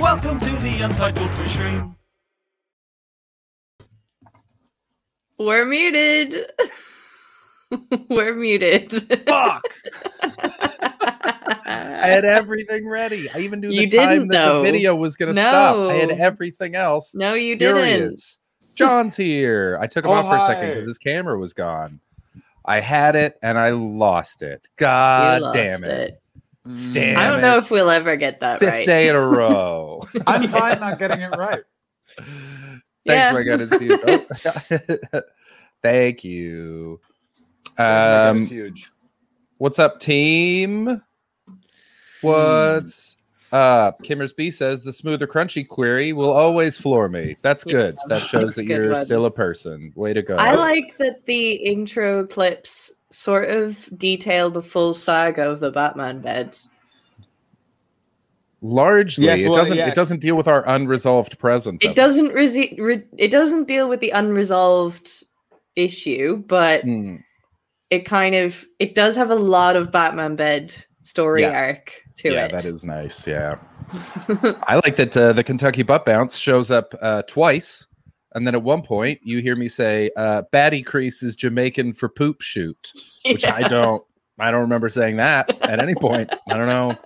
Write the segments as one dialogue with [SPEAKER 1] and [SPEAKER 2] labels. [SPEAKER 1] Welcome to the Untitled Twitch stream.
[SPEAKER 2] We're muted. We're muted.
[SPEAKER 3] Fuck! I
[SPEAKER 2] no,
[SPEAKER 3] had everything ready. I even knew the
[SPEAKER 2] You
[SPEAKER 3] time
[SPEAKER 2] didn't,
[SPEAKER 3] that
[SPEAKER 2] though.
[SPEAKER 3] the video was going to stop. I had
[SPEAKER 2] No.
[SPEAKER 3] everything else.
[SPEAKER 2] you didn't.
[SPEAKER 3] Furious. John's here. I took him
[SPEAKER 4] Oh,
[SPEAKER 3] off for a second
[SPEAKER 4] hi.
[SPEAKER 3] because his camera was gone. I had it and I lost it. God
[SPEAKER 2] You lost
[SPEAKER 3] Ah, damn it.
[SPEAKER 4] Mm.
[SPEAKER 3] Damn.
[SPEAKER 2] I don't
[SPEAKER 3] it.
[SPEAKER 2] know if we'll ever get that
[SPEAKER 3] Fifth
[SPEAKER 2] right.
[SPEAKER 3] day in a row.
[SPEAKER 4] I'm fine not getting it right.
[SPEAKER 2] Yeah.
[SPEAKER 3] Thanks, my God. It's you. Oh. Thank you.
[SPEAKER 4] That was
[SPEAKER 3] Um,
[SPEAKER 4] huge.
[SPEAKER 3] What's up, team? What's up? Kimmers B says the smooth or crunchy query will always floor me. That's good. That shows that
[SPEAKER 2] Good
[SPEAKER 3] you're
[SPEAKER 2] one.
[SPEAKER 3] still a person. Way to go.
[SPEAKER 2] I like that the intro clips sort of detail the full saga of the Batman bed.
[SPEAKER 3] largely
[SPEAKER 4] Yes,
[SPEAKER 3] it
[SPEAKER 4] well,
[SPEAKER 3] doesn't
[SPEAKER 4] yeah.
[SPEAKER 3] it doesn't deal with our unresolved present. of
[SPEAKER 2] It doesn't resi- re- it doesn't deal with the unresolved issue, but
[SPEAKER 3] Hmm.
[SPEAKER 2] it kind of it does have a lot of Batman bed story
[SPEAKER 3] Yeah.
[SPEAKER 2] arc to
[SPEAKER 3] Yeah,
[SPEAKER 2] it.
[SPEAKER 3] that is nice. Yeah. I like that uh, the Kentucky butt bounce shows up uh, twice. And then at one point, you hear me say, uh, Batty Crease is Jamaican for poop shoot. which I don't. I don't remember saying that at any point. I don't know.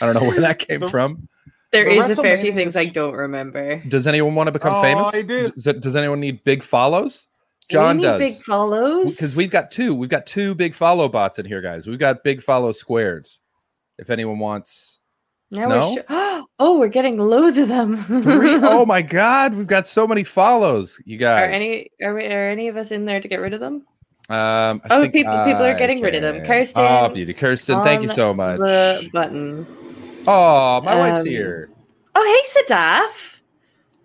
[SPEAKER 3] I don't know where that came
[SPEAKER 4] The-
[SPEAKER 3] from.
[SPEAKER 2] There
[SPEAKER 4] The
[SPEAKER 2] is a fair few
[SPEAKER 4] WrestleMania
[SPEAKER 2] things I
[SPEAKER 4] is-
[SPEAKER 2] don't remember.
[SPEAKER 3] Does anyone want to become
[SPEAKER 4] Oh,
[SPEAKER 3] famous?
[SPEAKER 4] I do.
[SPEAKER 3] Does, does anyone need big follows? John
[SPEAKER 2] we need big
[SPEAKER 3] does
[SPEAKER 2] follows
[SPEAKER 3] because we've got two. We've got two big follow bots in here, guys. We've got big follow squared. If anyone wants
[SPEAKER 2] now
[SPEAKER 3] No?
[SPEAKER 2] we're sh- oh we're getting loads of them.
[SPEAKER 3] three oh my god, we've got so many follows, you
[SPEAKER 2] are
[SPEAKER 3] guys.
[SPEAKER 2] any are, we, are any of us in there to get rid of them?
[SPEAKER 3] um, I
[SPEAKER 2] Oh,
[SPEAKER 3] think
[SPEAKER 2] people- people are
[SPEAKER 3] I
[SPEAKER 2] getting rid of them.
[SPEAKER 3] can.
[SPEAKER 2] Kirsten
[SPEAKER 3] oh, beauty, Kirsten, thank you
[SPEAKER 2] on
[SPEAKER 3] so much.
[SPEAKER 2] The button.
[SPEAKER 3] oh, my wife's
[SPEAKER 2] um,
[SPEAKER 3] here.
[SPEAKER 2] Oh hey Sadaf.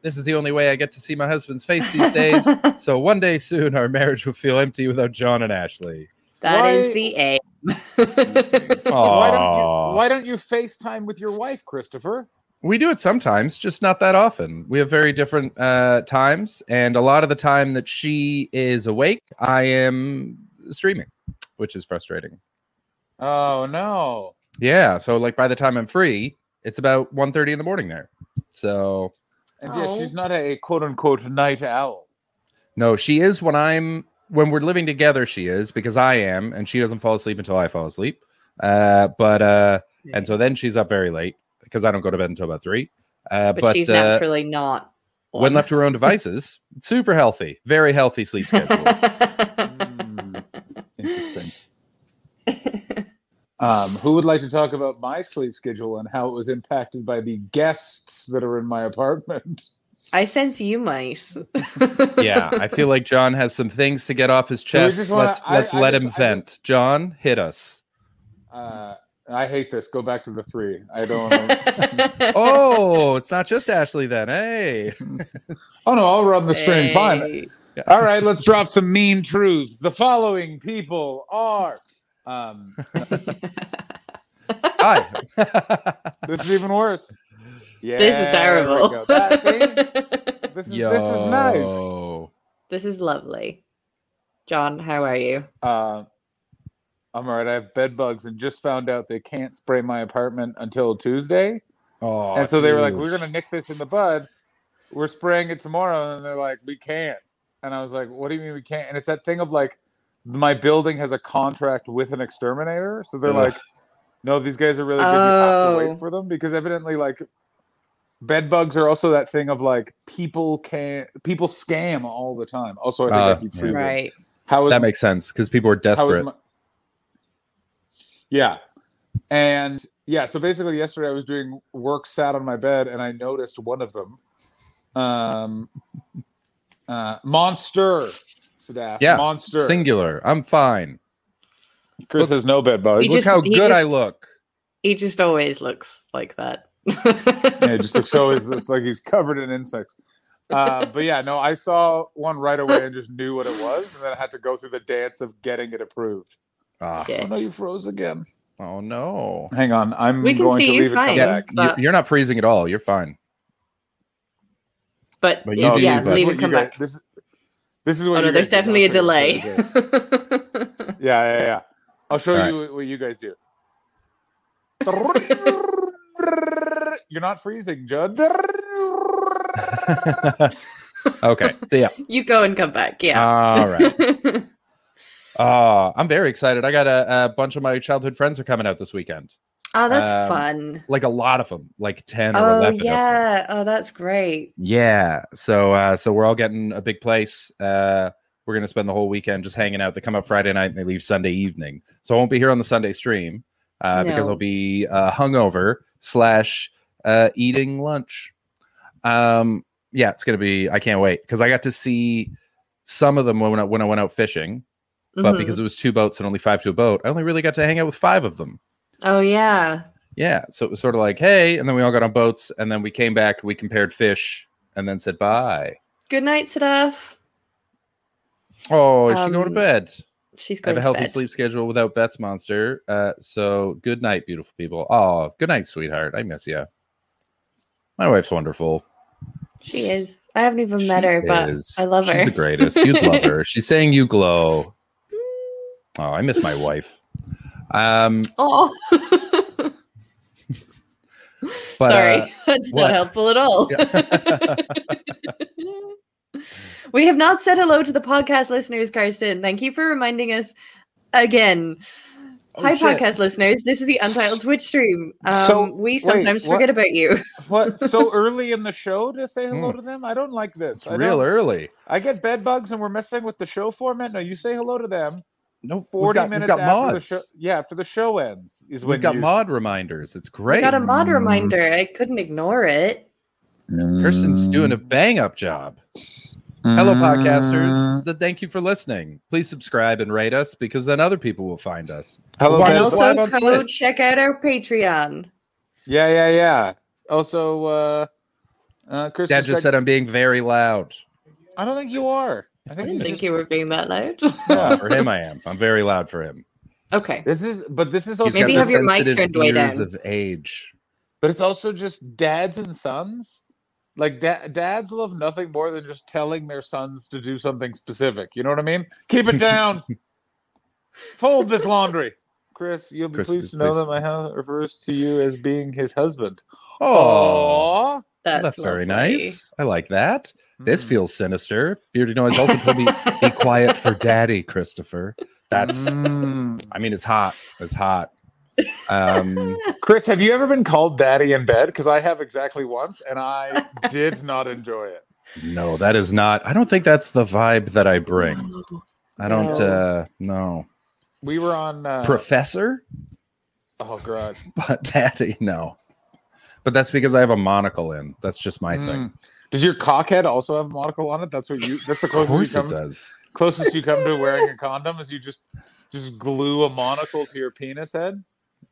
[SPEAKER 3] This is the only way I get to see my husband's face these days. So one day soon, our marriage will feel empty without John and Ashley.
[SPEAKER 2] That is
[SPEAKER 4] Why-
[SPEAKER 2] the aim.
[SPEAKER 4] Why don't,
[SPEAKER 3] Aw.
[SPEAKER 4] you, why don't you FaceTime with your wife, Christopher?
[SPEAKER 3] we do it sometimes, just not that often. We have very different uh, times, and a lot of the time that she is awake, I am streaming, which is frustrating.
[SPEAKER 4] Oh no.
[SPEAKER 3] Yeah, so like by the time I'm free, it's about 1.30 in the morning there. So
[SPEAKER 4] And yes,
[SPEAKER 2] Oh.
[SPEAKER 4] she's not a quote unquote night owl.
[SPEAKER 3] no, she is when I'm when we're living together. She is because I am, and she doesn't fall asleep until I fall asleep. Uh, but uh, and so then she's up very late because I don't go to bed until about three. Uh,
[SPEAKER 2] but,
[SPEAKER 3] but
[SPEAKER 2] she's
[SPEAKER 3] uh,
[SPEAKER 2] naturally not.
[SPEAKER 3] when left to her own devices, super healthy, very healthy sleep schedule.
[SPEAKER 4] Mm, Interesting. Um, who would like to talk about my sleep schedule and how it was impacted by the guests that are in my apartment?
[SPEAKER 2] I sense you might.
[SPEAKER 3] yeah, I feel like John has some things to get off his
[SPEAKER 4] Do we
[SPEAKER 3] chest.
[SPEAKER 4] just wanna-
[SPEAKER 3] let's
[SPEAKER 4] I-
[SPEAKER 3] let's
[SPEAKER 4] I
[SPEAKER 3] let
[SPEAKER 4] just-
[SPEAKER 3] him
[SPEAKER 4] I just-
[SPEAKER 3] vent. John, hit us.
[SPEAKER 4] Uh, I hate this. Go back to the three. I don't.
[SPEAKER 3] Oh, it's not just Ashley then. Hey,
[SPEAKER 4] oh no, I'll run the stream. Fine. All right, let's drop some mean truths. The following people are. Um,
[SPEAKER 3] hi.
[SPEAKER 4] this is even worse. Yeah,
[SPEAKER 2] This is
[SPEAKER 4] there we
[SPEAKER 2] terrible.
[SPEAKER 4] go. That- see? this is this is nice.
[SPEAKER 3] Yo.
[SPEAKER 2] this is lovely. John, how are you?
[SPEAKER 4] Uh, I'm all right. I have bed bugs and just found out they can't spray my apartment until Tuesday.
[SPEAKER 3] Oh,
[SPEAKER 4] and so they were like,
[SPEAKER 3] dude.
[SPEAKER 4] "We're gonna nick this in the bud. We're spraying it tomorrow." And they're like, "We can't." And I was like, "What do you mean we can't?" And it's that thing of like, my building has a contract with an exterminator, so they're
[SPEAKER 3] Ugh.
[SPEAKER 4] like, "No, these guys are really good. You have to
[SPEAKER 2] Oh.
[SPEAKER 4] wait for them because evidently, like, bed bugs are also that thing of like people can people scam all the time. Also, I think
[SPEAKER 3] Uh,
[SPEAKER 4] I keep
[SPEAKER 3] yeah.
[SPEAKER 4] freezing.
[SPEAKER 2] Right.
[SPEAKER 4] How is
[SPEAKER 3] That makes sense because people are
[SPEAKER 4] how was
[SPEAKER 3] desperate.
[SPEAKER 4] my- yeah. And yeah, so basically yesterday I was doing work sat on my bed and I noticed one of them. Um uh monster Sadaf.
[SPEAKER 3] Yeah,
[SPEAKER 4] Monster.
[SPEAKER 3] Singular. I'm fine.
[SPEAKER 4] Chris has no bed bugs.
[SPEAKER 2] He
[SPEAKER 3] Look
[SPEAKER 2] just-
[SPEAKER 3] how
[SPEAKER 2] he
[SPEAKER 3] good I
[SPEAKER 2] just-
[SPEAKER 3] look.
[SPEAKER 2] He just always looks like that.
[SPEAKER 4] Yeah, it just looks so it's, it's like he's covered in insects. Uh, but yeah, no, I saw one right away and just knew what it was, and then I had to go through the dance of getting it approved.
[SPEAKER 3] Ah.
[SPEAKER 4] Oh
[SPEAKER 2] Shit.
[SPEAKER 4] no, you froze again.
[SPEAKER 3] Oh no.
[SPEAKER 4] Hang on, I'm
[SPEAKER 2] We can
[SPEAKER 4] going
[SPEAKER 2] see
[SPEAKER 4] to
[SPEAKER 2] you
[SPEAKER 4] leave and come
[SPEAKER 2] fine.
[SPEAKER 3] Yeah,
[SPEAKER 4] back.
[SPEAKER 3] you,
[SPEAKER 2] But-
[SPEAKER 3] you're not freezing at all. You're fine.
[SPEAKER 2] But
[SPEAKER 3] But you
[SPEAKER 4] No,
[SPEAKER 3] do
[SPEAKER 2] yeah,
[SPEAKER 3] you, bud.
[SPEAKER 4] this is
[SPEAKER 2] leave
[SPEAKER 4] what
[SPEAKER 2] and
[SPEAKER 4] you
[SPEAKER 2] come
[SPEAKER 4] guys-
[SPEAKER 2] back.
[SPEAKER 4] This, this is what.
[SPEAKER 2] Oh no,
[SPEAKER 4] you
[SPEAKER 2] there's
[SPEAKER 4] guys do.
[SPEAKER 2] definitely a
[SPEAKER 4] That's what you
[SPEAKER 2] delay.
[SPEAKER 4] guys do. Yeah, yeah, yeah. I'll show
[SPEAKER 3] All
[SPEAKER 4] you what- what you guys do. You're not freezing, Judd.
[SPEAKER 3] okay. So yeah.
[SPEAKER 2] you go and come back. Yeah.
[SPEAKER 3] Uh, All right. Oh, I'm very excited. I got a, a bunch of my childhood friends are coming out this weekend.
[SPEAKER 2] oh, that's
[SPEAKER 3] Um,
[SPEAKER 2] fun.
[SPEAKER 3] Like a lot of them, like 10 or
[SPEAKER 2] Oh
[SPEAKER 3] 11 of them.
[SPEAKER 2] yeah. Oh, that's great.
[SPEAKER 3] Yeah. So uh so we're all getting a big place. Uh we're gonna spend the whole weekend just hanging out. They come up Friday night and they leave Sunday evening. So I won't be here on the Sunday stream uh because
[SPEAKER 2] No.
[SPEAKER 3] I'll be uh hungover slash uh eating lunch. Um yeah, it's gonna be I can't wait because I got to see some of them when I when I went out fishing, but
[SPEAKER 2] Mhm.
[SPEAKER 3] because it was two boats and only five to a boat, I only really got to hang out with five of them.
[SPEAKER 2] oh yeah.
[SPEAKER 3] Yeah. So it was sort of like, hey, and then we all got on boats, and then we came back, we compared fish, and then said bye.
[SPEAKER 2] Good night, Sadaf.
[SPEAKER 3] Oh, is she going to
[SPEAKER 2] Um,
[SPEAKER 3] bed?
[SPEAKER 2] She's
[SPEAKER 3] I have
[SPEAKER 2] going
[SPEAKER 3] a
[SPEAKER 2] to
[SPEAKER 3] healthy
[SPEAKER 2] bed.
[SPEAKER 3] sleep schedule without Bets Monster. Uh, so good night, beautiful people. Oh, good night, sweetheart. I miss you. My wife's wonderful.
[SPEAKER 2] She is. I haven't even met
[SPEAKER 3] She
[SPEAKER 2] her,
[SPEAKER 3] is-
[SPEAKER 2] but I love her.
[SPEAKER 3] She's the greatest. You'd love her. She's saying you glow. Oh, I miss my wife. Um,
[SPEAKER 2] Oh.
[SPEAKER 3] but
[SPEAKER 2] Sorry,
[SPEAKER 3] uh,
[SPEAKER 2] that's
[SPEAKER 3] what?
[SPEAKER 2] not helpful at all.
[SPEAKER 3] Yeah.
[SPEAKER 2] we have not said hello to the podcast listeners, Karsten. Thank you for reminding us again.
[SPEAKER 3] Oh,
[SPEAKER 2] Hi,
[SPEAKER 3] shit.
[SPEAKER 2] podcast listeners. This is the Untitled Twitch stream. Um,
[SPEAKER 4] So,
[SPEAKER 2] we sometimes
[SPEAKER 4] what?
[SPEAKER 2] forget about you.
[SPEAKER 4] what? So early in the show to say hello to them? I don't like this.
[SPEAKER 3] Hmm. it's
[SPEAKER 4] I don't-
[SPEAKER 3] real early.
[SPEAKER 4] I get bed bugs, and we're messing with the show format. No, you say hello to them.
[SPEAKER 3] No,
[SPEAKER 4] Forty
[SPEAKER 3] we've got,
[SPEAKER 4] minutes
[SPEAKER 3] we've got
[SPEAKER 4] after
[SPEAKER 3] mods.
[SPEAKER 4] the show. Yeah, after the show ends is when
[SPEAKER 3] We've got
[SPEAKER 4] you-
[SPEAKER 3] mod reminders. It's
[SPEAKER 2] I
[SPEAKER 3] great.
[SPEAKER 2] got a mod
[SPEAKER 3] Hmm.
[SPEAKER 2] reminder. I couldn't ignore it.
[SPEAKER 3] Kirsten's doing a bang up job.
[SPEAKER 4] Mm.
[SPEAKER 3] Hello, podcasters. Th- Thank you for listening. Please subscribe and rate us because then other people will find us.
[SPEAKER 4] Hello,
[SPEAKER 3] Watch
[SPEAKER 2] And
[SPEAKER 4] bed
[SPEAKER 3] us
[SPEAKER 4] bugs.
[SPEAKER 3] live
[SPEAKER 2] also,
[SPEAKER 3] on
[SPEAKER 2] go
[SPEAKER 3] Twitch.
[SPEAKER 2] check out our Patreon.
[SPEAKER 4] Yeah, yeah, yeah. Also, uh, uh, Chris
[SPEAKER 3] Dad just said I'm being very loud.
[SPEAKER 4] I don't think you are. I
[SPEAKER 2] I
[SPEAKER 4] think
[SPEAKER 2] didn't
[SPEAKER 4] it's
[SPEAKER 2] think
[SPEAKER 4] just-
[SPEAKER 2] you were being that loud.
[SPEAKER 3] Oh, for him, I am. I'm very loud for him.
[SPEAKER 2] okay.
[SPEAKER 4] This is, but this is
[SPEAKER 3] He's
[SPEAKER 4] also,
[SPEAKER 3] got
[SPEAKER 2] Maybe
[SPEAKER 3] the
[SPEAKER 2] have your mic
[SPEAKER 3] sensitive
[SPEAKER 2] turned way
[SPEAKER 3] ears
[SPEAKER 2] down.
[SPEAKER 3] of age.
[SPEAKER 4] but it's also just dads and sons. Like da- dads love nothing more than just telling their sons to do something specific. You know what I mean? Keep it down. Fold this laundry, Chris. You'll be
[SPEAKER 3] Chris,
[SPEAKER 4] pleased to
[SPEAKER 3] please.
[SPEAKER 4] know that my husband refers to you as being his husband.
[SPEAKER 3] Oh,
[SPEAKER 4] Aw.
[SPEAKER 3] that's, very
[SPEAKER 2] lovely.
[SPEAKER 3] nice. I like that. This
[SPEAKER 4] Mm.
[SPEAKER 3] feels sinister. Beardy Noise also told me, be quiet for daddy, Christopher. That's,
[SPEAKER 4] Mm.
[SPEAKER 3] I mean, it's hot. It's hot. Um,
[SPEAKER 4] Chris. Have you ever been called daddy in bed? Because I have exactly once, and I did not enjoy it.
[SPEAKER 3] No, that is not. I don't think that's the vibe that I bring. I don't
[SPEAKER 2] No.
[SPEAKER 3] uh no.
[SPEAKER 4] We were on. Uh,
[SPEAKER 3] Professor?
[SPEAKER 4] oh God.
[SPEAKER 3] But daddy, no. But that's because I have a monocle in. That's just my thing.
[SPEAKER 4] Mm. Does your cockhead also have a monocle on it? That's what you. That's the
[SPEAKER 3] Of
[SPEAKER 4] closest
[SPEAKER 3] course
[SPEAKER 4] you
[SPEAKER 3] it
[SPEAKER 4] come.
[SPEAKER 3] Oh, does.
[SPEAKER 4] Closest you come to wearing a condom is you just just glue a monocle to your penis head.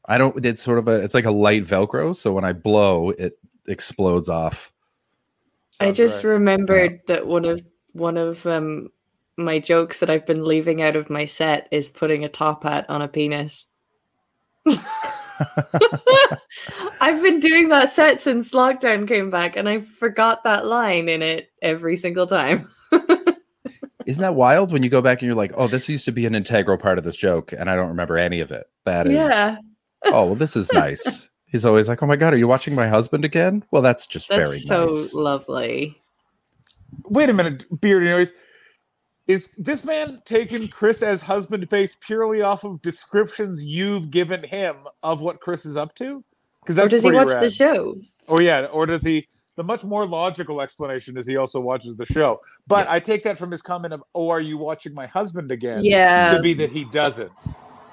[SPEAKER 3] I don't it's sort of a it's like a light velcro, so when I blow it explodes off.
[SPEAKER 2] I
[SPEAKER 4] Sounds
[SPEAKER 2] just
[SPEAKER 4] right.
[SPEAKER 2] remembered that one of one of um, my jokes that I've been leaving out of my set is putting a top hat on a penis. I've been doing that set since lockdown came back, and I forgot that line in it every single time.
[SPEAKER 3] Isn't that wild when you go back and you're like, "Oh, this used to be an integral part of this joke and I don't remember any of it." That is
[SPEAKER 2] Yeah.
[SPEAKER 3] Oh, well this is nice. He's always like, "Oh my god, are you watching my husband again?" Well, that's just
[SPEAKER 2] That's
[SPEAKER 3] very
[SPEAKER 2] so
[SPEAKER 3] nice.
[SPEAKER 2] lovely.
[SPEAKER 4] Wait a minute, beardy noise. Is this man taking Chris as husband based purely off of descriptions you've given him of what Chris is up to? Because
[SPEAKER 2] Or
[SPEAKER 4] that's
[SPEAKER 2] does he
[SPEAKER 4] pretty
[SPEAKER 2] watch
[SPEAKER 4] rad.
[SPEAKER 2] the show?
[SPEAKER 4] Oh yeah, or does he? The much more logical explanation is he also watches the show. But I take that from his comment of, "Oh, are you watching my husband again?"
[SPEAKER 2] Yeah,
[SPEAKER 4] to be that he doesn't.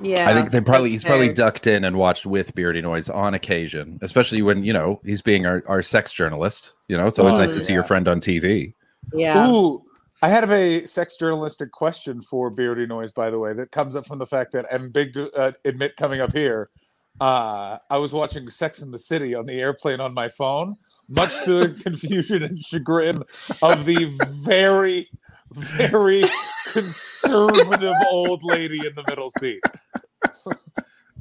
[SPEAKER 2] yeah.
[SPEAKER 3] I think they probably he's
[SPEAKER 2] that's
[SPEAKER 3] probably
[SPEAKER 2] fair.
[SPEAKER 3] ducked in and watched with Beardy Noise on occasion, especially when you know he's being our, our sex journalist. You know, it's always
[SPEAKER 2] Oh,
[SPEAKER 3] nice to see your
[SPEAKER 4] yeah.
[SPEAKER 3] friend on TV.
[SPEAKER 2] yeah.
[SPEAKER 4] Ooh, I have a sex journalistic question for Beardy Noise, by the way, that comes up from the fact that and big uh, admit coming up here uh, I was watching Sex in the City on the airplane on my phone, much to the confusion and chagrin of the very, very conservative old lady in the middle seat.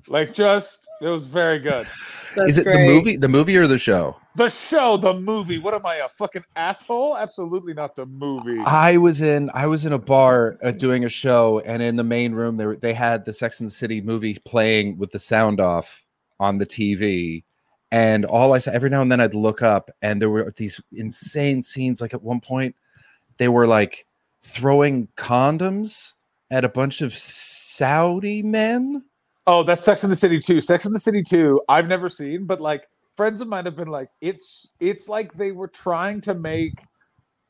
[SPEAKER 4] like, just it was very good.
[SPEAKER 2] That's
[SPEAKER 3] Is it the
[SPEAKER 2] great.
[SPEAKER 3] movie, the movie or the show?
[SPEAKER 4] The show, the movie. What am I, a fucking asshole? Absolutely not the movie.
[SPEAKER 3] I was in I was in a bar uh, doing a show, and in the main room they were, they had the Sex and the City movie playing with the sound off on the TV, and all I saw every now and then I'd look up, and there were these insane scenes. Like at one point, they were like throwing condoms at a bunch of Saudi men.
[SPEAKER 4] Oh, that's Sex in the City 2. Sex in the City 2, I've never seen, but like friends of mine have been like, it's it's like they were trying to make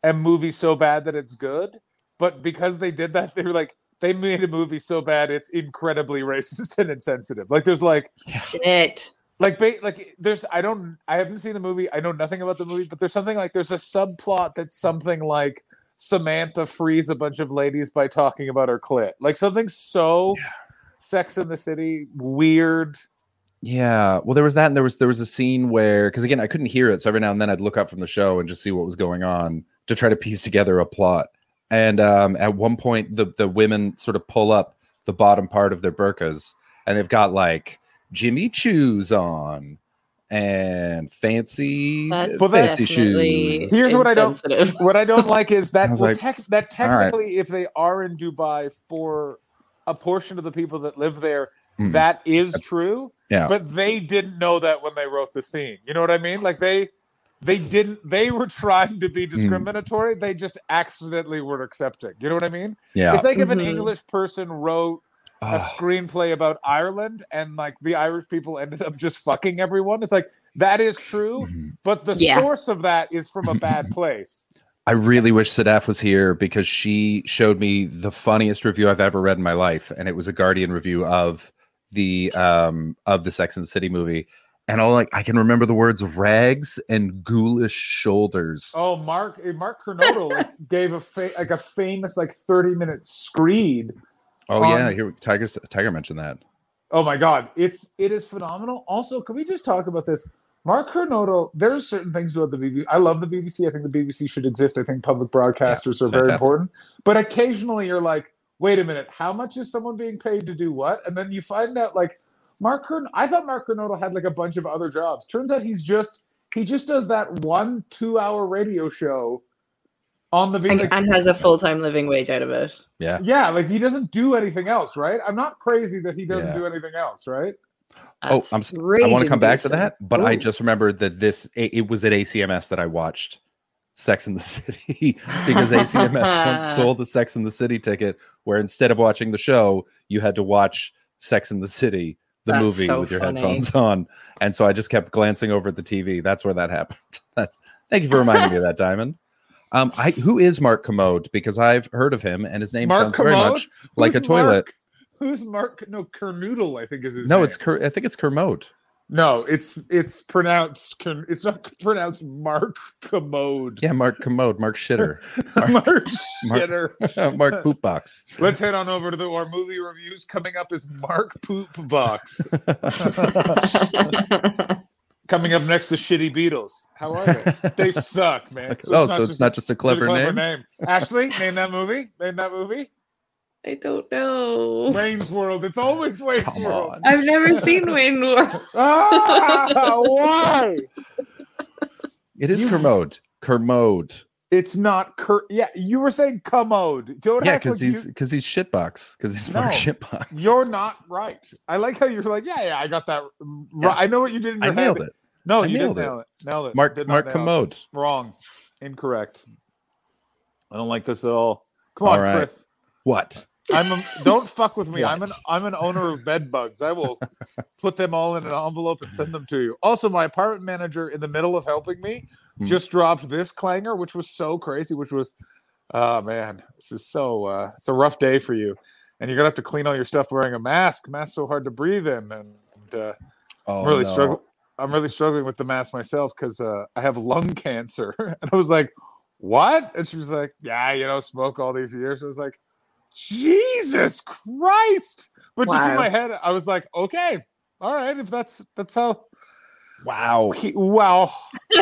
[SPEAKER 4] a movie so bad that it's good, but because they did that, they were like, they made a movie so bad it's incredibly racist and insensitive. Like there's like
[SPEAKER 2] Shit.
[SPEAKER 4] like ba- like there's I don't I haven't seen the movie. I know nothing about the movie, but there's something like there's a subplot that's something like Samantha frees a bunch of ladies by talking about her clit. Like something so Sex in the City weird.
[SPEAKER 3] Yeah, well, there was that, and there was there was a scene where because again I couldn't hear it, so every now and then I'd look up from the show and just see what was going on to try to piece together a plot. And um, at one point, the the women sort of pull up the bottom part of their burkas, and they've got like Jimmy Choo's on and fancy
[SPEAKER 2] That's
[SPEAKER 3] fancy
[SPEAKER 2] definitely
[SPEAKER 3] shoes.
[SPEAKER 4] Here's what I don't-
[SPEAKER 2] insensitive.
[SPEAKER 4] What I don't like is
[SPEAKER 3] I
[SPEAKER 4] that
[SPEAKER 3] was
[SPEAKER 4] well,
[SPEAKER 3] like,
[SPEAKER 4] tec- that
[SPEAKER 3] all right.
[SPEAKER 4] technically, if they are in Dubai for a portion of the people that live there,
[SPEAKER 3] Mm.
[SPEAKER 4] that is true.
[SPEAKER 3] Yeah.
[SPEAKER 4] But they didn't know that when they wrote the scene. You know what I mean? Like they they didn't they were trying to be
[SPEAKER 3] Mm-hmm.
[SPEAKER 4] discriminatory. They just accidentally were accepting. You know what I mean?
[SPEAKER 3] Yeah, Ah,
[SPEAKER 4] It's like if an
[SPEAKER 2] Mhm.
[SPEAKER 4] English person wrote a
[SPEAKER 3] Ugh.
[SPEAKER 4] screenplay about Ireland and like the Irish people ended up just fucking everyone. It's like that is true,
[SPEAKER 3] Mhm.
[SPEAKER 4] but the
[SPEAKER 2] Yeah.
[SPEAKER 4] source of that is from a bad place.
[SPEAKER 3] I really wish Sadaf was here because she showed me the funniest review I've ever read in my life, and it was a Guardian review of the um of the Sex and the City movie. And all like I can remember the words rags and ghoulish shoulders.
[SPEAKER 4] Oh, Mark eh, Mark Kernodal like, gave a fa- like a famous like 30 minute screed.
[SPEAKER 3] Oh,
[SPEAKER 4] on-
[SPEAKER 3] yeah, here Tiger s- Tiger mentioned that.
[SPEAKER 4] Oh my god, it's it is phenomenal. Also, can we just talk about this? Mark Kernodal, there's certain things about the BBC. I love the BBC. I think the BBC should exist. I think public broadcasters
[SPEAKER 3] it's
[SPEAKER 4] are very
[SPEAKER 3] fantastic.
[SPEAKER 4] important. But occasionally you're like, wait a minute, how much is someone being paid to do what? And then you find out like Mark Kern I thought Mark Kernodal had like a bunch of other jobs. Turns out he's just he just does that one two hour radio show on the BBC.
[SPEAKER 2] and, and has a full time living wage out of it.
[SPEAKER 3] Yeah.
[SPEAKER 4] yeah, like he doesn't do anything else, right? I'm not crazy that he doesn't
[SPEAKER 3] Yeah.
[SPEAKER 4] do anything else, right?
[SPEAKER 3] Oh, I'm
[SPEAKER 2] That's
[SPEAKER 3] s- I want to
[SPEAKER 2] raging
[SPEAKER 3] come back to
[SPEAKER 2] decent.
[SPEAKER 3] that, but I
[SPEAKER 4] Ooh.
[SPEAKER 3] just remembered that this it, it was at ACMS that I watched Sex in the City because ACMS once sold a Sex in the City ticket where instead of watching the show, you had to watch Sex in the City, the
[SPEAKER 2] That's
[SPEAKER 3] movie
[SPEAKER 2] so
[SPEAKER 3] with your
[SPEAKER 2] funny.
[SPEAKER 3] headphones on. And so I just kept glancing over at the TV. That's where that happened. That's thank you for reminding me of that, Diamond. Um, I who is Mark Commode? Because I've heard of him and his name
[SPEAKER 4] Mark
[SPEAKER 3] sounds very
[SPEAKER 4] Commode?
[SPEAKER 3] much like a
[SPEAKER 4] Who's
[SPEAKER 3] toilet.
[SPEAKER 4] Mark- Who's Mark? No, Kernoodle, I think is his.
[SPEAKER 3] No,
[SPEAKER 4] name.
[SPEAKER 3] it's Ker- I think it's Kermode.
[SPEAKER 4] no, it's it's pronounced. Kern- It's not pronounced Mark Commode.
[SPEAKER 3] Yeah, Mark Commode, Mark Shitter,
[SPEAKER 4] Mark
[SPEAKER 3] Mark-
[SPEAKER 4] Shitter.
[SPEAKER 3] Uh, Mark Poopbox.
[SPEAKER 4] Let's head on over to the, our movie reviews. Coming up is Mark Poop Box. Coming up next, the Shitty Beatles. How are they? They suck, man.
[SPEAKER 3] Like, oh, so it's
[SPEAKER 4] a-
[SPEAKER 3] not just a clever, name.
[SPEAKER 4] Ashley, name that movie. Name that movie.
[SPEAKER 2] I don't know.
[SPEAKER 4] Wayne's World. It's always Wayne's
[SPEAKER 3] Come
[SPEAKER 4] World.
[SPEAKER 3] on.
[SPEAKER 2] I've never seen Wayne World.
[SPEAKER 4] Ah, why?
[SPEAKER 3] It is
[SPEAKER 4] You-
[SPEAKER 3] Kermode. Kermode.
[SPEAKER 4] It's not Kurt. Yeah, you were saying commode. Don't
[SPEAKER 3] Yeah,
[SPEAKER 4] act
[SPEAKER 3] because
[SPEAKER 4] like
[SPEAKER 3] he's because he's shitbox. Because he's
[SPEAKER 4] No.
[SPEAKER 3] Mark Shitbox.
[SPEAKER 4] You, are not right. I like how you're like, yeah, yeah, I got that. Right.
[SPEAKER 3] Yeah.
[SPEAKER 4] I know what you did in
[SPEAKER 3] I
[SPEAKER 4] your head.
[SPEAKER 3] nailed it.
[SPEAKER 4] No,
[SPEAKER 3] I
[SPEAKER 4] you
[SPEAKER 3] nailed
[SPEAKER 4] didn't
[SPEAKER 3] it.
[SPEAKER 4] nail it. Nailed it.
[SPEAKER 3] Mark
[SPEAKER 4] Did not
[SPEAKER 3] Mark
[SPEAKER 4] nail it.
[SPEAKER 3] Commode.
[SPEAKER 4] Wrong. Incorrect. I don't like this at all. Come
[SPEAKER 3] All
[SPEAKER 4] on,
[SPEAKER 3] right.
[SPEAKER 4] Chris.
[SPEAKER 3] What?
[SPEAKER 4] I'm a, don't fuck with me. I'm an
[SPEAKER 3] What?
[SPEAKER 4] I'm an owner of bed bugs. I will put them all in an envelope and send them to you. Also, my apartment manager in the middle of helping me
[SPEAKER 3] Hmm.
[SPEAKER 4] just dropped this clanger, which was so crazy, which was oh man, this is so uh it's a rough day for you. And you're gonna have to clean all your stuff wearing a mask. Mask's so hard to breathe in and uh,
[SPEAKER 3] Oh,
[SPEAKER 4] I'm really
[SPEAKER 3] no.
[SPEAKER 4] struggling. I'm really struggling with the mask myself because uh, I have lung cancer. and I was like, "What?" And she was like, "Yeah, you know, smoke all these years." I was like, "Jesus Christ!" But just
[SPEAKER 2] Wow.
[SPEAKER 4] in my head, I was like, "Okay, all right, if that's that's how.
[SPEAKER 3] Wow.
[SPEAKER 4] He, wow.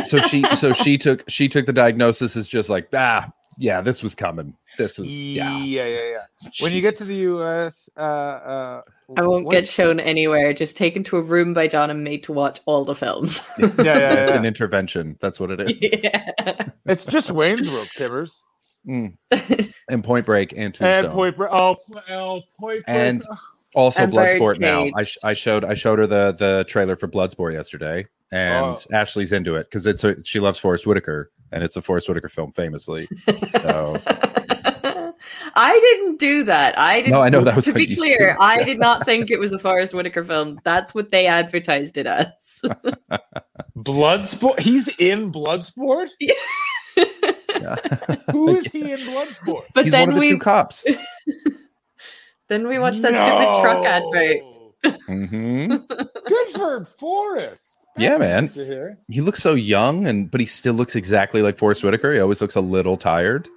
[SPEAKER 3] So she so she took she took the diagnosis as just like ah yeah this was coming this was
[SPEAKER 4] Yeah,
[SPEAKER 3] yeah
[SPEAKER 4] yeah, yeah. When you get to
[SPEAKER 3] Jesus.
[SPEAKER 4] the U.S., uh, uh,
[SPEAKER 2] I won't
[SPEAKER 4] what-
[SPEAKER 2] get shown anywhere. Just taken to a room by John and made to watch all the films.
[SPEAKER 4] Yeah, yeah,
[SPEAKER 3] It's
[SPEAKER 4] yeah.
[SPEAKER 3] an intervention. That's what it is.
[SPEAKER 2] yeah.
[SPEAKER 4] It's just Wayne's World, Tibbers.
[SPEAKER 3] Mm. And Point Break and Tombstone.
[SPEAKER 4] And Point Break. Oh, oh, Point Break.
[SPEAKER 3] And- also
[SPEAKER 2] And
[SPEAKER 3] Bloodsport now.
[SPEAKER 2] Birdcage.
[SPEAKER 3] I, sh- I showed I showed her the the trailer for Bloodsport yesterday, and
[SPEAKER 2] Oh.
[SPEAKER 3] Ashley's into it because it's a, she loves Forrest Whitaker, and it's a Forrest Whitaker film, famously. So
[SPEAKER 2] I didn't do that. I didn't.
[SPEAKER 3] No, I know that was
[SPEAKER 2] To
[SPEAKER 3] on
[SPEAKER 2] be
[SPEAKER 3] YouTube.
[SPEAKER 2] clear, I did not think it was a Forrest Whitaker film. That's what they advertised it as.
[SPEAKER 3] Uh,
[SPEAKER 4] Bloodsport. He's in Bloodsport.
[SPEAKER 3] yeah.
[SPEAKER 4] Who is he in Bloodsport?
[SPEAKER 2] But
[SPEAKER 3] he's one
[SPEAKER 2] then
[SPEAKER 3] of the
[SPEAKER 2] we
[SPEAKER 3] two cops.
[SPEAKER 2] then we watched that stupid truck advert.
[SPEAKER 3] hmm
[SPEAKER 4] Good for Forrest.
[SPEAKER 3] Yeah,
[SPEAKER 4] That's
[SPEAKER 3] man.
[SPEAKER 4] nice to hear.
[SPEAKER 3] He looks so young, and but he still looks exactly like Forrest Whitaker. He always looks a little tired.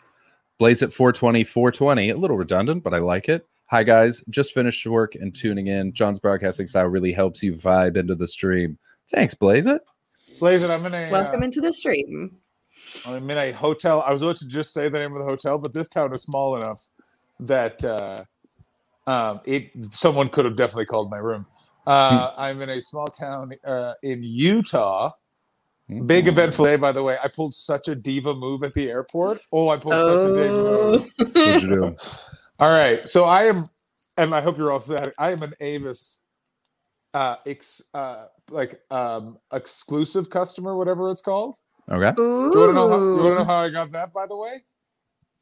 [SPEAKER 3] Blaze at 420, 420. A little redundant, but I like it. Hi guys, just finished work and tuning in. John's broadcasting style really helps you vibe into the stream. Thanks, Blaze it.
[SPEAKER 4] Blazin, I'm in a
[SPEAKER 2] Welcome
[SPEAKER 4] uh,
[SPEAKER 2] into the stream.
[SPEAKER 4] I'm in a hotel. I was about to just say the name of the hotel, but this town is small enough that uh, um, it someone could have definitely called my room. Uh, I'm in a small town uh, in Utah. Big eventful day, by the way. I pulled such a diva move at the airport. Oh, I pulled such a diva move.
[SPEAKER 2] Oh,
[SPEAKER 3] Mm-hmm. What'd you do?
[SPEAKER 4] All right. So I am, and I hope you're all sad. I am an Avis, uh, ex, uh, like um, exclusive customer, whatever it's called.
[SPEAKER 3] Okay.
[SPEAKER 4] Do you want to know? How, you want to know
[SPEAKER 2] Ooh.
[SPEAKER 4] how I got that? By the way,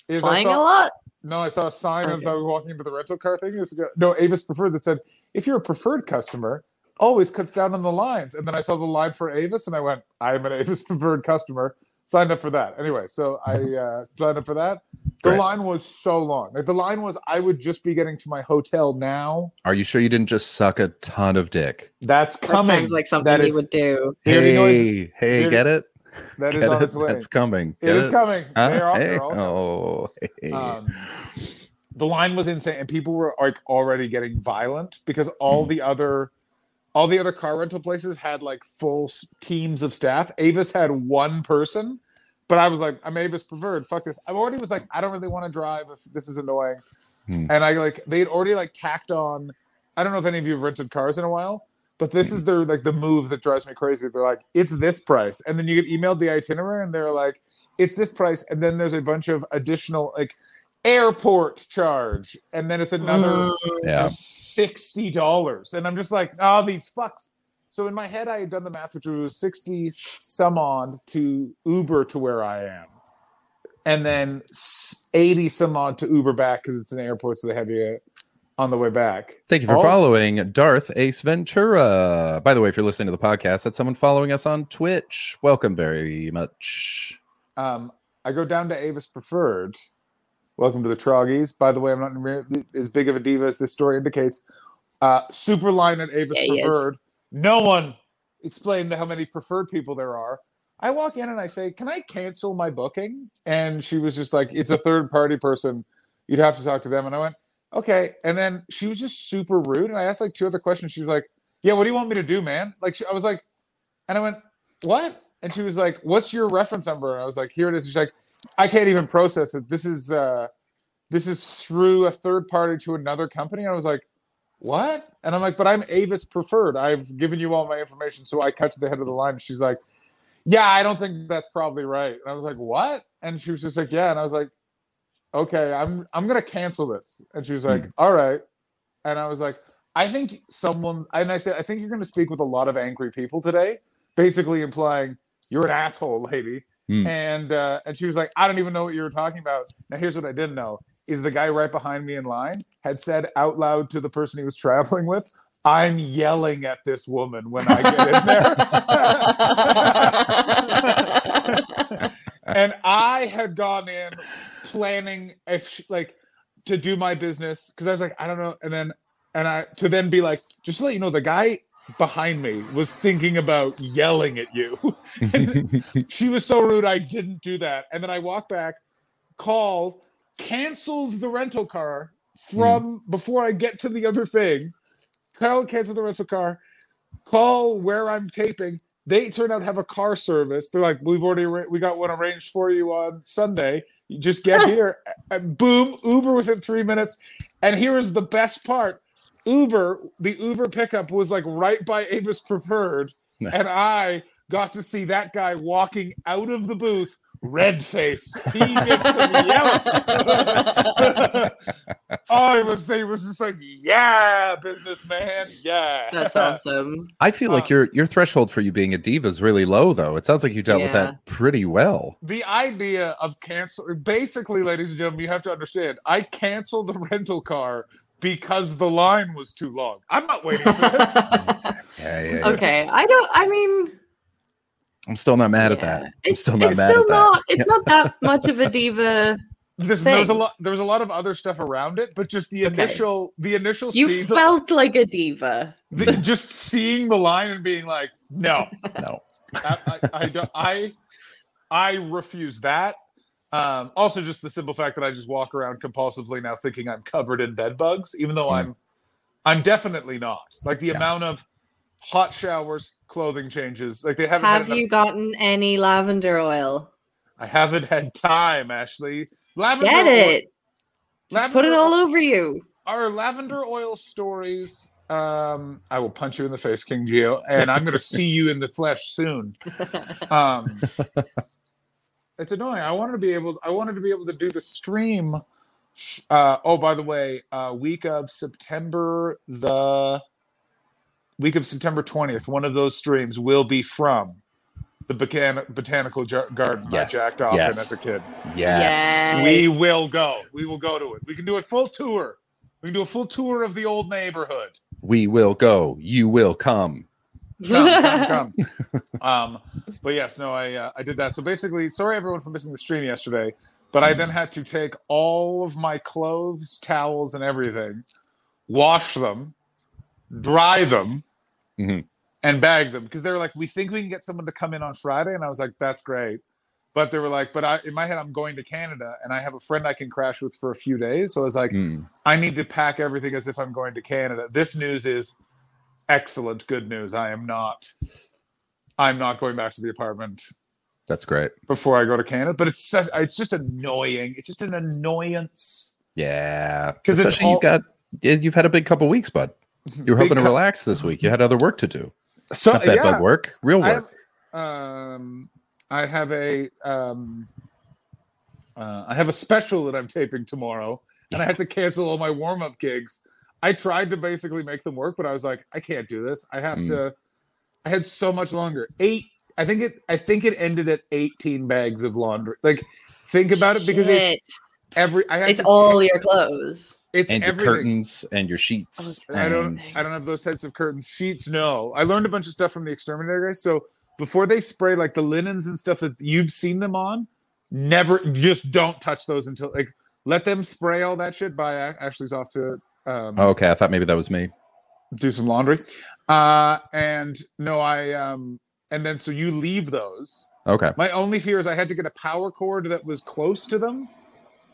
[SPEAKER 4] is I
[SPEAKER 2] flying a
[SPEAKER 4] saw,
[SPEAKER 2] lot.
[SPEAKER 4] no, I saw a sign as I was walking into the rental car thing. This go- no Avis preferred that said, "If you're a preferred customer, always cuts down on the lines." And then I saw the line for Avis, and I went, "I am an Avis preferred customer." Signed up for that. Anyway, so I uh, signed up for that. The
[SPEAKER 3] Great.
[SPEAKER 4] line was so long. Like the line was, I would just be getting to my hotel now.
[SPEAKER 3] Are you sure you didn't just suck a ton of dick?
[SPEAKER 4] That's
[SPEAKER 2] That
[SPEAKER 4] coming.
[SPEAKER 2] sounds like something
[SPEAKER 4] That
[SPEAKER 2] you
[SPEAKER 4] is-
[SPEAKER 2] would do.
[SPEAKER 4] Dirty noise.
[SPEAKER 3] hey, hey,
[SPEAKER 4] dirty-
[SPEAKER 3] get it?
[SPEAKER 4] That is
[SPEAKER 3] Get
[SPEAKER 4] on
[SPEAKER 3] it?
[SPEAKER 4] its way.
[SPEAKER 3] It's coming.
[SPEAKER 4] it
[SPEAKER 3] Get
[SPEAKER 4] is coming.
[SPEAKER 3] Huh?
[SPEAKER 4] They're all-
[SPEAKER 3] Hey.
[SPEAKER 4] they're all coming.
[SPEAKER 3] Oh, hey.
[SPEAKER 4] Um, the line was insane, and people were like already getting violent because all the other, all the other car rental places had like full s- teams of staff. Avis had one person, but I was like, I'm Avis preferred. Fuck this. I already was like, I don't really want to drive if this is annoying,
[SPEAKER 3] Hmm.
[SPEAKER 4] and I like they'd already like tacked on. I don't know if any of you have rented cars in a while. But this is their like the move that drives me crazy. They're like, it's this price, and then you get emailed the itinerary, and they're like, it's this price, and then there's a bunch of additional like airport charge, and then it's another
[SPEAKER 3] yeah.
[SPEAKER 4] sixty dollars, and I'm just like, oh, these fucks. So in my head, I had done the math, which was sixty some odd to Uber to where I am, and then s- eighty some odd to Uber back because it's an airport, so they have you on the way back.
[SPEAKER 3] Thank you for
[SPEAKER 4] Oh.
[SPEAKER 3] following Darth Ace Ventura. By the way, if you're listening to the podcast, that's someone following us on Twitch. Welcome very much.
[SPEAKER 4] Um, I go down to Avis Preferred. Welcome to the Troggies. By the way, I'm not re- as big of a diva as this story indicates. Uh, super line at Avis
[SPEAKER 2] Yeah, he is.
[SPEAKER 4] Preferred. No one explained the- how many preferred people there are. I walk in and I say, "Can I cancel my booking?" And she was just like, "It's a third party person. You'd have to talk to them." And I went, "Okay." And then she was just super rude. And I asked like two other questions. She was like, "Yeah, what do you want me to do, man?" Like she, I was like, and I went, "What?" And she was like, "What's your reference number?" And I was like, "Here it is." She's like, "I can't even process it. This is uh, this is through a third party to another company." And I was like, "What?" And I'm like, "But I'm Avis Preferred. I've given you all my information." So I cut to the head of the line. And she's like, "Yeah, I don't think that's probably right." And I was like, "What?" And she was just like, "Yeah." And I was like, "Okay, I'm I'm gonna cancel this." And she was like, "All right." And I was like, "I think someone." And I said, "I think you're gonna speak with a lot of angry people today." basically implying you're an asshole lady
[SPEAKER 3] Hmm.
[SPEAKER 4] and uh, and she was like i don't even know what you were talking about now here's what i did know is the guy right behind me in line had said out loud to the person he was traveling with i'm yelling at this woman when i get in there and i had gone in planning if she, like to do my business because i was like i don't know and then and i to then be like just to let you know the guy behind me was thinking about yelling at you she was so rude i didn't do that and then i walked back call canceled the rental car from before i get to the other thing Kyle canceled the rental car call where I'm taping. They turn out to have a car service. They're like, we've already arra- we got one arranged for you on Sunday. You just get here. And boom, Uber within three minutes. And here is the best part: Uber, the Uber pickup was like right by Avis Preferred, and I got to see that guy walking out of the booth. Red faced, he did some yelling. oh, he was, he was just like, "Yeah, businessman, yeah."
[SPEAKER 2] That's awesome.
[SPEAKER 3] I feel like
[SPEAKER 4] Uh,
[SPEAKER 3] your your threshold for you being a diva is really low, though. It sounds like you dealt with
[SPEAKER 2] Yeah.
[SPEAKER 3] that pretty well.
[SPEAKER 4] the idea of cancel basically ladies and gentlemen you have to understand i canceled the rental car because the line was too long i'm not waiting for this
[SPEAKER 3] Yeah, yeah, yeah.
[SPEAKER 2] okay, I don't. I mean,
[SPEAKER 3] I'm still not mad at
[SPEAKER 2] yeah.
[SPEAKER 3] that. I'm
[SPEAKER 2] It's,
[SPEAKER 3] still not
[SPEAKER 2] it's
[SPEAKER 3] mad
[SPEAKER 2] still
[SPEAKER 3] at that.
[SPEAKER 2] not. It's not that much of a diva.
[SPEAKER 4] this there's a
[SPEAKER 2] Thanks.
[SPEAKER 4] lot there's a lot of other stuff around it but just the
[SPEAKER 2] Okay.
[SPEAKER 4] initial the initial
[SPEAKER 2] You
[SPEAKER 4] see the-
[SPEAKER 2] felt like a diva.
[SPEAKER 4] the- just seeing the line and being like no
[SPEAKER 3] No.
[SPEAKER 4] I, I, I don't i i refuse that um also just the simple fact that i just walk around compulsively now thinking i'm covered in bed bugs even though
[SPEAKER 3] Mm.
[SPEAKER 4] i'm i'm definitely not like the
[SPEAKER 3] Yeah.
[SPEAKER 4] amount of hot showers clothing changes like they haven't
[SPEAKER 2] Have
[SPEAKER 4] had enough-
[SPEAKER 2] you gotten any lavender oil?
[SPEAKER 4] i haven't had time ashley lavender
[SPEAKER 2] Get
[SPEAKER 4] oil-
[SPEAKER 2] it. Just
[SPEAKER 4] lavender,
[SPEAKER 2] Put it all over you.
[SPEAKER 4] our lavender oil stories um i will punch you in the face king geo and i'm gonna see you in the flesh soon um it's annoying i wanted to be able i wanted to be able to do the stream uh oh by the way uh week of september the week of september 20th one of those streams will be from the Botan- botanical Jar- garden
[SPEAKER 3] Yes.
[SPEAKER 4] i jacked off
[SPEAKER 3] Yes.
[SPEAKER 4] in as a kid
[SPEAKER 3] Yes.
[SPEAKER 4] we
[SPEAKER 2] Yes.
[SPEAKER 4] will go. We will go to it. We can do a full tour. We can do a full tour of the old neighborhood.
[SPEAKER 3] We will go. You will come.
[SPEAKER 4] Come, come, come. um, but yes, no, I uh, I did that. So basically, sorry everyone for missing the stream yesterday, but I then had to take all of my clothes, towels, and everything, wash them, dry them,
[SPEAKER 3] Mhm.
[SPEAKER 4] and bag them because they were like, we think we can get someone to come in on Friday, and I was like, that's great. But they were like, but I, in my head, I'm going to Canada, and I have a friend I can crash with for a few days. So I was like,
[SPEAKER 3] Mm.
[SPEAKER 4] I need to pack everything as if I'm going to Canada. This news is excellent, good news. I am not. I'm not going back to the apartment
[SPEAKER 3] That's great.
[SPEAKER 4] before I go to Canada. But it's such, it's just annoying. It's just an annoyance.
[SPEAKER 3] Yeah.
[SPEAKER 4] 'Cause it's
[SPEAKER 3] especially
[SPEAKER 4] all-
[SPEAKER 3] you've got yeah, you've had a big couple weeks, bud. You were
[SPEAKER 4] Big
[SPEAKER 3] hoping to
[SPEAKER 4] cou-
[SPEAKER 3] relax this week. You had other work to do.
[SPEAKER 4] So
[SPEAKER 3] Not bad
[SPEAKER 4] yeah,
[SPEAKER 3] bud work, real
[SPEAKER 4] I
[SPEAKER 3] work.
[SPEAKER 4] have, um, I have a um, uh, I have a special that I'm taping tomorrow, and I had to cancel all my warm up gigs. I tried to basically make them work, but I was like, I can't do this. I have
[SPEAKER 3] Mm.
[SPEAKER 4] to. I had so much longer. Eight. I think it. I think it ended at 18 bags of laundry. Like, think about it because it's
[SPEAKER 2] Shit.
[SPEAKER 4] every. I have
[SPEAKER 2] it's
[SPEAKER 4] to
[SPEAKER 2] all
[SPEAKER 4] take-
[SPEAKER 2] your clothes.
[SPEAKER 4] It's
[SPEAKER 3] and
[SPEAKER 4] everything.
[SPEAKER 3] your curtains and your sheets.
[SPEAKER 2] Oh,
[SPEAKER 4] I don't
[SPEAKER 3] and-
[SPEAKER 4] I don't have those types of curtains. Sheets, no. I learned a bunch of stuff from the exterminator guys. So before they spray like the linens and stuff that you've seen them on, never just don't touch those until like let them spray all that shit by Ashley's off to um
[SPEAKER 3] Oh, okay, I thought maybe that was me.
[SPEAKER 4] do some laundry. Uh and no, I um and then so you leave those.
[SPEAKER 3] Okay.
[SPEAKER 4] My only fear is I had to get a power cord that was close to them.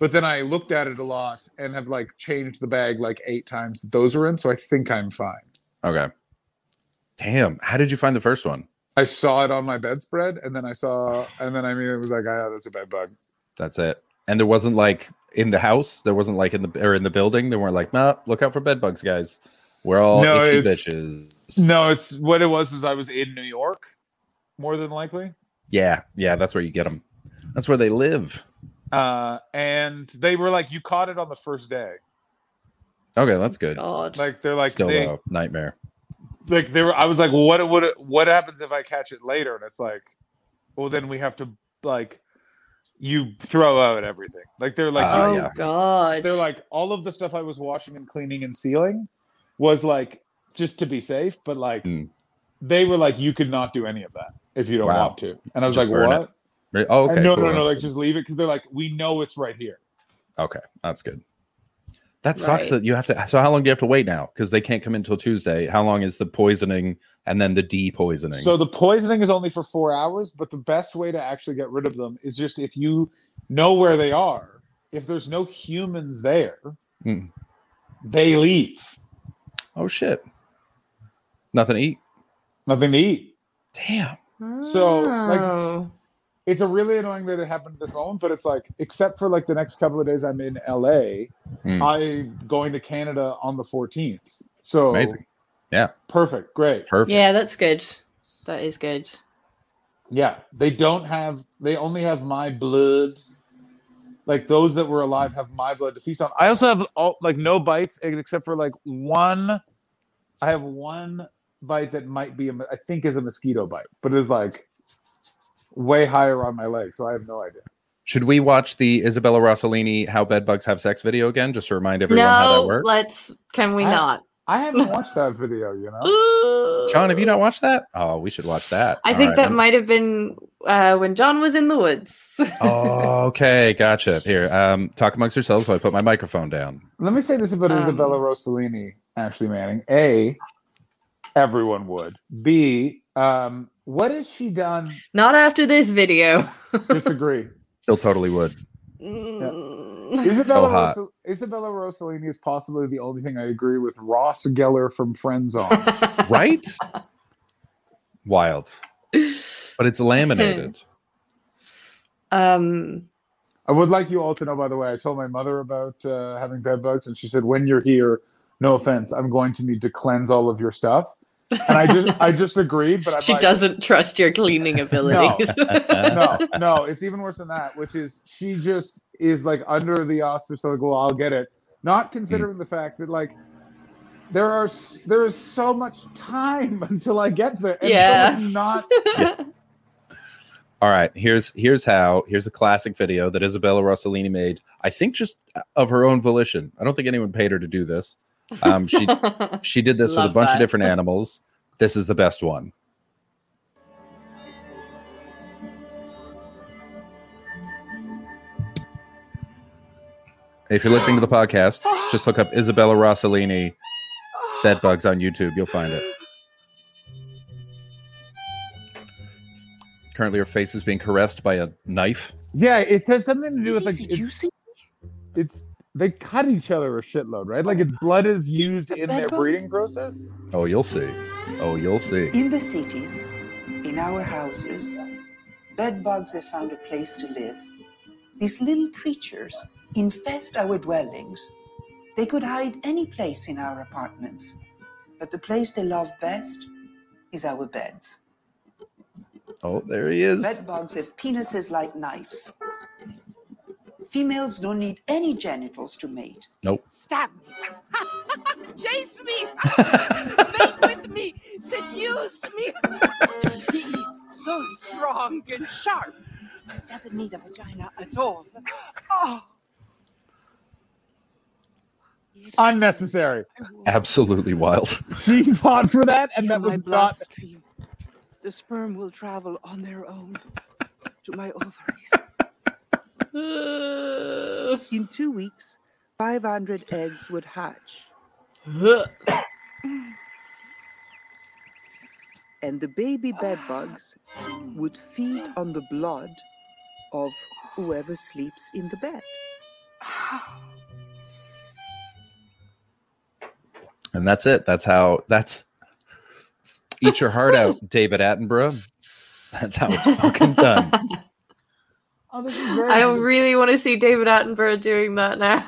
[SPEAKER 4] But then I looked at it a lot and have like changed the bag like eight times that those are in. So I think I'm fine.
[SPEAKER 3] Okay. Damn. How did you find the first one?
[SPEAKER 4] I saw it on my bedspread, and then I saw, and then I mean, it was like, ah, that's a bed bug.
[SPEAKER 3] That's it. And there wasn't like in the house, there wasn't like in the or in the building, they weren't like, nah, look out for bed bugs, guys. We're all
[SPEAKER 4] No,
[SPEAKER 3] itchy
[SPEAKER 4] it's-
[SPEAKER 3] bitches.
[SPEAKER 4] No, it's what it was. Is I was in New York, more than likely,
[SPEAKER 3] Yeah, yeah, that's where you get them. That's where they live.
[SPEAKER 4] uh, and they were like, you caught it on the first day.
[SPEAKER 3] Okay, that's good.
[SPEAKER 2] God.
[SPEAKER 4] Like they're like,
[SPEAKER 3] Still
[SPEAKER 4] they,
[SPEAKER 3] though, nightmare.
[SPEAKER 4] like they were. I was like, well, what would what happens if I catch it later? And it's like, well, then we have to like, you throw out everything. Like they're like,
[SPEAKER 3] Ah,
[SPEAKER 4] you-
[SPEAKER 2] oh
[SPEAKER 3] yeah.
[SPEAKER 2] God.
[SPEAKER 4] they're like all of the stuff I was washing and cleaning and sealing was like just to be safe, but like
[SPEAKER 3] Mm.
[SPEAKER 4] they were like you could not do any of that if you don't
[SPEAKER 3] Wow.
[SPEAKER 4] want to. And I was
[SPEAKER 3] Just
[SPEAKER 4] like,
[SPEAKER 3] burn
[SPEAKER 4] what?
[SPEAKER 3] Re- Oh, okay.
[SPEAKER 4] And no,
[SPEAKER 3] cool,
[SPEAKER 4] no, no,
[SPEAKER 3] that's
[SPEAKER 4] like
[SPEAKER 3] good.
[SPEAKER 4] just leave it because they're like we know it's right here.
[SPEAKER 3] okay, that's good. That sucks
[SPEAKER 2] Right.
[SPEAKER 3] that you have to. So, how long do you have to wait now? Because they can't come in till Tuesday. How long is the poisoning and then the depoisoning?
[SPEAKER 4] So the poisoning is only for four hours, but the best way to actually get rid of them is just if you know where they are. If there's no humans there,
[SPEAKER 3] Mm.
[SPEAKER 4] they leave.
[SPEAKER 3] oh shit, nothing to eat.
[SPEAKER 4] nothing to eat.
[SPEAKER 3] Damn.
[SPEAKER 4] So, like-
[SPEAKER 2] Oh.
[SPEAKER 4] It's a really annoying that it happened at this moment, but it's like, except for like the next couple of days I'm in LA,
[SPEAKER 3] Hmm.
[SPEAKER 4] I'm going to Canada on the 14th. So
[SPEAKER 3] Amazing. Yeah.
[SPEAKER 4] perfect, great.
[SPEAKER 3] Perfect.
[SPEAKER 2] yeah, that's good. That is good.
[SPEAKER 4] Yeah, they don't have. They only have my blood. Like those that were alive have my blood to feast on. I also have all like no bites except for like one. I have one bite that might be a, I think is a mosquito bite, but it is like way higher on my leg, so I have no idea.
[SPEAKER 3] Should we watch the Isabella Rossellini "How Bedbugs Have Sex" video again, just to remind everyone how that
[SPEAKER 2] no,
[SPEAKER 3] works?
[SPEAKER 2] let's. Can we
[SPEAKER 4] I-
[SPEAKER 2] not?
[SPEAKER 4] I haven't watched that video. You know,
[SPEAKER 3] John, have you not watched that? Oh, we should watch that.
[SPEAKER 2] I
[SPEAKER 3] All
[SPEAKER 2] think
[SPEAKER 3] right.
[SPEAKER 2] that might have been uh, when John was in the woods.
[SPEAKER 3] oh, okay, gotcha. Here, um, talk amongst yourselves while I put my microphone down.
[SPEAKER 4] let me say this about
[SPEAKER 2] Um,
[SPEAKER 4] Isabella Rossellini, Ashley Manning. A, everyone would. B, um, what has she done?
[SPEAKER 2] not after this video.
[SPEAKER 4] Disagree.
[SPEAKER 3] Still totally would.
[SPEAKER 2] Mm.
[SPEAKER 4] Isabella,
[SPEAKER 3] hot.
[SPEAKER 4] Rossel- Isabella Rossellini is possibly the only thing I agree with Ross Geller from Friends on.
[SPEAKER 3] Right? Wild. But it's laminated.
[SPEAKER 2] um.
[SPEAKER 4] I would like you all to know, by the way, I told my mother about uh, having bed bugs, and she said, "When you're here, no offense, I'm going to need to cleanse all of your stuff." And I just, I just agreed, but I'm
[SPEAKER 2] She
[SPEAKER 4] like,
[SPEAKER 2] doesn't trust your cleaning abilities.
[SPEAKER 4] no, no, it's even worse than that, which is she just is like under the auspice of like, well, I'll get it. Not considering the fact that like there are s- there is so much time until I get there. And so
[SPEAKER 2] Yeah.
[SPEAKER 4] it's not
[SPEAKER 3] All right, here's here's how. Here's a classic video that Isabella Rossellini made. I think just of her own volition. I don't think anyone paid her to do this. Um, she she did this with
[SPEAKER 2] Love
[SPEAKER 3] a bunch
[SPEAKER 2] that.
[SPEAKER 3] of different animals. This is the best one. If you're listening to the podcast, just look up Isabella Rossellini bed bugs on YouTube. You'll find it. Currently, her face is being caressed by a knife.
[SPEAKER 4] Yeah, it says something to do with like it- it's they cut each other a shitload, right? Like its blood is used in their
[SPEAKER 5] bedbug?
[SPEAKER 4] breeding process.
[SPEAKER 3] Oh, you'll see. Oh, you'll see.
[SPEAKER 5] In the cities, in our houses, bed bugs have found a place to live. These little creatures infest our dwellings. They could hide any place in our apartments, but the place they love best is our beds.
[SPEAKER 3] Oh, there he is.
[SPEAKER 5] Bed bugs have penises like knives. Females don't need any genitals to mate.
[SPEAKER 3] Nope.
[SPEAKER 6] Stop. Chase me. Mate with me. Seduce me. He is so strong and sharp. Doesn't need a vagina at all. Oh.
[SPEAKER 4] Unnecessary.
[SPEAKER 3] Absolutely wild.
[SPEAKER 4] She fought for that, and that
[SPEAKER 6] In my
[SPEAKER 4] was not.
[SPEAKER 6] bloodstream. The sperm will travel on their own to my ovaries.
[SPEAKER 5] In two weeks, 500 eggs would hatch. and the baby bedbugs would feed on the blood of whoever sleeps in the bed.
[SPEAKER 3] and that's it. That's how. That's eat your heart out, David Attenborough. That's how it's fucking done.
[SPEAKER 4] Oh, this is very
[SPEAKER 2] I really want to see David Attenborough doing that now.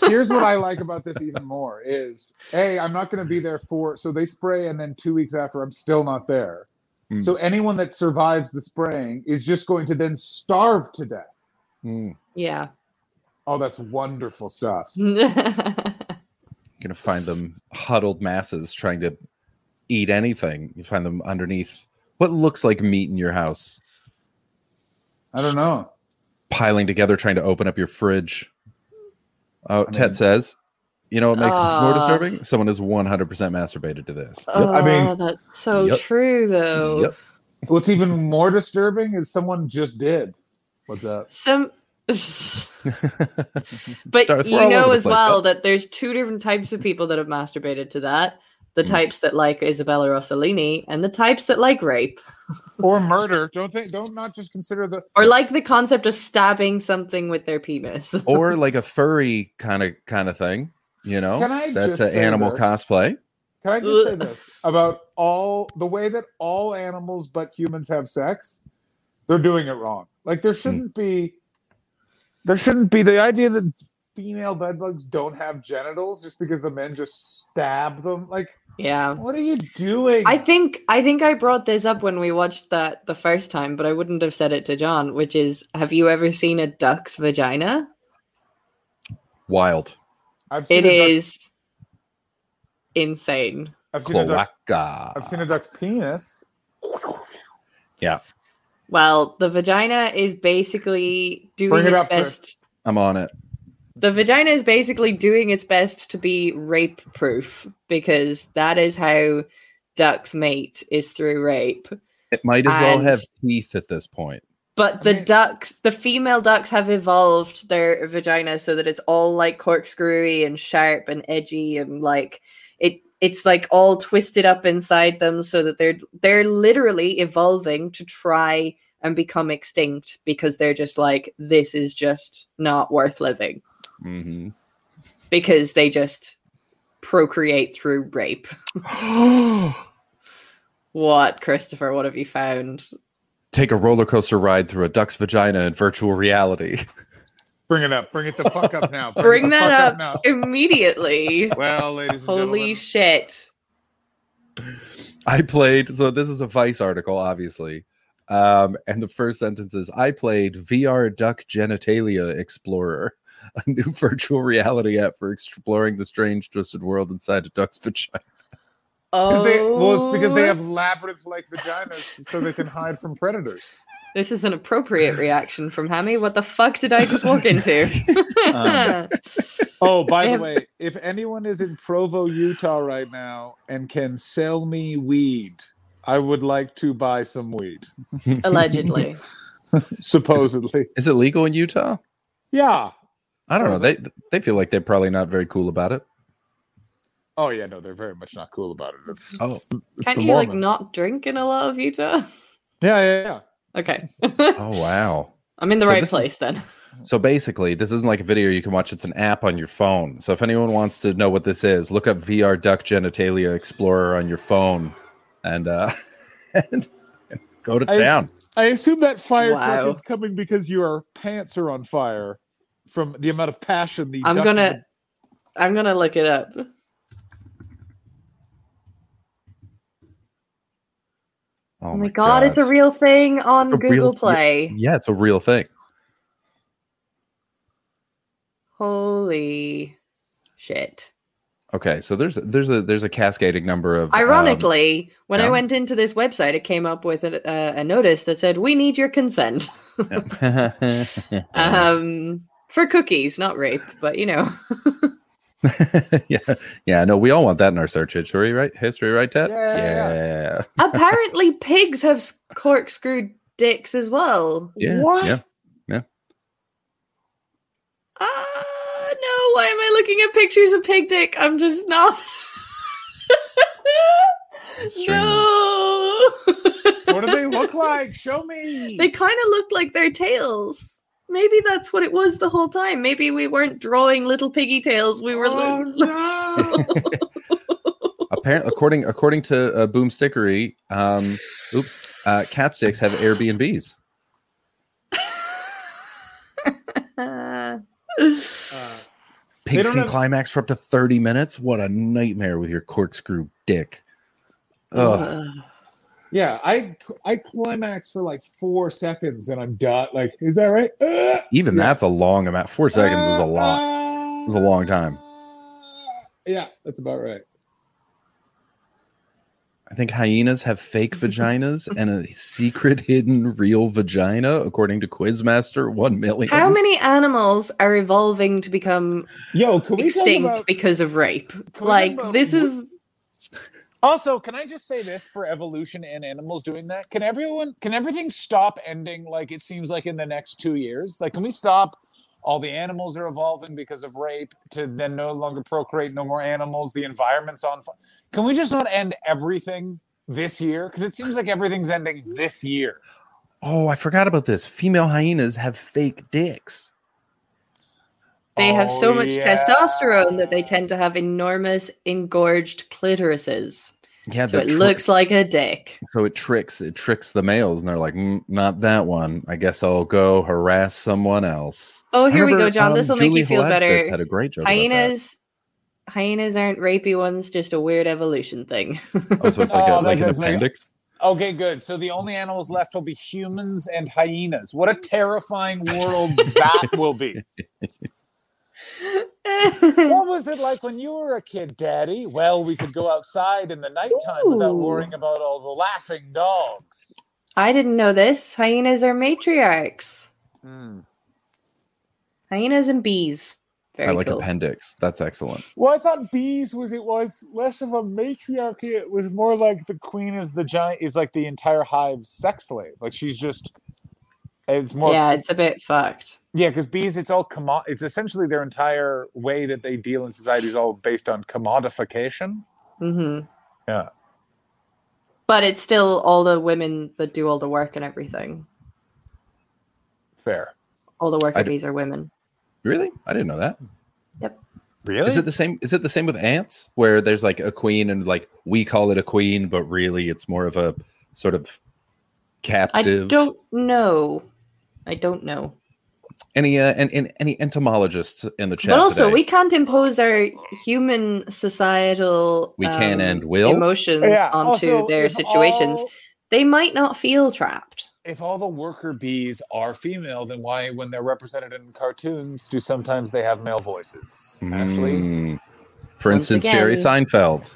[SPEAKER 4] here's what I like about this even more is hey, I'm not going to be there for so they spray and then 2 weeks after I'm still not there.
[SPEAKER 3] Hmm.
[SPEAKER 4] So anyone that survives the spraying is just going to then starve to death.
[SPEAKER 3] Mm.
[SPEAKER 2] Yeah.
[SPEAKER 4] Oh, that's wonderful stuff.
[SPEAKER 3] You're gonna find them huddled masses trying to eat anything. You find them underneath what looks like meat in your house,
[SPEAKER 4] I don't know.
[SPEAKER 3] piling together, trying to open up your fridge. Oh,
[SPEAKER 4] I mean-
[SPEAKER 3] Ted says, "You know what makes this more
[SPEAKER 2] Aw.
[SPEAKER 3] disturbing? Someone is 100 percent masturbated to this."
[SPEAKER 2] oh,
[SPEAKER 4] I mean-
[SPEAKER 2] that's so
[SPEAKER 3] Yep.
[SPEAKER 2] true, though.
[SPEAKER 3] Yep.
[SPEAKER 4] What's even more disturbing is someone just did. What's up?
[SPEAKER 2] Some. but
[SPEAKER 3] Darth, we're
[SPEAKER 2] you
[SPEAKER 3] all over
[SPEAKER 2] know
[SPEAKER 3] the
[SPEAKER 2] as
[SPEAKER 3] place,
[SPEAKER 2] well
[SPEAKER 3] but-
[SPEAKER 2] that there's two different types of people that have masturbated to that the
[SPEAKER 3] Mm.
[SPEAKER 2] types that like Isabella Rossellini and the types that like rape
[SPEAKER 4] Or murder. Don't think don't not just consider the
[SPEAKER 2] or like the concept of stabbing something with their penis.
[SPEAKER 3] or like a furry kind of kind of thing, you know,
[SPEAKER 4] Can I
[SPEAKER 3] that's
[SPEAKER 4] just
[SPEAKER 3] an
[SPEAKER 4] say
[SPEAKER 3] animal
[SPEAKER 4] this?
[SPEAKER 3] cosplay.
[SPEAKER 4] Can I just say this about all the way that all animals but humans have sex? They're doing it wrong. Like there shouldn't be there shouldn't be the idea that female bedbugs don't have genitals just because the men just stab them. Like
[SPEAKER 2] Yeah.
[SPEAKER 4] what are you doing?
[SPEAKER 2] I think I think I brought this up when we watched that the first time, but I wouldn't have said it to John, which is have you ever seen a duck's vagina?
[SPEAKER 3] Wild.
[SPEAKER 4] I've
[SPEAKER 2] It
[SPEAKER 4] seen a duck-
[SPEAKER 2] is insane.
[SPEAKER 4] I've seen, a duck's, I've seen
[SPEAKER 3] Cloaca.
[SPEAKER 4] a duck's penis.
[SPEAKER 2] Well, the vagina is basically doing
[SPEAKER 4] Bring it
[SPEAKER 2] its
[SPEAKER 4] up, Chris.
[SPEAKER 2] best
[SPEAKER 3] I'm on it.
[SPEAKER 2] The vagina is basically doing its best to be rape proof because that is how ducks mate is through rape.
[SPEAKER 3] It might as well
[SPEAKER 2] And-
[SPEAKER 3] have teeth at this point.
[SPEAKER 2] But
[SPEAKER 4] I
[SPEAKER 2] the
[SPEAKER 4] mean-
[SPEAKER 2] ducks, the female ducks have evolved their vagina so that it's all like corkscrewy and sharp and edgy and like it it's like all twisted up inside them so that they're they're literally evolving to try and become extinct because they're just like this is just not worth living.
[SPEAKER 4] Mm-hmm.
[SPEAKER 3] Mhm.
[SPEAKER 2] because they just procreate through rape. what, Christopher? What have you found?
[SPEAKER 3] Take a roller coaster ride through a duck's vagina in virtual reality.
[SPEAKER 4] Bring it up. Bring it the fuck up now.
[SPEAKER 2] Bring
[SPEAKER 4] it the
[SPEAKER 2] that up.
[SPEAKER 4] fuck now.
[SPEAKER 2] Immediately.
[SPEAKER 4] Well, ladies and
[SPEAKER 2] Holy
[SPEAKER 4] gentlemen,
[SPEAKER 2] shit.
[SPEAKER 3] I played, so this is a Vice article, obviously. Um, and the first sentence is I played VR Duck Genitalia Explorer, a new virtual reality app for exploring the strange, twisted world inside a duck's vagina.
[SPEAKER 2] Oh,
[SPEAKER 4] 'Cause they- well, it's because they have labyrinth-like vaginas, so they can hide from predators.
[SPEAKER 2] This is an appropriate reaction from Hammy. What the fuck did I just walk into?
[SPEAKER 3] Um.
[SPEAKER 4] Oh, by
[SPEAKER 2] They
[SPEAKER 4] the
[SPEAKER 2] have-
[SPEAKER 4] way, if anyone is in Provo, Utah, right now, and can sell me weed, I would like to buy some weed.
[SPEAKER 2] Allegedly.
[SPEAKER 4] Supposedly,
[SPEAKER 3] Is it legal in Utah?
[SPEAKER 4] yeah.
[SPEAKER 3] I don't know.
[SPEAKER 4] As
[SPEAKER 3] They they feel like they're probably not very cool about it.
[SPEAKER 4] Oh yeah, no, they're very much not cool about it. It's,
[SPEAKER 3] Oh.
[SPEAKER 4] it's, it's
[SPEAKER 2] Can't
[SPEAKER 4] the
[SPEAKER 2] you
[SPEAKER 4] Mormons.
[SPEAKER 2] like not drink in a lot of Utah?
[SPEAKER 4] Yeah, yeah, yeah.
[SPEAKER 2] Okay.
[SPEAKER 3] Oh wow.
[SPEAKER 2] I'm in the
[SPEAKER 3] So
[SPEAKER 2] right
[SPEAKER 3] this is-
[SPEAKER 2] place then.
[SPEAKER 3] So basically, this isn't like a video you can watch. It's an app on your phone. So if anyone wants to know what this is, look up VR Duck Genitalia Explorer on your phone, and uh, and go to
[SPEAKER 4] I-
[SPEAKER 3] town.
[SPEAKER 4] I assume that fire truck
[SPEAKER 2] Wow.
[SPEAKER 4] is coming because your pants are on fire from the amount of passion the.
[SPEAKER 2] I'm
[SPEAKER 4] duck-
[SPEAKER 2] gonna I'm gonna look it up. Oh my god, it's a real thing on
[SPEAKER 3] It's a real-
[SPEAKER 2] Google Play.
[SPEAKER 3] yeah, it's a real thing.
[SPEAKER 2] Holy shit.
[SPEAKER 3] Okay, so there's there's a there's a cascading number of um,
[SPEAKER 2] Ironically, when I
[SPEAKER 3] yeah.
[SPEAKER 2] went into this website, it came up with a, a, a notice that said, We need your consent um, for cookies, not rape, but you know.
[SPEAKER 3] yeah, yeah. No, we all want that in our search history, right? History, right, Ted?
[SPEAKER 4] Yeah, yeah,
[SPEAKER 3] yeah.
[SPEAKER 2] Apparently, pigs have s- corkscrew dicks as well.
[SPEAKER 3] Yeah,
[SPEAKER 4] What?
[SPEAKER 3] yeah.
[SPEAKER 2] Ah, no, why am I looking at pictures of pig dick? I'm just not.
[SPEAKER 3] Strange.
[SPEAKER 2] no.
[SPEAKER 4] What do they look like? Show me.
[SPEAKER 2] They kind of looked like their tails. Maybe that's what it was the whole time. Maybe we weren't drawing little piggy tails. We were.
[SPEAKER 4] Oh
[SPEAKER 2] li-
[SPEAKER 4] no!
[SPEAKER 3] Apparently, according according to uh, Boom Stickery, um, oops, uh, cat sticks have Airbnbs.
[SPEAKER 2] Uh,
[SPEAKER 4] Uh,
[SPEAKER 3] Pigs
[SPEAKER 4] don't
[SPEAKER 3] can
[SPEAKER 4] have-
[SPEAKER 3] climax for up to thirty minutes. What a nightmare with your corkscrew dick. Ugh.
[SPEAKER 2] ugh.
[SPEAKER 4] Yeah, I I climax for like four seconds and I'm done. Like, is that right? Uh,
[SPEAKER 3] Even
[SPEAKER 4] Yeah.
[SPEAKER 3] that's a long amount. Four seconds is a lot.
[SPEAKER 4] uh,
[SPEAKER 3] It's a long time.
[SPEAKER 4] Yeah, that's about right.
[SPEAKER 3] I think hyenas have fake vaginas and a secret hidden real vagina, according to Quizmaster. One million.
[SPEAKER 2] How many animals are evolving to become
[SPEAKER 4] Yo, can we
[SPEAKER 2] extinct
[SPEAKER 4] Talk about,
[SPEAKER 2] because of rape?
[SPEAKER 4] talk
[SPEAKER 2] Like
[SPEAKER 4] about
[SPEAKER 2] this
[SPEAKER 4] wh-
[SPEAKER 2] is
[SPEAKER 4] also, can I just say this for evolution and animals doing that? Can everyone? Can everything stop ending? Like it seems like in the next two years. Like, can we stop? All the animals are evolving because of rape to then no longer procreate, no more animals. The environment's on fire. Can we just not end everything this year? Because it seems like everything's ending this year.
[SPEAKER 3] Oh, I forgot about this. Female hyenas have fake dicks.
[SPEAKER 2] They have
[SPEAKER 4] Oh,
[SPEAKER 2] so much
[SPEAKER 4] yeah.
[SPEAKER 2] testosterone that they tend to have enormous engorged clitorises.
[SPEAKER 3] Yeah,
[SPEAKER 2] So
[SPEAKER 3] the
[SPEAKER 2] it
[SPEAKER 3] tr-
[SPEAKER 2] looks like a dick.
[SPEAKER 3] so it tricks it tricks the males, and they're like, "Mm, not that one. I guess I'll go harass someone else.
[SPEAKER 2] Oh,
[SPEAKER 3] I
[SPEAKER 2] here we go,
[SPEAKER 3] remember,
[SPEAKER 2] John.
[SPEAKER 3] um,
[SPEAKER 2] this will make you
[SPEAKER 3] Julie
[SPEAKER 2] feel
[SPEAKER 3] Holadfitz
[SPEAKER 2] better.
[SPEAKER 3] Had a great joke. about that.
[SPEAKER 2] Hyenas hyenas aren't rapey ones, just a weird evolution thing.
[SPEAKER 3] Oh, so it's like, a-
[SPEAKER 4] Oh, that
[SPEAKER 3] like an
[SPEAKER 4] does make-
[SPEAKER 3] appendix.
[SPEAKER 4] Okay, good. So the only animals left will be humans and hyenas. What a terrifying world that will be. What was it like when you were a kid, Daddy? Well, we could go outside in the nighttime without
[SPEAKER 2] Ooh.
[SPEAKER 4] worrying about all the laughing dogs.
[SPEAKER 2] I didn't know this. Hyenas are matriarchs.
[SPEAKER 4] Hmm.
[SPEAKER 2] Hyenas and bees. Very
[SPEAKER 3] I like
[SPEAKER 2] cool.
[SPEAKER 3] appendix. That's excellent.
[SPEAKER 4] Well, I thought bees was it was less of a matriarchy. It was more like the queen is the giant is like the entire hive's sex slave. Like she's just it's more
[SPEAKER 2] yeah, it's a bit fucked.
[SPEAKER 4] Yeah, because bees, it's all commo- It's essentially their entire way that they deal in society is all based on commodification.
[SPEAKER 2] hmm
[SPEAKER 4] Yeah.
[SPEAKER 2] But it's still all the women that do all the work and everything.
[SPEAKER 4] Fair.
[SPEAKER 2] All the worker
[SPEAKER 3] I d-
[SPEAKER 2] bees are women.
[SPEAKER 3] Really? I didn't know that. Is
[SPEAKER 4] Really?
[SPEAKER 3] it the same? Is it the same with ants, where there's like a queen, and like we call it a queen, but really it's more of a sort of
[SPEAKER 2] I
[SPEAKER 3] captive.
[SPEAKER 2] don't know. I don't know.
[SPEAKER 3] any uh, and, and any entomologists in the chat.
[SPEAKER 2] but also,
[SPEAKER 3] today?
[SPEAKER 2] we can't impose our human societal
[SPEAKER 3] We can
[SPEAKER 2] um,
[SPEAKER 3] and will.
[SPEAKER 2] emotions onto
[SPEAKER 4] also,
[SPEAKER 2] their
[SPEAKER 4] if
[SPEAKER 2] situations.
[SPEAKER 4] all-
[SPEAKER 2] They might not feel trapped.
[SPEAKER 4] if all the worker bees are female, then why, when they're represented in cartoons, do sometimes they have male voices? Ashley,
[SPEAKER 3] Mm. For
[SPEAKER 2] Once
[SPEAKER 3] instance, Jerry
[SPEAKER 2] again-
[SPEAKER 3] Seinfeld.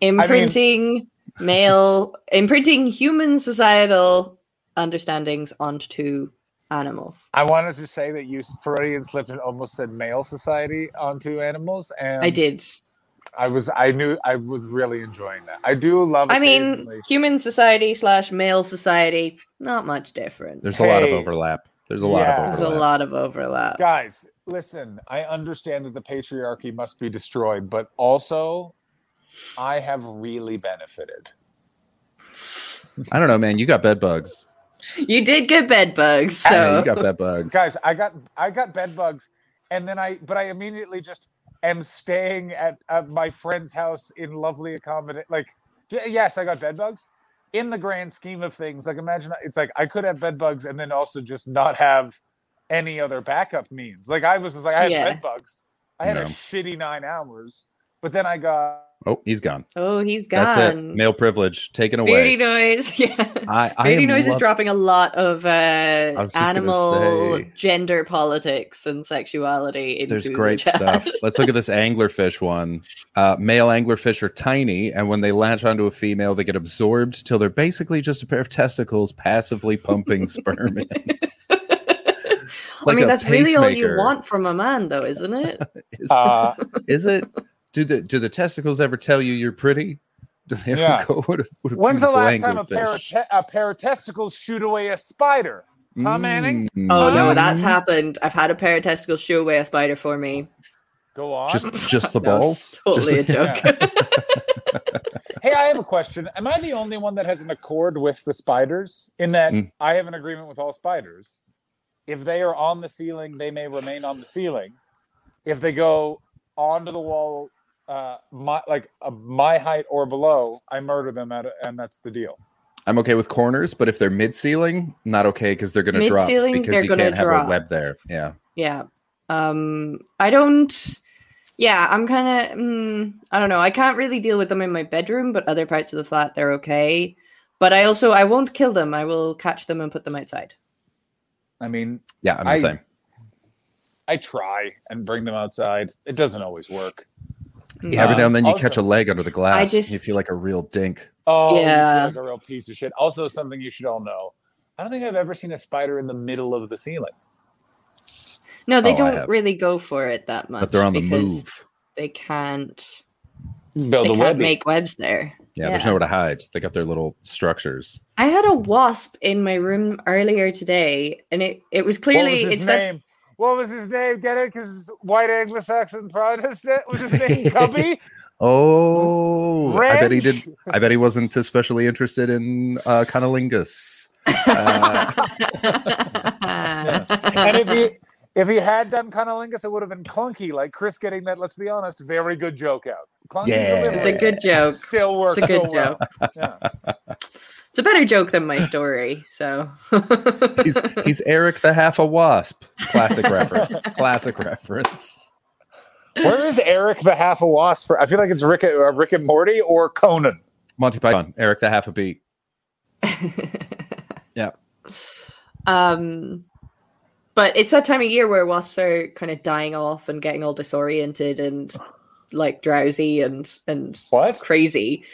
[SPEAKER 2] Imprinting male, imprinting human societal understandings onto animals.
[SPEAKER 4] I wanted to say that you Freudian slipped and almost said male society onto animals, and
[SPEAKER 2] I did.
[SPEAKER 4] I was, I knew, I was really enjoying that. I do love.
[SPEAKER 2] I mean,
[SPEAKER 4] occasionally-
[SPEAKER 2] human society slash male society, not much different.
[SPEAKER 3] There's a lot of
[SPEAKER 4] Hey.
[SPEAKER 3] overlap. There's a lot
[SPEAKER 4] Yeah.
[SPEAKER 3] of
[SPEAKER 2] There's
[SPEAKER 3] overlap.
[SPEAKER 2] a lot of overlap.
[SPEAKER 4] guys listen i understand that the patriarchy must be destroyed but also i have really benefited
[SPEAKER 3] I don't know, man. You got bed bugs.
[SPEAKER 2] You did get bed bugs, so
[SPEAKER 3] Yeah, you got bed bugs.
[SPEAKER 4] guys i got i got bed bugs and then i but i immediately just am staying at, at my friend's house in lovely accommodate like y- yes i got bed bugs in the grand scheme of things like imagine it's like i could have bed bugs and then also just not have any other backup means like i was just like i had
[SPEAKER 2] Yeah.
[SPEAKER 4] bed bugs i had
[SPEAKER 3] No.
[SPEAKER 4] a shitty nine hours but then i got
[SPEAKER 3] Oh, he's gone.
[SPEAKER 2] oh, he's
[SPEAKER 3] That's it.
[SPEAKER 2] gone.
[SPEAKER 3] Male privilege taken
[SPEAKER 2] Beardy
[SPEAKER 3] away.
[SPEAKER 2] noise, yeah.
[SPEAKER 3] I, I
[SPEAKER 2] Beardy
[SPEAKER 3] am
[SPEAKER 2] noise is
[SPEAKER 3] lo-
[SPEAKER 2] dropping a lot of uh,
[SPEAKER 3] was just gonna
[SPEAKER 2] animal
[SPEAKER 3] say-
[SPEAKER 2] gender politics and sexuality into
[SPEAKER 3] There's
[SPEAKER 2] the
[SPEAKER 3] great
[SPEAKER 2] chat.
[SPEAKER 3] stuff. Let's look at this anglerfish one. Uh, male anglerfish are tiny, and when they latch onto a female, they get absorbed till they're basically just a pair of testicles passively pumping sperm in.
[SPEAKER 2] I
[SPEAKER 3] Like
[SPEAKER 2] mean,
[SPEAKER 3] a
[SPEAKER 2] that's really all you
[SPEAKER 3] pacemaker.
[SPEAKER 2] want from a man, though, isn't it?
[SPEAKER 3] Is,
[SPEAKER 4] uh
[SPEAKER 3] is it? Do the do the testicles ever tell you you're pretty? Do they ever
[SPEAKER 4] Yeah.
[SPEAKER 3] go, "What a- what a
[SPEAKER 4] When's the
[SPEAKER 3] beautiful
[SPEAKER 4] last time a pair, of
[SPEAKER 3] anglerfish?"
[SPEAKER 4] te- a pair of testicles shoot away a spider? Huh, Manning?
[SPEAKER 3] Mm.
[SPEAKER 2] oh no, that's
[SPEAKER 3] Mm.
[SPEAKER 2] happened. I've had a pair of testicles shoo away a spider for me.
[SPEAKER 4] Go on.
[SPEAKER 3] Just just the
[SPEAKER 2] No,
[SPEAKER 3] balls.
[SPEAKER 2] it's totally
[SPEAKER 3] Just-
[SPEAKER 2] a joke.
[SPEAKER 4] hey, I have a question. Am I the only one that has an accord with the spiders? In that
[SPEAKER 3] Mm.
[SPEAKER 4] I have an agreement with all spiders. If they are on the ceiling, they may remain on the ceiling. If they go onto the wall, uh, my like uh, my height or below, I murder them at, and that's the deal.
[SPEAKER 3] I'm okay with corners, but if they're mid ceiling, not okay because they're going to drop
[SPEAKER 2] Mid-ceiling,
[SPEAKER 3] because
[SPEAKER 2] they're
[SPEAKER 3] you
[SPEAKER 2] gonna
[SPEAKER 3] can't have
[SPEAKER 2] drop.
[SPEAKER 3] a web there. Yeah.
[SPEAKER 2] Yeah. Um I don't yeah, I'm kind of mm, I don't know. I can't really deal with them in my bedroom, but other parts of the flat they're okay. But I also I won't kill them. I will catch them and put them outside.
[SPEAKER 4] I mean,
[SPEAKER 3] Yeah, I'm the
[SPEAKER 4] I-
[SPEAKER 3] same.
[SPEAKER 4] I try and bring them outside. It doesn't always work.
[SPEAKER 2] Yeah.
[SPEAKER 3] Every now and then you
[SPEAKER 4] also-
[SPEAKER 3] catch a leg under the glass.
[SPEAKER 2] just-
[SPEAKER 3] and you feel like a real dink.
[SPEAKER 4] Oh, you feel
[SPEAKER 2] Yeah.
[SPEAKER 4] like a real piece of shit. Also, something you should all know. I don't think I've ever seen a spider in the middle of the ceiling.
[SPEAKER 2] Mm. No, they
[SPEAKER 3] Oh, I
[SPEAKER 2] don't
[SPEAKER 3] have.
[SPEAKER 2] really go for it that much.
[SPEAKER 3] But they're on the
[SPEAKER 2] because
[SPEAKER 3] move.
[SPEAKER 2] They can't
[SPEAKER 4] Build
[SPEAKER 2] they
[SPEAKER 4] a
[SPEAKER 2] can't
[SPEAKER 4] Oh, web.
[SPEAKER 2] make webs there.
[SPEAKER 3] Yeah, there's
[SPEAKER 2] yeah.
[SPEAKER 3] nowhere to hide. They got their little structures.
[SPEAKER 2] I had a wasp in my room earlier today and it it was
[SPEAKER 4] what
[SPEAKER 2] clearly
[SPEAKER 4] was his
[SPEAKER 2] it's that
[SPEAKER 4] name? What was his name? Get it? Because white Anglo-Saxon Protestant was his name Cubby.
[SPEAKER 3] Oh, I bet he
[SPEAKER 4] Wrench?
[SPEAKER 3] did. I bet he wasn't especially interested in uh, conolingus. Uh,
[SPEAKER 4] and if you If he had done cunnilingus, it would have been clunky, like Chris getting that. Let's be honest, very good joke out. Clunky
[SPEAKER 3] Yeah.
[SPEAKER 4] delivery.
[SPEAKER 2] It's a good joke.
[SPEAKER 4] Still
[SPEAKER 2] It's
[SPEAKER 4] works.
[SPEAKER 2] a good
[SPEAKER 4] so well.
[SPEAKER 2] joke.
[SPEAKER 4] Yeah.
[SPEAKER 2] It's a better joke than my story. So
[SPEAKER 3] He's he's Eric the half a wasp. Classic reference. Classic reference.
[SPEAKER 4] Where is Eric the half a wasp? For? I feel like it's Rick, uh, Rick and Morty or Conan.
[SPEAKER 3] Monty Python. Eric the half a beat. Yeah.
[SPEAKER 2] Um, but it's that time of year where wasps are kind of dying off and getting all disoriented and like drowsy and and
[SPEAKER 4] What?
[SPEAKER 2] crazy.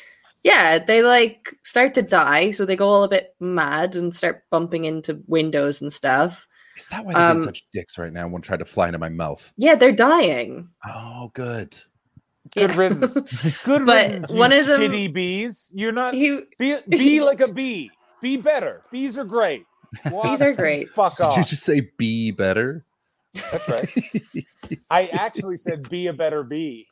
[SPEAKER 2] Yeah, they like start to die, so they go all a bit mad and start bumping into windows and stuff.
[SPEAKER 3] Is that why they're
[SPEAKER 2] Um,
[SPEAKER 3] being such dicks right now? I want to try to fly into my mouth.
[SPEAKER 2] Yeah, they're dying.
[SPEAKER 3] Oh, good.
[SPEAKER 4] Good
[SPEAKER 2] Yeah.
[SPEAKER 4] riddance. Good
[SPEAKER 2] But
[SPEAKER 4] riddance.
[SPEAKER 2] one
[SPEAKER 4] you
[SPEAKER 2] of them-
[SPEAKER 4] shitty bees. You're not
[SPEAKER 2] He
[SPEAKER 4] be, be like a bee. Be better. Bees are great. Wasps
[SPEAKER 2] are
[SPEAKER 4] can
[SPEAKER 2] great.
[SPEAKER 4] Fuck
[SPEAKER 3] Did
[SPEAKER 4] off.
[SPEAKER 3] you just say be better?
[SPEAKER 4] That's right. I actually said be a better bee.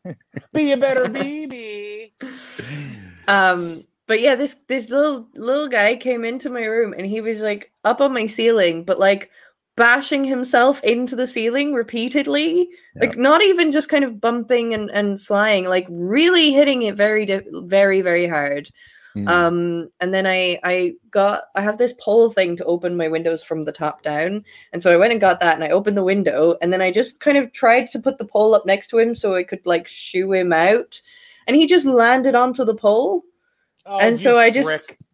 [SPEAKER 4] be a better bee, bee.
[SPEAKER 3] Mm.
[SPEAKER 2] um but yeah this this little little guy came into my room and he was like up on my ceiling but like bashing himself into the ceiling repeatedly like not even just kind of bumping and and flying like really hitting it very di- very very hard
[SPEAKER 3] Hmm.
[SPEAKER 2] um and then i i got i have this pole thing to open my windows from the top down and so i went and got that and i opened the window and then i just kind of tried to put the pole up next to him so i could like shoo him out and he just landed onto the pole
[SPEAKER 4] Oh,
[SPEAKER 2] And
[SPEAKER 4] you
[SPEAKER 2] so I just-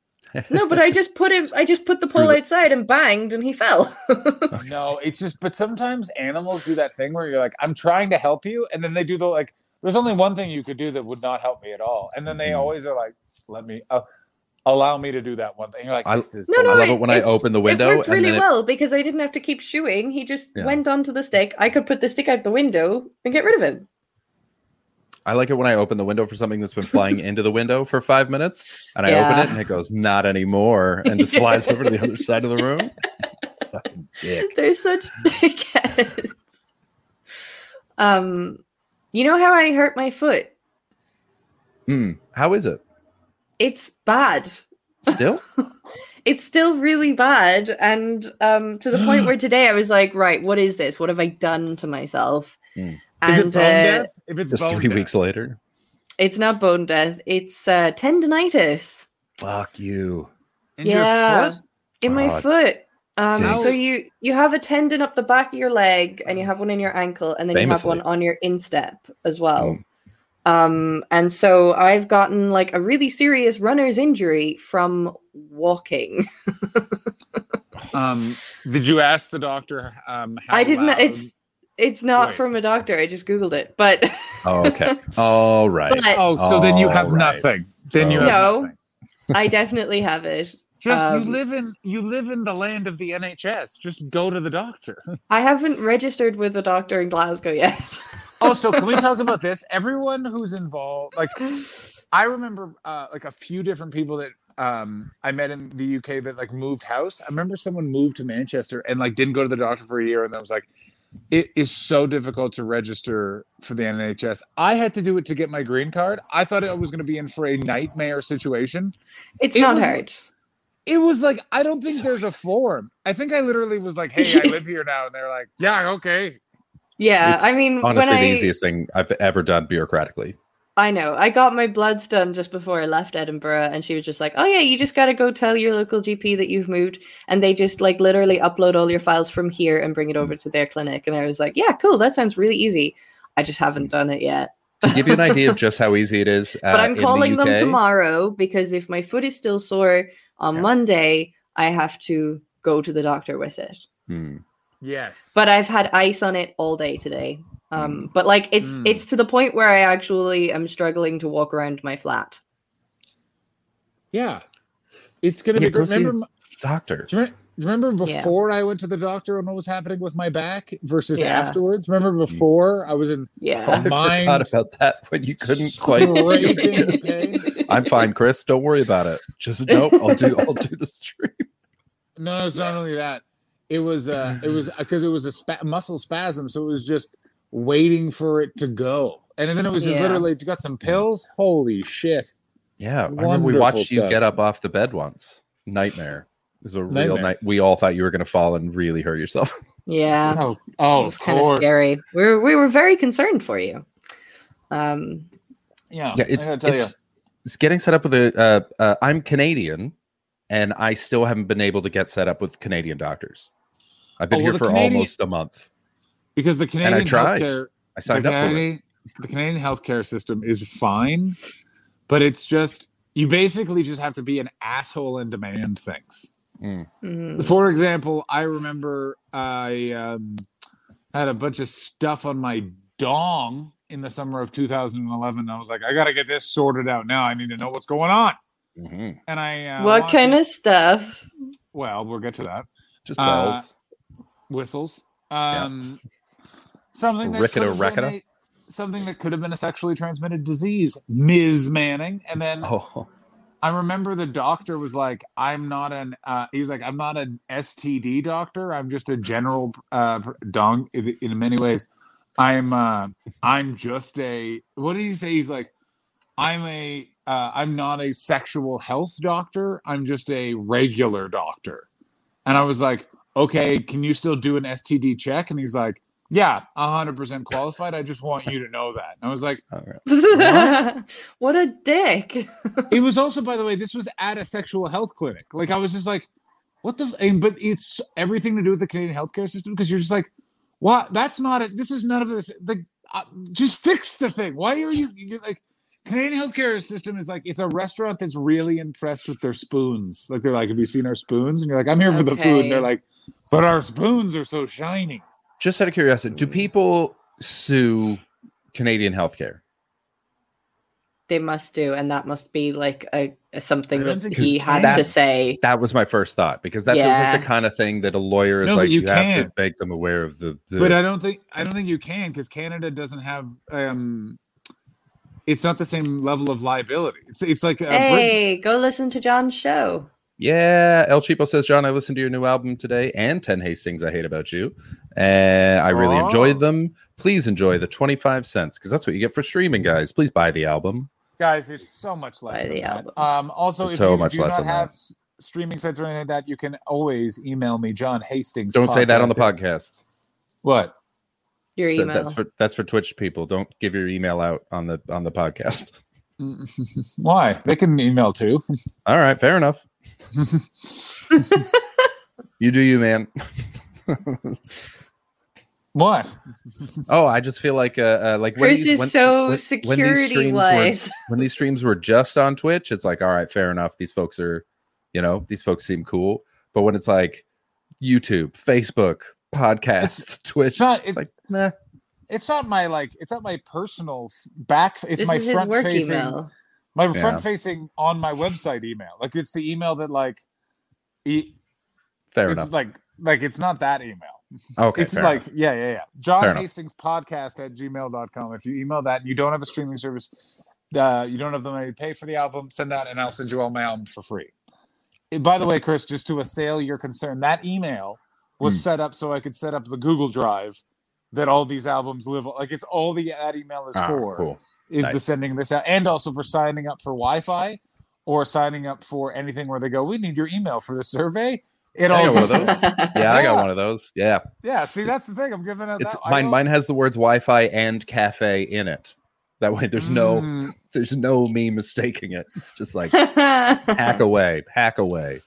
[SPEAKER 4] prick.
[SPEAKER 2] no, but I just put him. I just put the
[SPEAKER 3] Screw
[SPEAKER 2] pole
[SPEAKER 3] the-
[SPEAKER 2] outside and banged, and he fell.
[SPEAKER 4] No, it's just, but sometimes animals do that thing where you're like, I'm trying to help you. And then they do the like, there's only one thing you could do that would not help me at all. And then they
[SPEAKER 3] Mhm.
[SPEAKER 4] always are like, let me, uh, allow me to do that one thing. You're like,
[SPEAKER 3] I-
[SPEAKER 4] this is
[SPEAKER 2] No,
[SPEAKER 4] the
[SPEAKER 2] no,
[SPEAKER 3] I
[SPEAKER 4] worst.
[SPEAKER 3] love it when I
[SPEAKER 2] it's-
[SPEAKER 3] open the
[SPEAKER 2] it
[SPEAKER 3] window
[SPEAKER 2] worked really
[SPEAKER 3] and then
[SPEAKER 2] well because I didn't have to keep shooing. He just
[SPEAKER 3] Yeah.
[SPEAKER 2] went onto the stick. I could put the stick out the window and get rid of him.
[SPEAKER 3] it, I like it when I open the window for something that's been flying into the window for five minutes and I open
[SPEAKER 2] Yeah.
[SPEAKER 3] it and it goes, not anymore, and just flies over to the other side of the room. Fucking dick.
[SPEAKER 2] They're such dickheads. Um, you know how I hurt my foot?
[SPEAKER 3] Hmm. How is it?
[SPEAKER 2] It's bad.
[SPEAKER 3] Still?
[SPEAKER 2] It's still really bad, and um, to the point where today I was like, right, what is this? What have I done to myself?
[SPEAKER 3] Mm.
[SPEAKER 4] Is it
[SPEAKER 2] And
[SPEAKER 4] bone
[SPEAKER 2] uh,
[SPEAKER 4] death? If it's
[SPEAKER 3] Just
[SPEAKER 4] bone
[SPEAKER 3] three
[SPEAKER 4] death.
[SPEAKER 3] weeks later.
[SPEAKER 2] it's not bone death. It's uh, tendonitis.
[SPEAKER 3] Fuck you.
[SPEAKER 4] in
[SPEAKER 2] Yeah.
[SPEAKER 4] your foot,
[SPEAKER 2] in my
[SPEAKER 3] God.
[SPEAKER 2] foot. Um, so
[SPEAKER 3] Dicks.
[SPEAKER 2] you you have a tendon up the back of your leg, and you have one in your ankle, and then you
[SPEAKER 3] Mm. Famously. Mm.
[SPEAKER 2] have one on your instep as well. Um, and so I've gotten like a really serious runner's injury from walking.
[SPEAKER 4] um, did you ask the doctor? Um, how
[SPEAKER 2] I didn't.
[SPEAKER 4] loud-
[SPEAKER 2] It's it's not
[SPEAKER 4] Wait.
[SPEAKER 2] from a doctor. I just googled it, but
[SPEAKER 3] Oh, okay. All right.
[SPEAKER 2] but
[SPEAKER 4] Oh, so then you
[SPEAKER 3] All
[SPEAKER 4] have
[SPEAKER 3] right.
[SPEAKER 4] nothing. Then you
[SPEAKER 3] So-
[SPEAKER 4] have
[SPEAKER 2] No.
[SPEAKER 4] nothing.
[SPEAKER 2] I definitely have it.
[SPEAKER 4] Just
[SPEAKER 2] Um,
[SPEAKER 4] you live in you live in the land of the NHS. Just go to the doctor.
[SPEAKER 2] I haven't registered with a doctor in Glasgow yet.
[SPEAKER 4] also, Oh, can we talk about this? Everyone who's involved, like I remember, uh, like a few different people that um I met in the UK that like moved house. I remember someone moved to Manchester and like didn't go to the doctor for a year, and then was like, "It is so difficult to register for the NHS. I had to do it to get my green card. I thought I was going to be in for a nightmare situation."
[SPEAKER 2] It's
[SPEAKER 4] It
[SPEAKER 2] not
[SPEAKER 4] was-
[SPEAKER 2] hard.
[SPEAKER 4] It was like I don't think
[SPEAKER 3] So
[SPEAKER 4] there's a form. I think I literally was like, "Hey, I live here now," and they're like, "Yeah, okay."
[SPEAKER 2] Yeah,
[SPEAKER 3] it's
[SPEAKER 2] I mean,
[SPEAKER 3] Honestly,
[SPEAKER 2] when
[SPEAKER 3] the
[SPEAKER 2] I,
[SPEAKER 3] easiest thing I've ever done bureaucratically.
[SPEAKER 2] I know. I got my bloods done just before I left Edinburgh, and she was just like, "Oh yeah, you just gotta go tell your local GP that you've moved, and they just like literally upload all your files from here and bring it
[SPEAKER 3] Hmm.
[SPEAKER 2] over to their clinic." And I was like, "Yeah, cool. That sounds really easy. I just haven't done it yet."
[SPEAKER 3] To give you an idea of just how easy it is. Uh,
[SPEAKER 2] But I'm
[SPEAKER 3] in the
[SPEAKER 2] calling them
[SPEAKER 3] UK,
[SPEAKER 2] tomorrow because if my foot is still sore on
[SPEAKER 3] Yeah.
[SPEAKER 2] Monday, I have to go to the doctor with it.
[SPEAKER 3] hmm.
[SPEAKER 4] Yes.
[SPEAKER 2] But I've had ice on it all day today.
[SPEAKER 3] Hmm.
[SPEAKER 2] Um, but like it's
[SPEAKER 4] Mm.
[SPEAKER 2] it's to the point where I actually am struggling to walk around my flat.
[SPEAKER 4] Yeah. It's gonna
[SPEAKER 3] Yeah,
[SPEAKER 4] be
[SPEAKER 3] go
[SPEAKER 4] great.
[SPEAKER 3] see
[SPEAKER 4] Remember,
[SPEAKER 3] Doctor.
[SPEAKER 4] do you re- do you remember
[SPEAKER 2] Yeah.
[SPEAKER 4] before I went to the doctor and what was happening with my back versus
[SPEAKER 2] Yeah.
[SPEAKER 4] afterwards? Remember before I was in
[SPEAKER 2] Yeah.
[SPEAKER 3] I
[SPEAKER 4] Mind-
[SPEAKER 3] forgot about that when you couldn't quite. you were
[SPEAKER 4] Scraping
[SPEAKER 3] just-
[SPEAKER 4] pain?
[SPEAKER 3] I'm fine, Chris. Don't worry about it. Just nope. I'll do. I'll do the stream.
[SPEAKER 4] No, it's not only that. It was uh it was because it was a spa- muscle spasm, so it was just waiting for it to go. And then it was just
[SPEAKER 2] Yeah.
[SPEAKER 4] literally got some pills. Holy shit.
[SPEAKER 3] Yeah, I remember we
[SPEAKER 4] Wonderful
[SPEAKER 3] watched you
[SPEAKER 4] stuff.
[SPEAKER 3] get up off the bed once. Nightmare. It was a real
[SPEAKER 4] Nightmare.
[SPEAKER 3] night. We all thought you were going to fall and really hurt yourself.
[SPEAKER 2] Yeah.
[SPEAKER 4] Oh, oh
[SPEAKER 2] it
[SPEAKER 4] of
[SPEAKER 2] was kind of
[SPEAKER 4] course.
[SPEAKER 2] scary. We were, we were very concerned for you. Um,
[SPEAKER 4] Yeah,
[SPEAKER 3] yeah,
[SPEAKER 4] I
[SPEAKER 3] it's
[SPEAKER 4] gotta tell
[SPEAKER 3] it's, it's getting set up with a. Uh, uh, I'm Canadian, and I still haven't been able to get set up with Canadian doctors. I've been
[SPEAKER 4] Oh, well,
[SPEAKER 3] here
[SPEAKER 4] the
[SPEAKER 3] for
[SPEAKER 4] Canadian-
[SPEAKER 3] almost a month.
[SPEAKER 4] you, because the Canadian
[SPEAKER 3] tried.
[SPEAKER 4] healthcare,
[SPEAKER 3] I signed
[SPEAKER 4] the
[SPEAKER 3] up for it.
[SPEAKER 4] Canadian, the Canadian healthcare system is fine, but it's just you basically just have to be an asshole and demand things.
[SPEAKER 2] mm,
[SPEAKER 4] For example, I remember I um, had a bunch of stuff on my dong in the summer of 2011. I was like, I got to get this sorted out now. I need to know what's going on.
[SPEAKER 3] Mhm.
[SPEAKER 4] And I. Uh,
[SPEAKER 2] what
[SPEAKER 4] walked
[SPEAKER 2] kind
[SPEAKER 4] in-
[SPEAKER 2] of stuff?
[SPEAKER 4] Well, we'll get to that.
[SPEAKER 3] Just
[SPEAKER 4] Uh,
[SPEAKER 3] balls.
[SPEAKER 4] Whistles.
[SPEAKER 3] Yeah.
[SPEAKER 4] Um, Something that.
[SPEAKER 3] Rickety
[SPEAKER 4] could have been
[SPEAKER 3] rackety.
[SPEAKER 4] a- Something that could have been a sexually transmitted disease, Ms. Manning. And then
[SPEAKER 3] oh,
[SPEAKER 4] I remember the doctor was like, "I'm not an." Uh, he was like, "I'm not an STD doctor. I'm just a general uh, pr- dong." In, in many ways, I'm. Uh, I'm just a. What did he say? He's like, "I'm a. Uh, I'm not a sexual health doctor. I'm just a regular doctor." And I was like, "Okay, can you still do an STD check?" And he's like, "Yeah, 100% qualified. I just want you to know that." And I was like.
[SPEAKER 3] all right.
[SPEAKER 2] What? a dick.
[SPEAKER 4] it was also by the way this was at a sexual health clinic like i was just like what the f-? and but it's everything to do with the canadian healthcare system because you're just like what that's not it this is none of this like uh, just fix the thing why are you you're like canadian healthcare system is like it's a restaurant that's really impressed with their spoons like they're like have you seen our spoons and you're like i'm here for the food and
[SPEAKER 2] Okay.
[SPEAKER 4] they're like but our spoons are so shiny
[SPEAKER 3] Just out of curiosity, do people sue Canadian healthcare?
[SPEAKER 2] They must do, and that must be like a, a something
[SPEAKER 4] I don't
[SPEAKER 2] that
[SPEAKER 4] think
[SPEAKER 2] he
[SPEAKER 4] it's
[SPEAKER 2] had to
[SPEAKER 3] that-
[SPEAKER 2] say.
[SPEAKER 3] That was my first thought because that feels
[SPEAKER 2] Yeah.
[SPEAKER 3] like the kind of thing that a lawyer is
[SPEAKER 4] No, but
[SPEAKER 3] like.
[SPEAKER 4] you
[SPEAKER 3] You, have to
[SPEAKER 4] can't.
[SPEAKER 3] make them aware of the. the
[SPEAKER 4] But I don't think I don't think you can because Canada doesn't have um it's not the same level of liability. It's it's like uh, Britain.
[SPEAKER 2] Hey, go listen to John's show.
[SPEAKER 3] yeah, El Cheapo says, John, I listened to your new album today and Ten Hastings I Hate About You, and I really
[SPEAKER 4] Oh.
[SPEAKER 3] enjoyed them. Please enjoy the twenty five cents because that's what you get for streaming, guys. Please buy the album.
[SPEAKER 4] guys, it's so much less
[SPEAKER 2] Buy
[SPEAKER 4] than
[SPEAKER 2] the
[SPEAKER 4] that.
[SPEAKER 2] album.
[SPEAKER 4] Um also
[SPEAKER 3] It's
[SPEAKER 4] if
[SPEAKER 3] so
[SPEAKER 4] you
[SPEAKER 3] much
[SPEAKER 4] do
[SPEAKER 3] less
[SPEAKER 4] not
[SPEAKER 3] than that.
[SPEAKER 4] have s- streaming sites or anything like that, you can always email me John Hastings.
[SPEAKER 3] Don't say that on the
[SPEAKER 4] podcast.
[SPEAKER 3] podcast.
[SPEAKER 4] What?
[SPEAKER 2] Your
[SPEAKER 3] So
[SPEAKER 2] email.
[SPEAKER 3] That's for that's for Twitch people. Don't give your email out on the on the podcast.
[SPEAKER 4] Why? They can email too.
[SPEAKER 3] All right, fair enough. You do you, man.
[SPEAKER 4] what?
[SPEAKER 3] Oh, I just feel like uh, uh like when
[SPEAKER 2] Chris
[SPEAKER 3] these-
[SPEAKER 2] is
[SPEAKER 3] when-
[SPEAKER 2] so
[SPEAKER 3] when- when these
[SPEAKER 2] security
[SPEAKER 3] streams were-
[SPEAKER 2] wise.
[SPEAKER 3] when these streams were just on Twitch, it's like, all right, fair enough. These folks are, you know, these folks seem cool. But when it's like YouTube, Facebook, podcast, Twitch,
[SPEAKER 4] It's not it,
[SPEAKER 3] it's like, nah.
[SPEAKER 4] it's not my like it's not my personal f- back it's
[SPEAKER 2] This
[SPEAKER 4] my
[SPEAKER 2] is his
[SPEAKER 4] front
[SPEAKER 2] work
[SPEAKER 4] facing
[SPEAKER 2] email.
[SPEAKER 4] my
[SPEAKER 3] Yeah.
[SPEAKER 4] front facing on my website email like it's the email that like e-
[SPEAKER 3] fair
[SPEAKER 4] it's
[SPEAKER 3] enough.
[SPEAKER 4] like like it's not that email
[SPEAKER 3] okay,
[SPEAKER 4] it's
[SPEAKER 3] fair
[SPEAKER 4] like
[SPEAKER 3] enough.
[SPEAKER 4] yeah yeah yeah
[SPEAKER 3] Fair
[SPEAKER 4] john
[SPEAKER 3] enough.
[SPEAKER 4] hastings podcast at gmail.com if you email that and you don't have a streaming service uh, you don't have the money to pay for the album send that and i'll send you all my albums for free And by the way chris just to assail your concern that email was
[SPEAKER 3] Hmm.
[SPEAKER 4] set up so i could set up the google drive that all these albums live on. like it's all the that email is
[SPEAKER 3] Ah,
[SPEAKER 4] for
[SPEAKER 3] cool.
[SPEAKER 4] is the
[SPEAKER 3] Nice.
[SPEAKER 4] sending this out and also for signing up for wi-fi or signing up for anything where they go we need your email for the survey it
[SPEAKER 3] I got one
[SPEAKER 4] all
[SPEAKER 3] of those. Yeah, I got
[SPEAKER 4] Yeah.
[SPEAKER 3] one of those. Yeah,
[SPEAKER 4] yeah see that's the thing i'm giving it
[SPEAKER 3] it's
[SPEAKER 4] that, I
[SPEAKER 3] mine.
[SPEAKER 4] will-
[SPEAKER 3] Mine has the words Wi-Fi and cafe in it. That way, there's no
[SPEAKER 4] Mm,
[SPEAKER 3] there's no me mistaking it. It's just like hack away, hack away.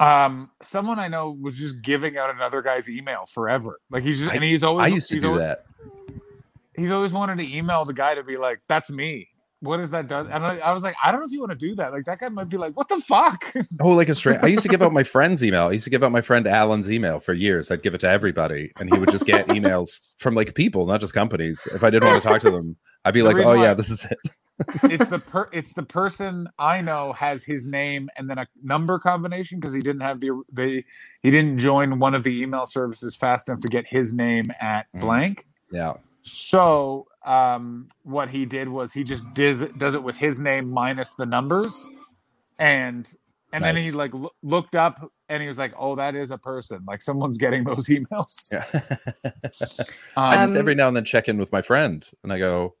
[SPEAKER 4] um someone i know was just giving out another guy's email forever like he's just
[SPEAKER 3] I-
[SPEAKER 4] and he's always
[SPEAKER 3] I used to
[SPEAKER 4] he's
[SPEAKER 3] do
[SPEAKER 4] always,
[SPEAKER 3] that.
[SPEAKER 4] he's always wanted to email the guy to be like that's me what has that done and I, I was like i don't know if you want to do that like that guy might be like what the fuck
[SPEAKER 3] Oh, like a straight. I used to give out my friend's email. I used to give out my friend Alan's email for years. I'd give it to everybody, and he would just get emails from like people, not just companies. If I didn't want to talk to them, I'd be
[SPEAKER 4] The
[SPEAKER 3] like,
[SPEAKER 4] reason
[SPEAKER 3] "Oh
[SPEAKER 4] why-
[SPEAKER 3] yeah, this is it."
[SPEAKER 4] it's the per it's the person I know has his name and then a number combination because he didn't have the they he didn't join one of the email services fast enough to get his name at
[SPEAKER 3] Mm.
[SPEAKER 4] blank.
[SPEAKER 3] Yeah,
[SPEAKER 4] So um, what he did was he just does it, does it with his name minus the numbers, and and then he
[SPEAKER 3] Nice.
[SPEAKER 4] like loo- looked up and he was like, oh, that is a person. Like someone's getting those emails.
[SPEAKER 3] yeah. I
[SPEAKER 4] Um,
[SPEAKER 3] just every now and then check in with my friend, and I go,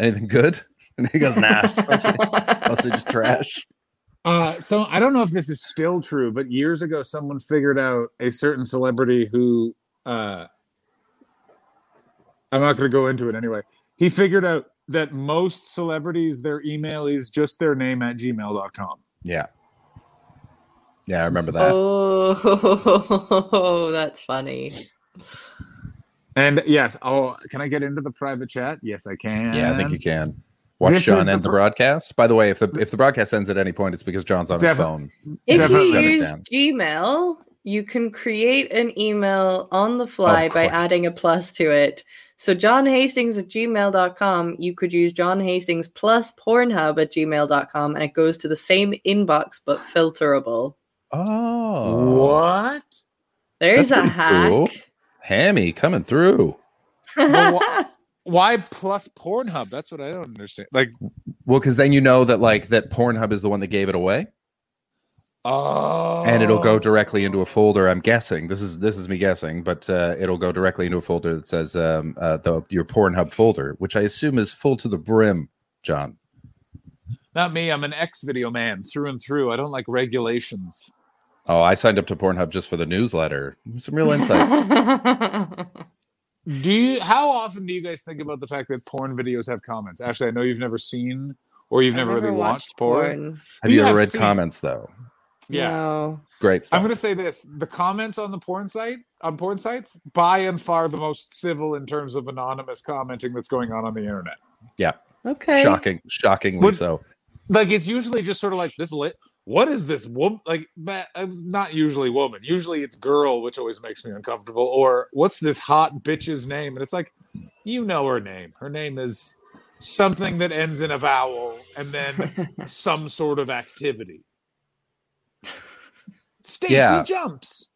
[SPEAKER 3] "Anything good?" And he goes, "Nah, it's mostly, mostly just trash."
[SPEAKER 4] Uh, so I don't know if this is still true, but years ago, someone figured out a certain celebrity who uh, I'm not going to go into it anyway. He figured out that most celebrities, their email is just their name at gmail.com.
[SPEAKER 3] Yeah. Yeah, I remember that.
[SPEAKER 2] Oh, that's funny.
[SPEAKER 4] And yes, oh, can I get into the private chat? Yes, I can.
[SPEAKER 3] Yeah, I think you can. Watch
[SPEAKER 4] This is
[SPEAKER 3] John
[SPEAKER 4] the
[SPEAKER 3] end the,
[SPEAKER 4] bro-
[SPEAKER 3] broadcast. By the way, if the if the broadcast ends at any point, it's because John's on
[SPEAKER 4] Defi-
[SPEAKER 3] his phone.
[SPEAKER 2] If you
[SPEAKER 4] Definitely.
[SPEAKER 2] use
[SPEAKER 3] Shut
[SPEAKER 2] Gmail, you can create an email on the fly
[SPEAKER 3] Of
[SPEAKER 2] by
[SPEAKER 3] course.
[SPEAKER 2] adding a plus to it. So John Hastings at gmail.com, you could use John Hastings plus Pornhub at gmail.com and it goes to the same inbox but filterable.
[SPEAKER 3] Oh,
[SPEAKER 4] What?
[SPEAKER 2] There's
[SPEAKER 3] That's
[SPEAKER 2] a
[SPEAKER 3] pretty
[SPEAKER 2] hack.
[SPEAKER 3] cool. Hammy coming through.
[SPEAKER 4] Well, wha- Why plus Pornhub? That's what I don't understand. Like,
[SPEAKER 3] Well, because then you know that like that Pornhub is the one that gave it away,
[SPEAKER 4] oh,
[SPEAKER 3] and it'll go directly into a folder. I'm guessing this is this is me guessing, but uh, it'll go directly into a folder that says um, uh, the your Pornhub folder, which I assume is full to the brim. John,
[SPEAKER 4] Not me. I'm an ex video man through and through. I don't like regulations.
[SPEAKER 3] oh, I signed up to Pornhub just for the newsletter. Some real insights.
[SPEAKER 4] Do you? How often do you guys think about the fact that porn videos have comments? Actually, I know you've never seen or you've never,
[SPEAKER 2] I've
[SPEAKER 4] really watched, porn.
[SPEAKER 3] Have
[SPEAKER 4] You
[SPEAKER 3] you, ever
[SPEAKER 4] have
[SPEAKER 3] read
[SPEAKER 4] seen-
[SPEAKER 3] comments though?
[SPEAKER 4] Yeah.
[SPEAKER 2] No.
[SPEAKER 3] Great stuff.
[SPEAKER 4] I'm going to say this: the comments on the porn site on porn sites, by and far, the most civil in terms of anonymous commenting that's going on on the internet.
[SPEAKER 2] Okay.
[SPEAKER 3] Shocking, shockingly
[SPEAKER 4] Would-
[SPEAKER 3] so.
[SPEAKER 4] Like it's usually just sort of like this lit. What is this woman? Like ma- uh, not usually woman. Usually it's girl, which always makes me uncomfortable. Or what's this hot bitch's name? And it's like, you know her name. Her name is something that ends in a vowel and then some sort of activity. Stacy
[SPEAKER 3] Yeah.
[SPEAKER 4] jumps.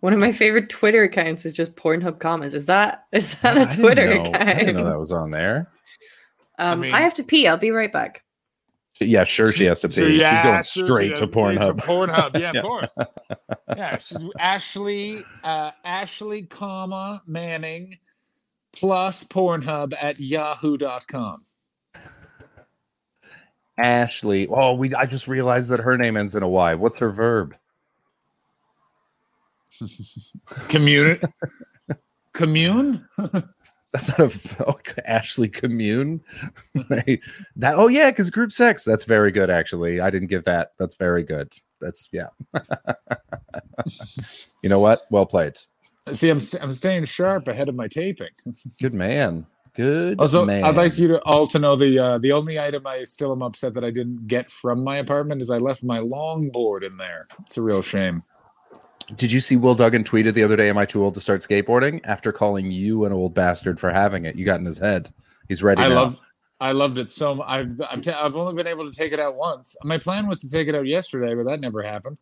[SPEAKER 2] One of my favorite Twitter accounts is just Pornhub comments. Is that is that
[SPEAKER 3] I
[SPEAKER 2] a
[SPEAKER 3] didn't
[SPEAKER 2] Twitter
[SPEAKER 3] know- I
[SPEAKER 2] account?
[SPEAKER 3] didn't know that was on there.
[SPEAKER 2] Um, I,
[SPEAKER 4] mean-
[SPEAKER 2] have to pee. I'll be right back.
[SPEAKER 3] Yeah, sure she has to pee.
[SPEAKER 4] So, yeah,
[SPEAKER 3] She's going
[SPEAKER 4] sure,
[SPEAKER 3] straight
[SPEAKER 4] she
[SPEAKER 3] to
[SPEAKER 4] has pay for
[SPEAKER 3] Pornhub.
[SPEAKER 4] Pornhub, yeah,
[SPEAKER 3] Yeah.
[SPEAKER 4] of course. Yeah, she's Ashley, uh, Ashley, comma Manning, plus Pornhub at yahoo.com.
[SPEAKER 3] Ashley. Oh, we I just realized that her name ends in a Y. What's her verb?
[SPEAKER 4] Commune, commune.
[SPEAKER 3] That's not a v- oh, Ashley commune. that oh yeah, because group sex. That's very good, actually. I didn't give that. That's very good. That's yeah. you know what? Well played.
[SPEAKER 4] See, I'm st- I'm staying sharp ahead of my taping.
[SPEAKER 3] Good man. Good
[SPEAKER 4] Also,
[SPEAKER 3] man.
[SPEAKER 4] I'd like you to all to know the uh, the only item I still am upset that I didn't get from my apartment is I left my longboard in there. It's a real shame.
[SPEAKER 3] Did you see Will Duggan tweeted the other day? Am I too old to start skateboarding? After calling you an old bastard for having it, you got in his head. He's ready.
[SPEAKER 4] I
[SPEAKER 3] now.
[SPEAKER 4] love. I loved it so. mu- I've I've, ta- I've only been able to take it out once. My plan was to take it out yesterday, but that never happened.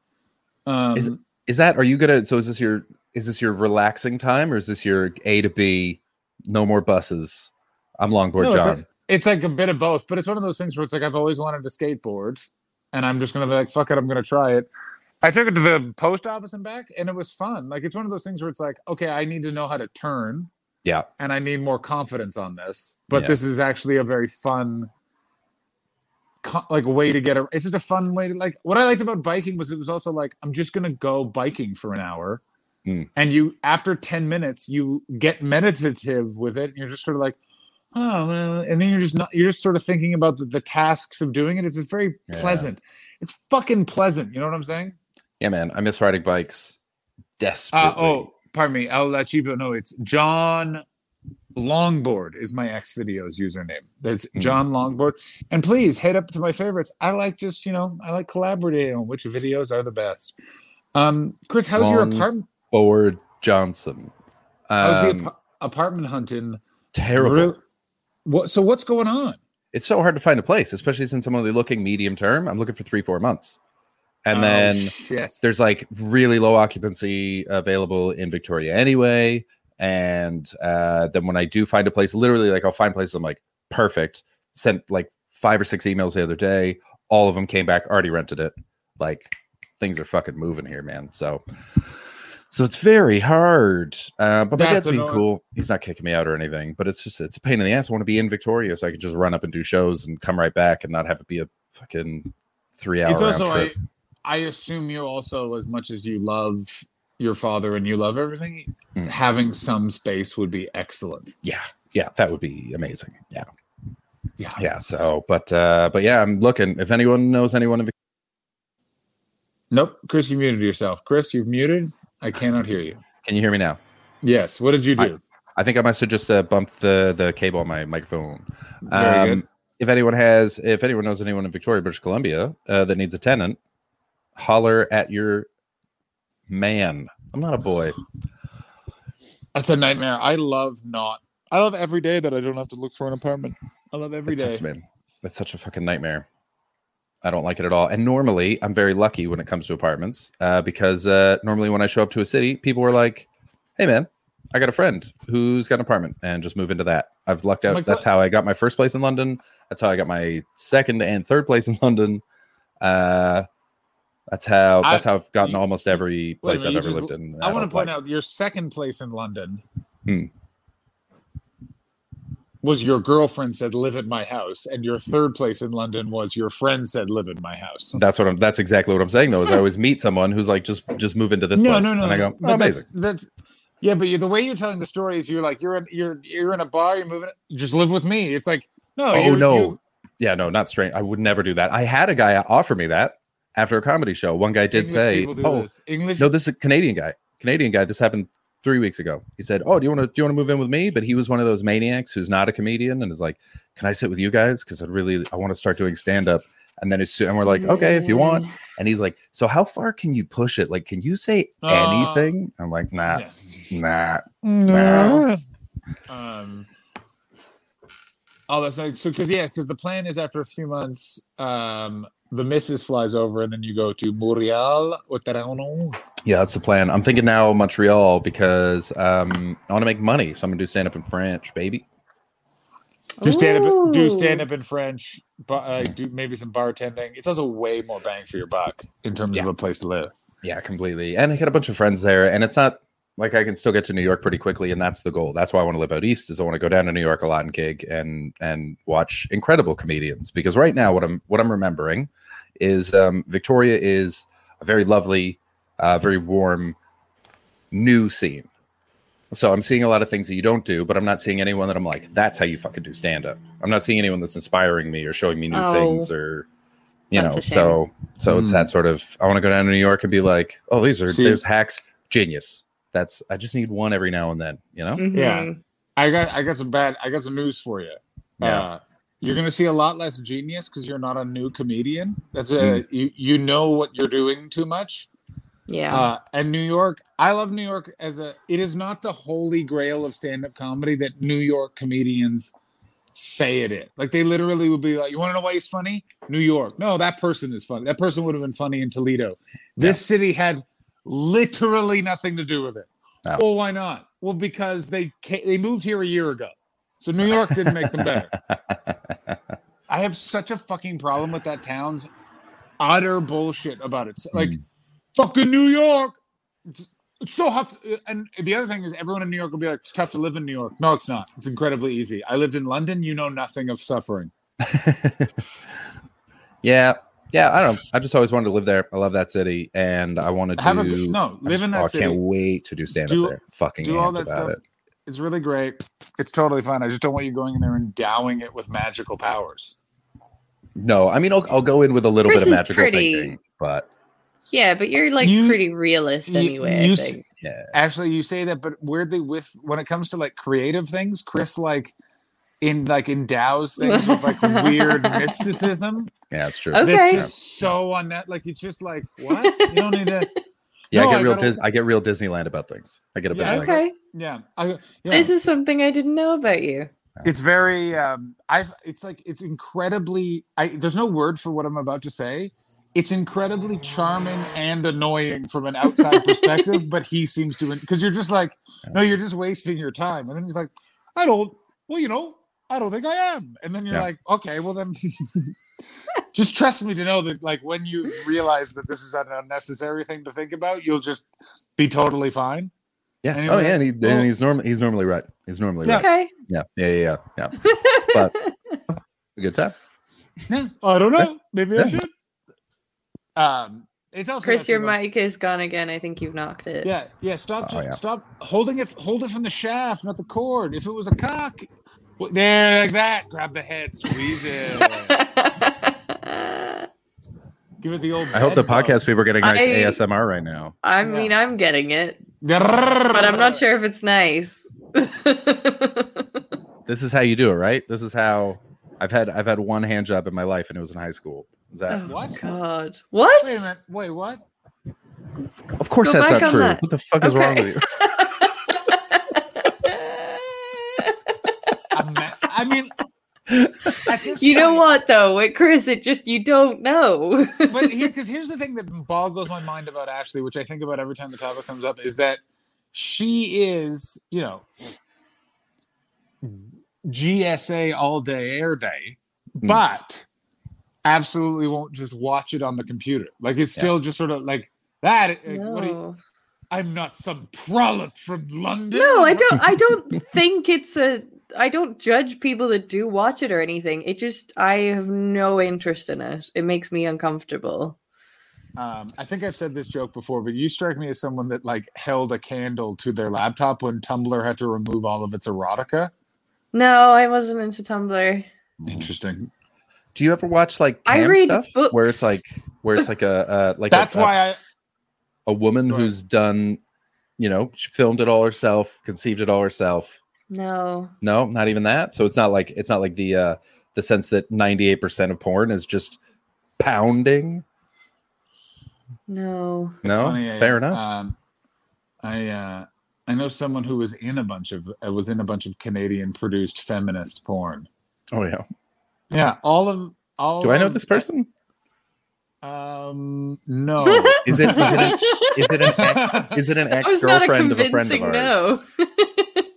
[SPEAKER 4] Um,
[SPEAKER 3] Is Is that? Are you gonna? So is this your? Is this your relaxing time, or is this your A to B? No more buses. I'm longboard
[SPEAKER 4] no, it's,
[SPEAKER 3] John.
[SPEAKER 4] like, it's like a bit of both, but it's one of those things where it's like I've always wanted to skateboard, and I'm just gonna be like, fuck it, I'm gonna try it. I took it to the post office and back, and it was fun. Like it's one of those things where it's like, okay, I need to know how to turn,
[SPEAKER 3] Yeah.
[SPEAKER 4] and I need more confidence on this. But
[SPEAKER 3] Yeah.
[SPEAKER 4] this is actually a very fun, co- like way to get. A, it's just a fun way to like. What I liked about biking was it was also like I'm just gonna go biking for an hour,
[SPEAKER 3] Mm.
[SPEAKER 4] and you after ten minutes you get meditative with it. And you're just sort of like, oh, well, and then you're just not. You're just sort of thinking about the, the tasks of doing it. It's just very
[SPEAKER 3] Yeah.
[SPEAKER 4] pleasant. It's fucking pleasant. You know what I'm saying?
[SPEAKER 3] Yeah, man. I miss riding bikes desperately.
[SPEAKER 4] Uh, oh, pardon me. I'll let you know. It's John Longboard is my X videos username. That's
[SPEAKER 3] Hmm.
[SPEAKER 4] John Longboard. And please head up to my favorites. I like just you know I like collaborating on which videos are the best. Um, Chris, how's your
[SPEAKER 3] Long-
[SPEAKER 4] apartment?
[SPEAKER 3] Forward Johnson.
[SPEAKER 4] How's
[SPEAKER 3] Um,
[SPEAKER 4] the ap- apartment hunting?
[SPEAKER 3] terrible.
[SPEAKER 4] Real- What? So what's going on?
[SPEAKER 3] it's so hard to find a place, especially since I'm only looking medium term. I'm looking for three, four months, and
[SPEAKER 4] Oh,
[SPEAKER 3] then.
[SPEAKER 4] shit.
[SPEAKER 3] there's like really low occupancy available in Victoria anyway. And uh, then when I do find a place, literally like I'll find places I'm like perfect. Sent like five or six emails the other day. All of them came back already rented it. Like things are fucking moving here, man. So so it's very hard. Uh, but my dad's
[SPEAKER 4] That's
[SPEAKER 3] being
[SPEAKER 4] annoying.
[SPEAKER 3] cool. He's not kicking me out or anything. But it's just it's a pain in the ass. I want to be in Victoria so I can just run up and do shows and come right back and not have it be a fucking three hour
[SPEAKER 4] it's
[SPEAKER 3] round
[SPEAKER 4] also
[SPEAKER 3] trip.
[SPEAKER 4] I, I assume you also as much as you love your father and you love everything,
[SPEAKER 3] Mm.
[SPEAKER 4] having some space would be excellent.
[SPEAKER 3] yeah yeah that would be amazing yeah
[SPEAKER 4] Yeah.
[SPEAKER 3] yeah so but uh but yeah i'm looking if anyone knows anyone in
[SPEAKER 4] Nope. Chris, you muted yourself. Chris, you've muted. I cannot hear you.
[SPEAKER 3] can you hear me now
[SPEAKER 4] Yes. What did you do?
[SPEAKER 3] I think I must have just uh, bumped the the cable on my microphone. Um,
[SPEAKER 4] Very good.
[SPEAKER 3] If anyone has, if anyone knows anyone in Victoria, British Columbia, uh, that needs a tenant, holler at your man. I'm not a boy.
[SPEAKER 4] That's a nightmare. I love not. I love every day that I don't have to look for an apartment. I love every
[SPEAKER 3] That's
[SPEAKER 4] day.
[SPEAKER 3] such, man. That's such a fucking nightmare. I don't like it at all. And normally, I'm very lucky when it comes to apartments uh, because uh, normally when I show up to a city, people are like, "Hey, man." I got a friend who's got an apartment and just move into that. I've lucked out.
[SPEAKER 4] Oh my God.
[SPEAKER 3] That's how I got my first place in London. That's how I got my second and third place in London. Uh, that's how
[SPEAKER 4] I-
[SPEAKER 3] that's how I've gotten
[SPEAKER 4] you-
[SPEAKER 3] almost every
[SPEAKER 4] wait a
[SPEAKER 3] place
[SPEAKER 4] minute,
[SPEAKER 3] I've
[SPEAKER 4] you
[SPEAKER 3] ever
[SPEAKER 4] just-
[SPEAKER 3] lived in. uh,
[SPEAKER 4] I want to point out your second place in London
[SPEAKER 3] Hmm.
[SPEAKER 4] was your girlfriend said live at my house, and your third place in London was your friend said live in my house.
[SPEAKER 3] That's what I'm. That's exactly what I'm saying. Though is I always meet someone who's like just just move into this
[SPEAKER 4] no,
[SPEAKER 3] place,
[SPEAKER 4] no, no,
[SPEAKER 3] and I go,
[SPEAKER 4] but
[SPEAKER 3] oh,
[SPEAKER 4] that's,
[SPEAKER 3] amazing.
[SPEAKER 4] that's yeah, but you the way you're telling the story is you're like you're in, you're you're in a bar, you're moving, just live with me. It's like no,
[SPEAKER 3] Oh,
[SPEAKER 4] you-
[SPEAKER 3] no.
[SPEAKER 4] you-
[SPEAKER 3] Yeah, no, not strange. I would never do that. I had a guy offer me that after a comedy show. One guy did
[SPEAKER 4] English
[SPEAKER 3] say,
[SPEAKER 4] people do
[SPEAKER 3] "Oh,
[SPEAKER 4] this. English
[SPEAKER 3] No, this is a Canadian guy. Canadian guy. This happened three weeks ago. He said, "Oh, do you want to do you want to move in with me?" But he was one of those maniacs who's not a comedian and is like, "Can I sit with you guys? Because I really I want to start doing stand up." And then as soon, and we're like, "Okay, if you
[SPEAKER 4] Mm.
[SPEAKER 3] want." And he's like, "So how far can you push it? Like, can you say
[SPEAKER 4] Uh,
[SPEAKER 3] anything?" I'm like, "Nah,
[SPEAKER 4] Yeah.
[SPEAKER 3] nah."
[SPEAKER 4] No. Um. Oh, that's like so because yeah, because the plan is after a few months, um, the missus flies over, and then you go to Montreal. What that I don't know.
[SPEAKER 3] Yeah, that's the plan. I'm thinking now Montreal because um, I want to make money, so I'm gonna do stand up in French, baby.
[SPEAKER 4] Do stand up, do
[SPEAKER 2] Ooh.
[SPEAKER 4] stand up in French, but uh, do maybe some bartending. It's also way more bang for your buck in terms of
[SPEAKER 3] Yeah.
[SPEAKER 4] a place to live.
[SPEAKER 3] Yeah, completely. And I got a bunch of friends there, and it's not like I can still get to New York pretty quickly, and that's the goal. That's why I want to live out east. Is I want to go down to New York a lot and gig and and watch incredible comedians. Because right now, what I'm what I'm remembering is um, Victoria is a very lovely, uh, very warm, new scene. So I'm seeing a lot of things that you don't do, but I'm not seeing anyone that I'm like, that's how you fucking do stand up. I'm not seeing anyone that's inspiring me or showing me new
[SPEAKER 2] Oh.
[SPEAKER 3] things or you
[SPEAKER 2] That's
[SPEAKER 3] know.
[SPEAKER 2] a shame.
[SPEAKER 3] So so it's
[SPEAKER 4] Mm.
[SPEAKER 3] that sort of I want to go down to New York and be like, oh, these are
[SPEAKER 4] See-
[SPEAKER 3] there's hacks, genius. That's I just need one every now and then, you know.
[SPEAKER 4] Oh, Yeah.
[SPEAKER 2] Mhm.
[SPEAKER 4] I got, I got some bad, I got some news for you.
[SPEAKER 3] Yeah.
[SPEAKER 4] Uh, you're gonna see a lot less genius because you're not a new comedian. That's a you, you know what you're doing too much.
[SPEAKER 2] Yeah.
[SPEAKER 4] Uh, and New York, I love New York as a. It is not the holy grail of stand-up comedy that New York comedians say it is. Like they literally would be like, "You want to know why he's funny? New York. No, that person is funny. That person would have been funny in Toledo. This city had literally nothing to do with it.
[SPEAKER 3] No.
[SPEAKER 4] Well, why not? Well, because they ca- they moved here a year ago, so New York didn't make them better. I have such a fucking problem with that town's utter bullshit about it. Like
[SPEAKER 3] Mm.
[SPEAKER 4] fucking New York. It's, it's so tough. And the other thing is, everyone in New York will be like, it's tough to live in New York. No, it's not. It's incredibly easy. I lived in London. You know nothing of suffering.
[SPEAKER 3] yeah, yeah. I don't. know. I just always wanted to live there. I love that city, and I want to
[SPEAKER 4] Have a
[SPEAKER 3] do.
[SPEAKER 4] no.
[SPEAKER 3] I
[SPEAKER 4] Live in
[SPEAKER 3] just- oh,
[SPEAKER 4] that
[SPEAKER 3] I can't
[SPEAKER 4] city.
[SPEAKER 3] wait to do stand
[SPEAKER 4] Do-
[SPEAKER 3] up there. Fucking
[SPEAKER 4] Do all
[SPEAKER 3] amped
[SPEAKER 4] that
[SPEAKER 3] about
[SPEAKER 4] stuff.
[SPEAKER 3] it.
[SPEAKER 4] It's really great. It's totally fine. I just don't want you going in there endowing it with magical powers.
[SPEAKER 3] No, I mean I'll, I'll go in with a little
[SPEAKER 2] Chris
[SPEAKER 3] bit of
[SPEAKER 2] is
[SPEAKER 3] magical
[SPEAKER 2] pretty-
[SPEAKER 3] thinking, but
[SPEAKER 2] Yeah, but you're like
[SPEAKER 4] You-
[SPEAKER 2] pretty realist
[SPEAKER 4] you-
[SPEAKER 2] anyway.
[SPEAKER 4] you
[SPEAKER 2] I
[SPEAKER 4] s-
[SPEAKER 2] think.
[SPEAKER 3] yeah,
[SPEAKER 4] Actually, you say that, but weirdly, with when it comes to like creative things, Chris like in like endows things with like weird mysticism.
[SPEAKER 3] yeah, it's true.
[SPEAKER 2] Okay.
[SPEAKER 4] That's
[SPEAKER 3] Yeah.
[SPEAKER 4] just so unnet. Like it's just like what you don't need to.
[SPEAKER 3] Yeah,
[SPEAKER 4] No,
[SPEAKER 3] I
[SPEAKER 4] I
[SPEAKER 3] get real.
[SPEAKER 4] gotta-
[SPEAKER 3] Dis- I get real Disneyland about things. I get a bit
[SPEAKER 4] Yeah, I
[SPEAKER 3] like,
[SPEAKER 4] got-
[SPEAKER 2] okay.
[SPEAKER 4] Yeah, I, yeah.
[SPEAKER 2] This is something I didn't know about you.
[SPEAKER 4] it's very. Um, I've. It's like it's incredibly. I there's no word for what I'm about to say. It's incredibly charming and annoying from an outside perspective, but he seems to because you're just like, no, you're just wasting your time. And then he's like, I don't. Well, you know, I don't think I am. And then you're
[SPEAKER 3] Yeah.
[SPEAKER 4] like, okay, well then. Just trust me to know that, like, when you realize that this is an unnecessary thing to think about, you'll just be totally fine.
[SPEAKER 3] yeah.
[SPEAKER 4] And
[SPEAKER 3] oh
[SPEAKER 4] you're
[SPEAKER 3] yeah,
[SPEAKER 4] like,
[SPEAKER 3] and, he,
[SPEAKER 4] well-
[SPEAKER 3] and he's normally he's normally right. He's normally
[SPEAKER 4] Yeah.
[SPEAKER 3] right.
[SPEAKER 2] Okay.
[SPEAKER 3] Yeah, yeah, yeah, yeah. yeah. But a good time.
[SPEAKER 4] Yeah, I don't know. Maybe
[SPEAKER 3] Yeah.
[SPEAKER 4] I should. Um, It's also
[SPEAKER 2] Chris,
[SPEAKER 4] not
[SPEAKER 2] your
[SPEAKER 4] too bad.
[SPEAKER 2] mic is gone again. I think you've knocked it.
[SPEAKER 4] Yeah, yeah. Stop,
[SPEAKER 3] Oh, yeah.
[SPEAKER 4] stop holding it. Hold it from the shaft, not the cord. If it was a cock, well, there like that. Grab the head, squeeze it. Give it the old.
[SPEAKER 3] I hope the
[SPEAKER 4] bed bug.
[SPEAKER 3] podcast people are getting nice
[SPEAKER 2] I-
[SPEAKER 3] ASMR right now.
[SPEAKER 2] I
[SPEAKER 4] Yeah.
[SPEAKER 2] mean, I'm getting it, but I'm not sure if it's nice.
[SPEAKER 3] This is how you do it, right? This is how I've had I've had one hand job in my life, and it was in high school. Is that?
[SPEAKER 2] Oh,
[SPEAKER 4] What?
[SPEAKER 2] God. What?
[SPEAKER 4] Wait a minute. Wait, what?
[SPEAKER 3] of course,
[SPEAKER 2] Oh. go
[SPEAKER 3] that's
[SPEAKER 2] back
[SPEAKER 3] not
[SPEAKER 2] on
[SPEAKER 3] true.
[SPEAKER 2] that.
[SPEAKER 3] What the fuck is wrong
[SPEAKER 2] Okay.
[SPEAKER 3] with you?
[SPEAKER 4] I'm ma- I mean, at this
[SPEAKER 2] you know
[SPEAKER 4] point-
[SPEAKER 2] what though, with Chris, it just you don't know.
[SPEAKER 4] but here, because here's the thing that boggles my mind about Ashley, which I think about every time the topic comes up, is that she is, you know, GSA all day, air day,
[SPEAKER 3] Hmm.
[SPEAKER 4] but absolutely won't just watch it on the computer. Like it's
[SPEAKER 3] Yeah.
[SPEAKER 4] still just sort of like that. like, what are you-
[SPEAKER 2] no.
[SPEAKER 4] I'm not some trollop from London.
[SPEAKER 2] No, I
[SPEAKER 4] Like,
[SPEAKER 2] don't. I don't think it's a. I don't judge people that do watch it or anything. It just I have no interest in it. It makes me uncomfortable.
[SPEAKER 4] Um, I think I've said this joke before, but you strike me as someone that like held a candle to their laptop when Tumblr had to remove all of its erotica.
[SPEAKER 2] No, I wasn't into Tumblr.
[SPEAKER 3] Hmm.
[SPEAKER 4] Interesting.
[SPEAKER 3] Do you ever watch like
[SPEAKER 2] I
[SPEAKER 3] cam
[SPEAKER 2] read
[SPEAKER 3] stuff where it's
[SPEAKER 2] books.
[SPEAKER 3] like where it's like a uh, like a-
[SPEAKER 4] That's
[SPEAKER 3] a,
[SPEAKER 4] why I
[SPEAKER 3] a woman
[SPEAKER 4] Go ahead.
[SPEAKER 3] who's done, you know, she filmed it all herself, conceived it all herself.
[SPEAKER 2] No.
[SPEAKER 3] No, not even that. So it's not like it's not like the uh the sense that 98% of porn is just pounding.
[SPEAKER 2] No.
[SPEAKER 4] It's
[SPEAKER 3] no,
[SPEAKER 4] funny, I,
[SPEAKER 3] fair enough.
[SPEAKER 4] Um, I uh, I know someone who was in a bunch of uh, was in a bunch of Canadian produced feminist porn.
[SPEAKER 3] oh yeah.
[SPEAKER 4] Yeah, all of all.
[SPEAKER 3] Do I know
[SPEAKER 4] of-
[SPEAKER 3] this person?
[SPEAKER 4] Um, no.
[SPEAKER 3] Is it is it an, is it an ex is it an
[SPEAKER 2] That was
[SPEAKER 3] ex
[SPEAKER 2] not a
[SPEAKER 3] girlfriend of a friend of
[SPEAKER 2] convincing
[SPEAKER 3] ours?
[SPEAKER 2] no.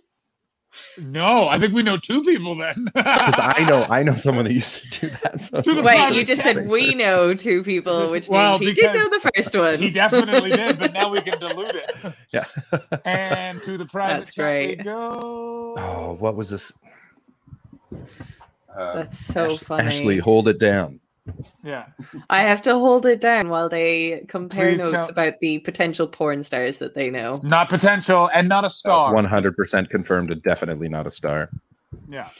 [SPEAKER 4] no, I think we know two people then.
[SPEAKER 3] Because I know I know someone that used to do that. So
[SPEAKER 4] To the
[SPEAKER 2] Wait, you
[SPEAKER 4] private
[SPEAKER 2] just said
[SPEAKER 3] chat
[SPEAKER 2] we
[SPEAKER 3] first.
[SPEAKER 2] know two people, which means
[SPEAKER 4] Well,
[SPEAKER 2] he did know
[SPEAKER 4] because
[SPEAKER 2] the first one.
[SPEAKER 4] he definitely did, but now we can dilute it.
[SPEAKER 3] Yeah.
[SPEAKER 4] And to the private
[SPEAKER 2] That's
[SPEAKER 4] chat
[SPEAKER 2] great.
[SPEAKER 4] we go.
[SPEAKER 3] Oh, what was this? Uh,
[SPEAKER 2] That's so
[SPEAKER 3] Ash-
[SPEAKER 2] funny.
[SPEAKER 3] Ashley, hold it down.
[SPEAKER 4] Yeah.
[SPEAKER 2] I have to hold it down while they compare
[SPEAKER 4] Please
[SPEAKER 2] notes
[SPEAKER 4] tell-
[SPEAKER 2] about the potential porn stars that they know.
[SPEAKER 4] Not potential and not a star.
[SPEAKER 3] One hundred percent confirmed, and definitely not a star.
[SPEAKER 4] Yeah.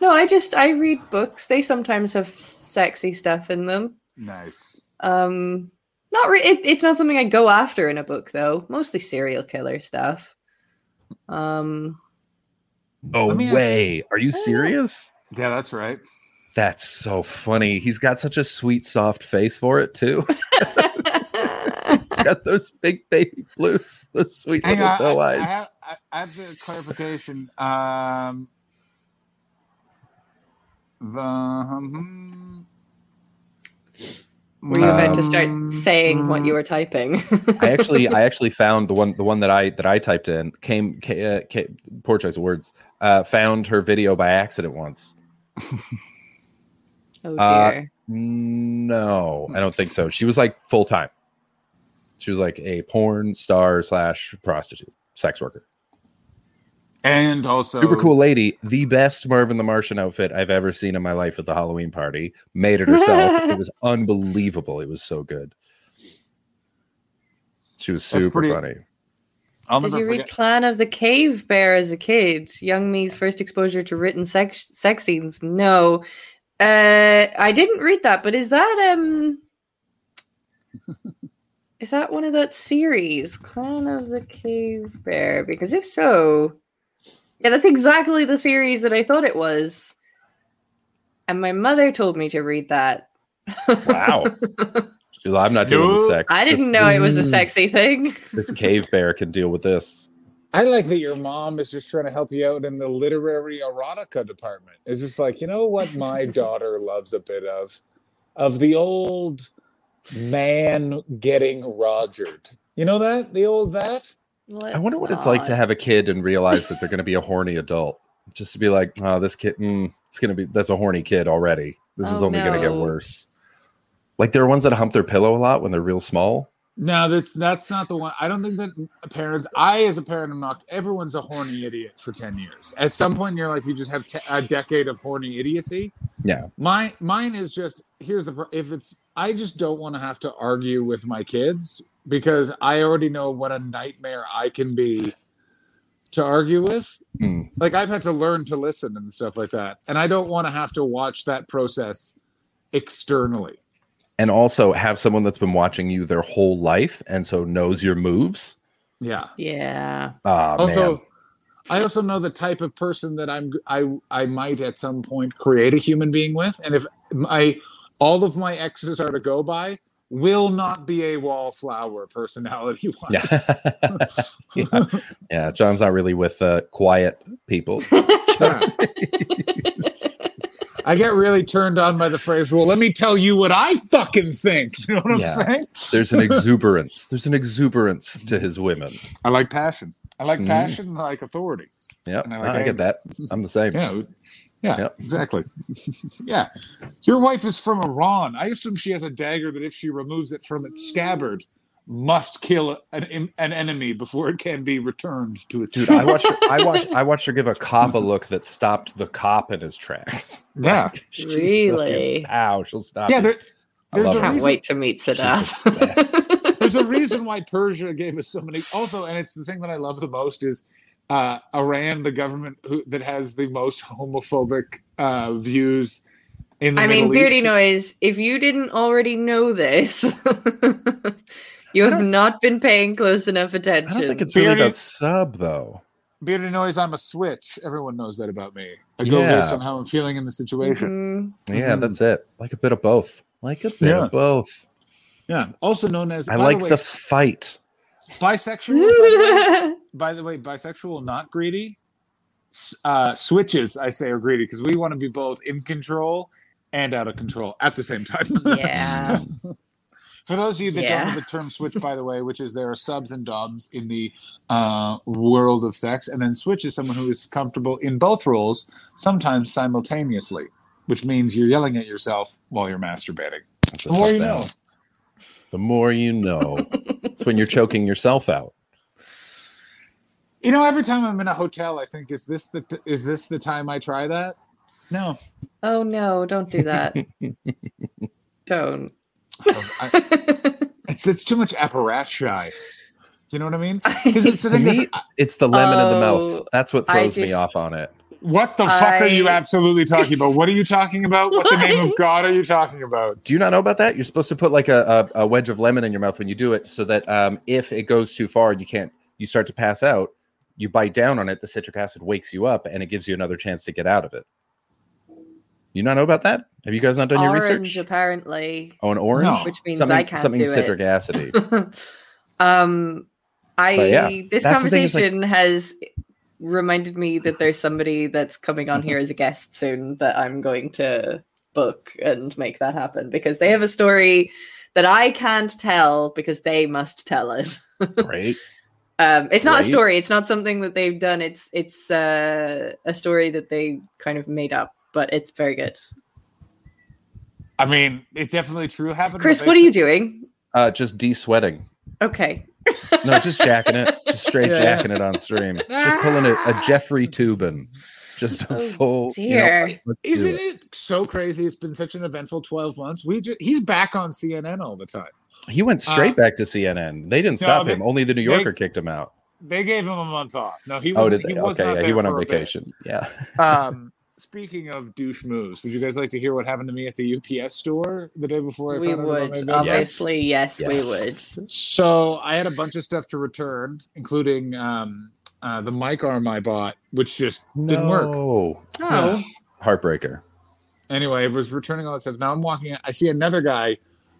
[SPEAKER 2] No, I just I read books. They sometimes have sexy stuff in them.
[SPEAKER 4] Nice.
[SPEAKER 2] Um not re- it, it's not something I go after in a book though. Mostly serial killer stuff. Um
[SPEAKER 3] No
[SPEAKER 4] Let me ask-
[SPEAKER 3] way! Are you
[SPEAKER 2] don't know.
[SPEAKER 3] serious?
[SPEAKER 4] Yeah, that's right.
[SPEAKER 3] That's so funny. He's got such a sweet, soft face for it too. He's got those big baby blues, those sweet
[SPEAKER 4] Hang
[SPEAKER 3] little
[SPEAKER 4] on,
[SPEAKER 3] doe
[SPEAKER 4] I, I
[SPEAKER 3] eyes.
[SPEAKER 4] have, I, I have the clarification. Um, the um,
[SPEAKER 2] were you about to start
[SPEAKER 4] um,
[SPEAKER 2] saying what you were typing?
[SPEAKER 3] I actually, I actually found the one, the one that I that I typed in came. ca- uh, ca- poor choice of words. Uh, found her video by accident once.
[SPEAKER 2] oh
[SPEAKER 3] Uh,
[SPEAKER 2] dear.
[SPEAKER 3] No, I don't think so. She was like full time. She was like a porn star slash prostitute, sex worker.
[SPEAKER 4] and also
[SPEAKER 3] Super cool lady. The best Marvin the Martian outfit I've ever seen in my life at the Halloween party. Made it herself. it was unbelievable. It was so good. She was
[SPEAKER 4] That's
[SPEAKER 3] super
[SPEAKER 4] pretty-
[SPEAKER 3] funny.
[SPEAKER 4] I'll
[SPEAKER 2] Did
[SPEAKER 4] never
[SPEAKER 2] you read
[SPEAKER 4] forget.
[SPEAKER 2] Clan of the Cave Bear as a kid? Young me's first exposure to written sex sex scenes. No, uh, I didn't read that. But is that um, is that one of that series, Clan of the Cave Bear? Because if so, yeah, that's exactly the series that I thought it was. And my mother told me to read that.
[SPEAKER 3] Wow. She's like, I'm not doing the
[SPEAKER 4] Nope.
[SPEAKER 3] sex.
[SPEAKER 2] I didn't
[SPEAKER 3] This-
[SPEAKER 2] know
[SPEAKER 3] this-
[SPEAKER 2] it was a sexy thing.
[SPEAKER 3] This cave bear can deal with this.
[SPEAKER 4] I like that your mom is just trying to help you out in the literary erotica department. It's just like, you know what my daughter loves a bit of? Of the old man getting rogered. You know that? The old that?
[SPEAKER 3] I wonder what it's like to have a kid and realize that they're going to be a horny adult. Just to be like, oh, this kid, mm, it's going to be, that's a horny kid already. This is
[SPEAKER 2] Oh,
[SPEAKER 3] only going to get
[SPEAKER 2] no.
[SPEAKER 3] worse. Like there are ones that hump their pillow a lot when they're real small.
[SPEAKER 4] No, that's that's not the one. I don't think that parents. I, as a parent, am not. Everyone's a horny idiot for ten years. At some point in your life, you just have te- a decade of horny idiocy.
[SPEAKER 3] Yeah.
[SPEAKER 4] My mine is just here's the pro- if it's I just don't want to have to argue with my kids because I already know what a nightmare I can be to argue with.
[SPEAKER 3] Hmm.
[SPEAKER 4] Like I've had to learn to listen and stuff like that, and I don't want to have to watch that process externally.
[SPEAKER 3] And also have someone that's been watching you their whole life and so knows your moves.
[SPEAKER 4] Yeah.
[SPEAKER 2] Yeah.
[SPEAKER 3] Ah,
[SPEAKER 4] also
[SPEAKER 3] man.
[SPEAKER 4] Oh, i also know the type of person that i'm i i might at some point create a human being with and if my all of my exes are to go by will not be a wallflower personality wise
[SPEAKER 3] Yeah. yeah. Yeah. John's not really with uh, quiet people.
[SPEAKER 4] i get really turned on by the phrase well let me tell you what i fucking think you know what
[SPEAKER 3] Yeah.
[SPEAKER 4] i'm saying
[SPEAKER 3] There's an exuberance. There's an exuberance to his women.
[SPEAKER 4] i like passion i like
[SPEAKER 3] Mhm.
[SPEAKER 4] passion and i like authority
[SPEAKER 3] Yeah.
[SPEAKER 4] And I
[SPEAKER 3] I,
[SPEAKER 4] like
[SPEAKER 3] get that. I'm the same.
[SPEAKER 4] Yeah. w- Yeah,
[SPEAKER 3] Yep.
[SPEAKER 4] exactly. yeah. Your wife is from Iran. I assume she has a dagger that if she removes it from its scabbard, must kill an, em- an enemy before it can be returned to its
[SPEAKER 3] Dude, I watched her, I watched I watched her give a cop a look that stopped the cop in his tracks.
[SPEAKER 4] Yeah.
[SPEAKER 3] She's
[SPEAKER 2] Really?
[SPEAKER 3] Wow, she'll stop.
[SPEAKER 4] Yeah,
[SPEAKER 3] you.
[SPEAKER 4] there-
[SPEAKER 3] I
[SPEAKER 4] there's
[SPEAKER 3] love
[SPEAKER 4] a
[SPEAKER 3] her.
[SPEAKER 2] Can't
[SPEAKER 4] reason-
[SPEAKER 2] wait to meet Sadaf.
[SPEAKER 4] There's a reason why Persia gave us so many. Also, and it's the thing that I love the most is uh, Iran, the government who, that has the most homophobic uh, views in the
[SPEAKER 2] I mean,
[SPEAKER 4] Middle
[SPEAKER 2] Beardy
[SPEAKER 4] East.
[SPEAKER 2] Noise, if you didn't already know this, you have not been paying close enough attention.
[SPEAKER 3] I don't think it's really
[SPEAKER 4] Beardy-
[SPEAKER 3] about sub though.
[SPEAKER 4] Bearded noise, I'm a switch. Everyone knows that about me. I go
[SPEAKER 3] Yeah.
[SPEAKER 4] based on how I'm feeling in the situation.
[SPEAKER 2] Mhm.
[SPEAKER 3] Yeah,
[SPEAKER 4] Mhm.
[SPEAKER 3] that's it. Like a bit of both. Like a bit
[SPEAKER 4] Yeah.
[SPEAKER 3] of both.
[SPEAKER 4] Yeah. Also known as
[SPEAKER 3] Mm-hmm. I
[SPEAKER 4] by
[SPEAKER 3] like
[SPEAKER 4] the, way,
[SPEAKER 3] the fight.
[SPEAKER 4] bisexual.
[SPEAKER 2] Mm-hmm.
[SPEAKER 4] by the way, bisexual, not greedy. S- Uh, switches, I say, are greedy because we want to be both in control and out of control at the same time.
[SPEAKER 2] yeah.
[SPEAKER 4] For those of you that don't
[SPEAKER 2] Yeah.
[SPEAKER 4] know the term switch, by the way, which is there are subs and dobs in the uh, world of sex, and then switch is someone who is comfortable in both roles, sometimes simultaneously, which means you're yelling at yourself while you're masturbating.
[SPEAKER 3] That's a
[SPEAKER 4] The more you
[SPEAKER 3] touchdown.
[SPEAKER 4] know.
[SPEAKER 3] The more you know. it's when you're choking yourself out.
[SPEAKER 4] You know, every time I'm in a hotel, I think, is this the t- is this the time I try that? No,
[SPEAKER 2] Oh no, don't do that. don't.
[SPEAKER 4] I- it's it's too much apparatus. You know what I mean? Because it's the thing.
[SPEAKER 3] To
[SPEAKER 4] Is,
[SPEAKER 3] me, it's the lemon in the mouth.
[SPEAKER 2] Oh,
[SPEAKER 3] That's what
[SPEAKER 2] I
[SPEAKER 3] throws me
[SPEAKER 2] just-
[SPEAKER 3] off on it.
[SPEAKER 4] what the fuck are you
[SPEAKER 2] I-
[SPEAKER 4] absolutely talking about? What are you talking about? What the name of God are you talking about?
[SPEAKER 3] Do you not know about that? You're supposed to put like a, a, a wedge of lemon in your mouth when you do it, so that um, if it goes too far and you can't, you start to pass out. You bite down on it, the citric acid wakes you up, and it gives you another chance to get out of it. You not know about that? Have you guys not done
[SPEAKER 2] orange,
[SPEAKER 3] your research?
[SPEAKER 2] apparently,
[SPEAKER 3] Oh, an orange,
[SPEAKER 4] No.
[SPEAKER 2] which means
[SPEAKER 3] something,
[SPEAKER 2] I can't
[SPEAKER 3] something
[SPEAKER 2] do
[SPEAKER 3] citric
[SPEAKER 2] it.
[SPEAKER 3] acid.
[SPEAKER 2] um, I
[SPEAKER 3] But yeah,
[SPEAKER 2] this
[SPEAKER 3] that's the thing, it's like-
[SPEAKER 2] conversation has reminded me that there's somebody that's coming on
[SPEAKER 3] Mm-hmm.
[SPEAKER 2] here as a guest soon that I'm going to book and make that happen because they have a story that I can't tell because they must tell it.
[SPEAKER 3] Great.
[SPEAKER 2] Um, it's not
[SPEAKER 3] Right.
[SPEAKER 2] a story. It's not something that they've done. It's it's uh, a story that they kind of made up, but it's very good.
[SPEAKER 4] I mean, it definitely true happened.
[SPEAKER 2] Chris,
[SPEAKER 4] but
[SPEAKER 2] what are
[SPEAKER 4] they
[SPEAKER 2] you doing?
[SPEAKER 3] Uh, just de-sweating.
[SPEAKER 2] Okay.
[SPEAKER 3] No, just jacking it, just straight
[SPEAKER 4] Yeah.
[SPEAKER 3] jacking it on stream. Just pulling a, a Jeffrey Tubin, just a
[SPEAKER 2] Oh,
[SPEAKER 3] full. you know,
[SPEAKER 2] Dear.
[SPEAKER 3] let's do
[SPEAKER 4] Isn't
[SPEAKER 3] it.
[SPEAKER 4] it so crazy? It's been such an eventful 12 months. We just, he's back on CNN all the time.
[SPEAKER 3] He went straight
[SPEAKER 4] Uh,
[SPEAKER 3] back to CNN. They didn't
[SPEAKER 4] no,
[SPEAKER 3] stop
[SPEAKER 4] they-
[SPEAKER 3] him. Only the New
[SPEAKER 4] they-
[SPEAKER 3] Yorker kicked him out.
[SPEAKER 4] They gave him a month off. No, he was
[SPEAKER 3] Oh, did they?
[SPEAKER 4] he was
[SPEAKER 3] okay,
[SPEAKER 4] not
[SPEAKER 3] yeah, he
[SPEAKER 4] there
[SPEAKER 3] went on
[SPEAKER 4] for a bit.
[SPEAKER 3] vacation. Yeah.
[SPEAKER 4] Um, speaking of douche moves, would you guys like to hear what happened to me at the UPS store the day before I
[SPEAKER 2] we
[SPEAKER 4] found out about
[SPEAKER 2] would
[SPEAKER 4] my baby?
[SPEAKER 3] um,
[SPEAKER 2] obviously yes,
[SPEAKER 3] Yes.
[SPEAKER 2] we would
[SPEAKER 4] So I had a bunch of stuff to return, including um, uh, the mic arm I bought, which just didn't work.
[SPEAKER 3] No.
[SPEAKER 2] oh
[SPEAKER 3] Heartbreaker.
[SPEAKER 4] anyway, I was returning all that stuff. Now I'm walking. out- I see another guy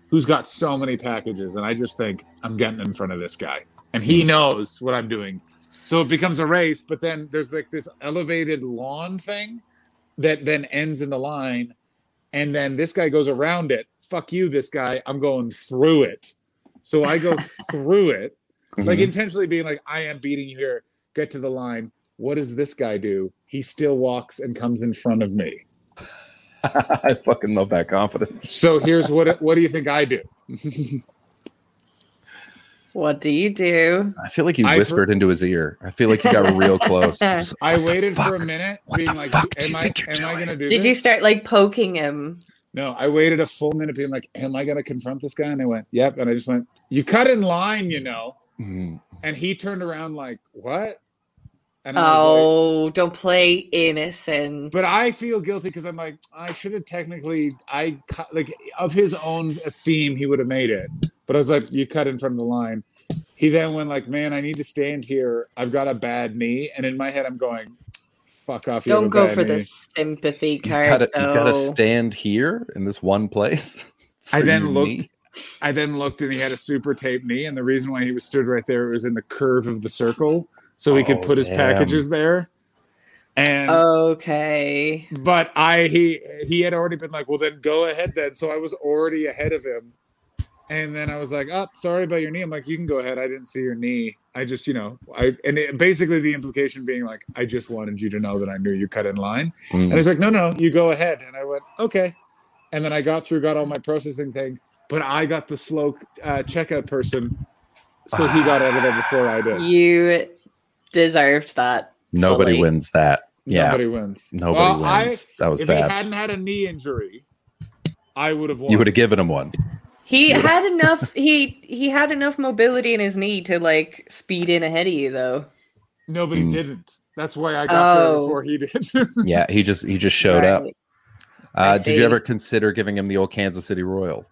[SPEAKER 4] who's got so many packages, and I just think I'm getting in front of this guy, and he knows what I'm doing. So it becomes a race. But then there's like this elevated lawn thing that then ends in the line, and then this guy goes around it. Fuck you, this guy. I'm going through it. So I go through it
[SPEAKER 3] Mm-hmm.
[SPEAKER 4] like intentionally being like i am beating you here get to the line what does this guy do he still walks and comes in front of me
[SPEAKER 3] I fucking love that confidence.
[SPEAKER 4] so here's what what do you think i do
[SPEAKER 2] What do you do?
[SPEAKER 3] I feel like you
[SPEAKER 4] I've
[SPEAKER 3] whispered into his ear. I feel like you got real close. Just like,
[SPEAKER 4] I
[SPEAKER 3] "What the
[SPEAKER 4] waited for a
[SPEAKER 3] fuck?
[SPEAKER 4] minute,
[SPEAKER 3] What
[SPEAKER 4] being
[SPEAKER 3] the
[SPEAKER 4] like,
[SPEAKER 3] fuck do
[SPEAKER 4] "Am
[SPEAKER 3] you
[SPEAKER 4] I
[SPEAKER 3] think you're
[SPEAKER 4] am I
[SPEAKER 3] doing?"
[SPEAKER 4] gonna do
[SPEAKER 2] Did you
[SPEAKER 4] this?"
[SPEAKER 2] start like poking him?
[SPEAKER 4] No, I waited a full minute, being like, "Am I gonna confront this guy?" And I went, "Yep," and I just went, "You cut in line, you know."
[SPEAKER 3] Mm.
[SPEAKER 4] And he turned around like, "What?" And I was like,
[SPEAKER 2] Oh, don't play innocent.
[SPEAKER 4] but I feel guilty because I'm like, I should have technically, I cut, like of his own esteem, he would have made it. But I was like, you cut in front of the line. He then went like, man, I need to stand here. I've got a bad knee, and in my head, I'm going, fuck off. You have
[SPEAKER 2] don't
[SPEAKER 4] a
[SPEAKER 2] go
[SPEAKER 4] bad
[SPEAKER 2] for
[SPEAKER 4] knee.
[SPEAKER 2] the sympathy
[SPEAKER 3] You've
[SPEAKER 2] card.
[SPEAKER 3] got to you've got
[SPEAKER 2] though.
[SPEAKER 3] to stand here in this one place.
[SPEAKER 4] I
[SPEAKER 3] for
[SPEAKER 4] then
[SPEAKER 3] your
[SPEAKER 4] looked.
[SPEAKER 3] knee?
[SPEAKER 4] I then looked, and he had a super taped knee, and the reason why he was stood right there was in the curve of the circle, so he
[SPEAKER 3] Oh,
[SPEAKER 4] could put his
[SPEAKER 3] damn.
[SPEAKER 4] packages there. And
[SPEAKER 2] Okay.
[SPEAKER 4] but I he he had already been like, well, then go ahead then. So I was already ahead of him, and then I was like, oh, sorry about your knee. I'm like, you can go ahead. I didn't see your knee. I just, you know, I and it, basically the implication being like, I just wanted you to know that I knew you cut in line.
[SPEAKER 3] Mm.
[SPEAKER 4] And he's like, no, no, you go ahead. And I went, okay. And then I got through, got all my processing things, but I got the slow uh, checkout person, so he got out of there before I did.
[SPEAKER 2] You deserved that.
[SPEAKER 3] Nobody
[SPEAKER 2] fully.
[SPEAKER 3] wins that. Yeah, nobody,
[SPEAKER 4] Nobody wins. Well, I-
[SPEAKER 3] wins. that was
[SPEAKER 4] if he hadn't
[SPEAKER 3] bad.
[SPEAKER 4] had a knee injury, I would have won.
[SPEAKER 3] You would have given him one.
[SPEAKER 2] He had enough he he had enough mobility in his knee to like speed in ahead of you though.
[SPEAKER 4] no, but he
[SPEAKER 3] Mm.
[SPEAKER 4] didn't. That's why I got there
[SPEAKER 2] Oh.
[SPEAKER 4] before he did.
[SPEAKER 3] Yeah, he just he just showed up.
[SPEAKER 2] Right.
[SPEAKER 3] Uh,
[SPEAKER 2] I
[SPEAKER 3] did
[SPEAKER 2] see.
[SPEAKER 3] you ever consider giving him the old Kansas City Royal?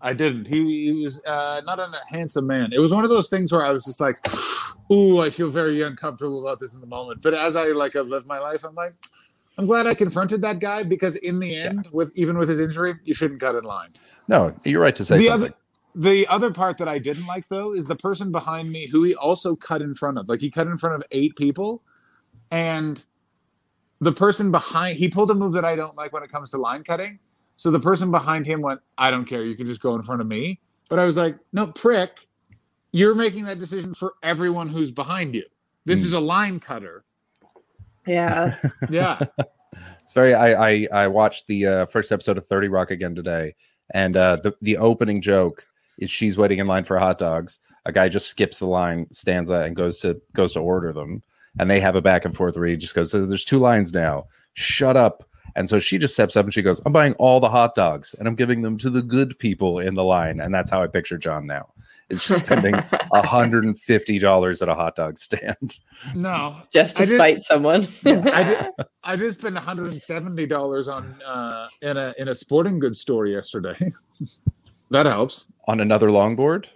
[SPEAKER 4] I didn't. He, he was uh, not a handsome man. It was one of those things where I was just like, "Ooh, I feel very uncomfortable about this in the moment." But as I like have lived my life, I'm like, I'm glad I confronted that guy because in the end, with even with his injury, you shouldn't cut in line.
[SPEAKER 3] No, you're right to say
[SPEAKER 4] the
[SPEAKER 3] something.
[SPEAKER 4] other the other part that I didn't like though is the person behind me who he also cut in front of. Like he cut in front of eight people and the person behind he pulled a move that I don't like when it comes to line cutting. So the person behind him went, "I don't care, you can just go in front of me." But I was like, "No, prick. You're making that decision for everyone who's behind you. This
[SPEAKER 3] Hmm.
[SPEAKER 4] is a line cutter."
[SPEAKER 2] Yeah.
[SPEAKER 4] Yeah.
[SPEAKER 3] It's very. I I, I watched the uh, first episode of Thirty Rock again today, and uh, the the opening joke is she's waiting in line for hot dogs. A guy just skips the line stanza and goes to goes to order them, and they have a back and forth where he just goes, "So "There's two lines now. Shut up." And so she just steps up and she goes, "I'm buying all the hot dogs and I'm giving them to the good people in the line." And that's how I picture John now. It's just spending $150 at a hot dog stand.
[SPEAKER 4] no.
[SPEAKER 2] Just
[SPEAKER 4] I
[SPEAKER 2] to
[SPEAKER 4] did-
[SPEAKER 2] spite someone.
[SPEAKER 4] I did. I did spend one hundred and seventy dollars on uh, in a in a sporting goods store yesterday. that helps.
[SPEAKER 3] On another longboard?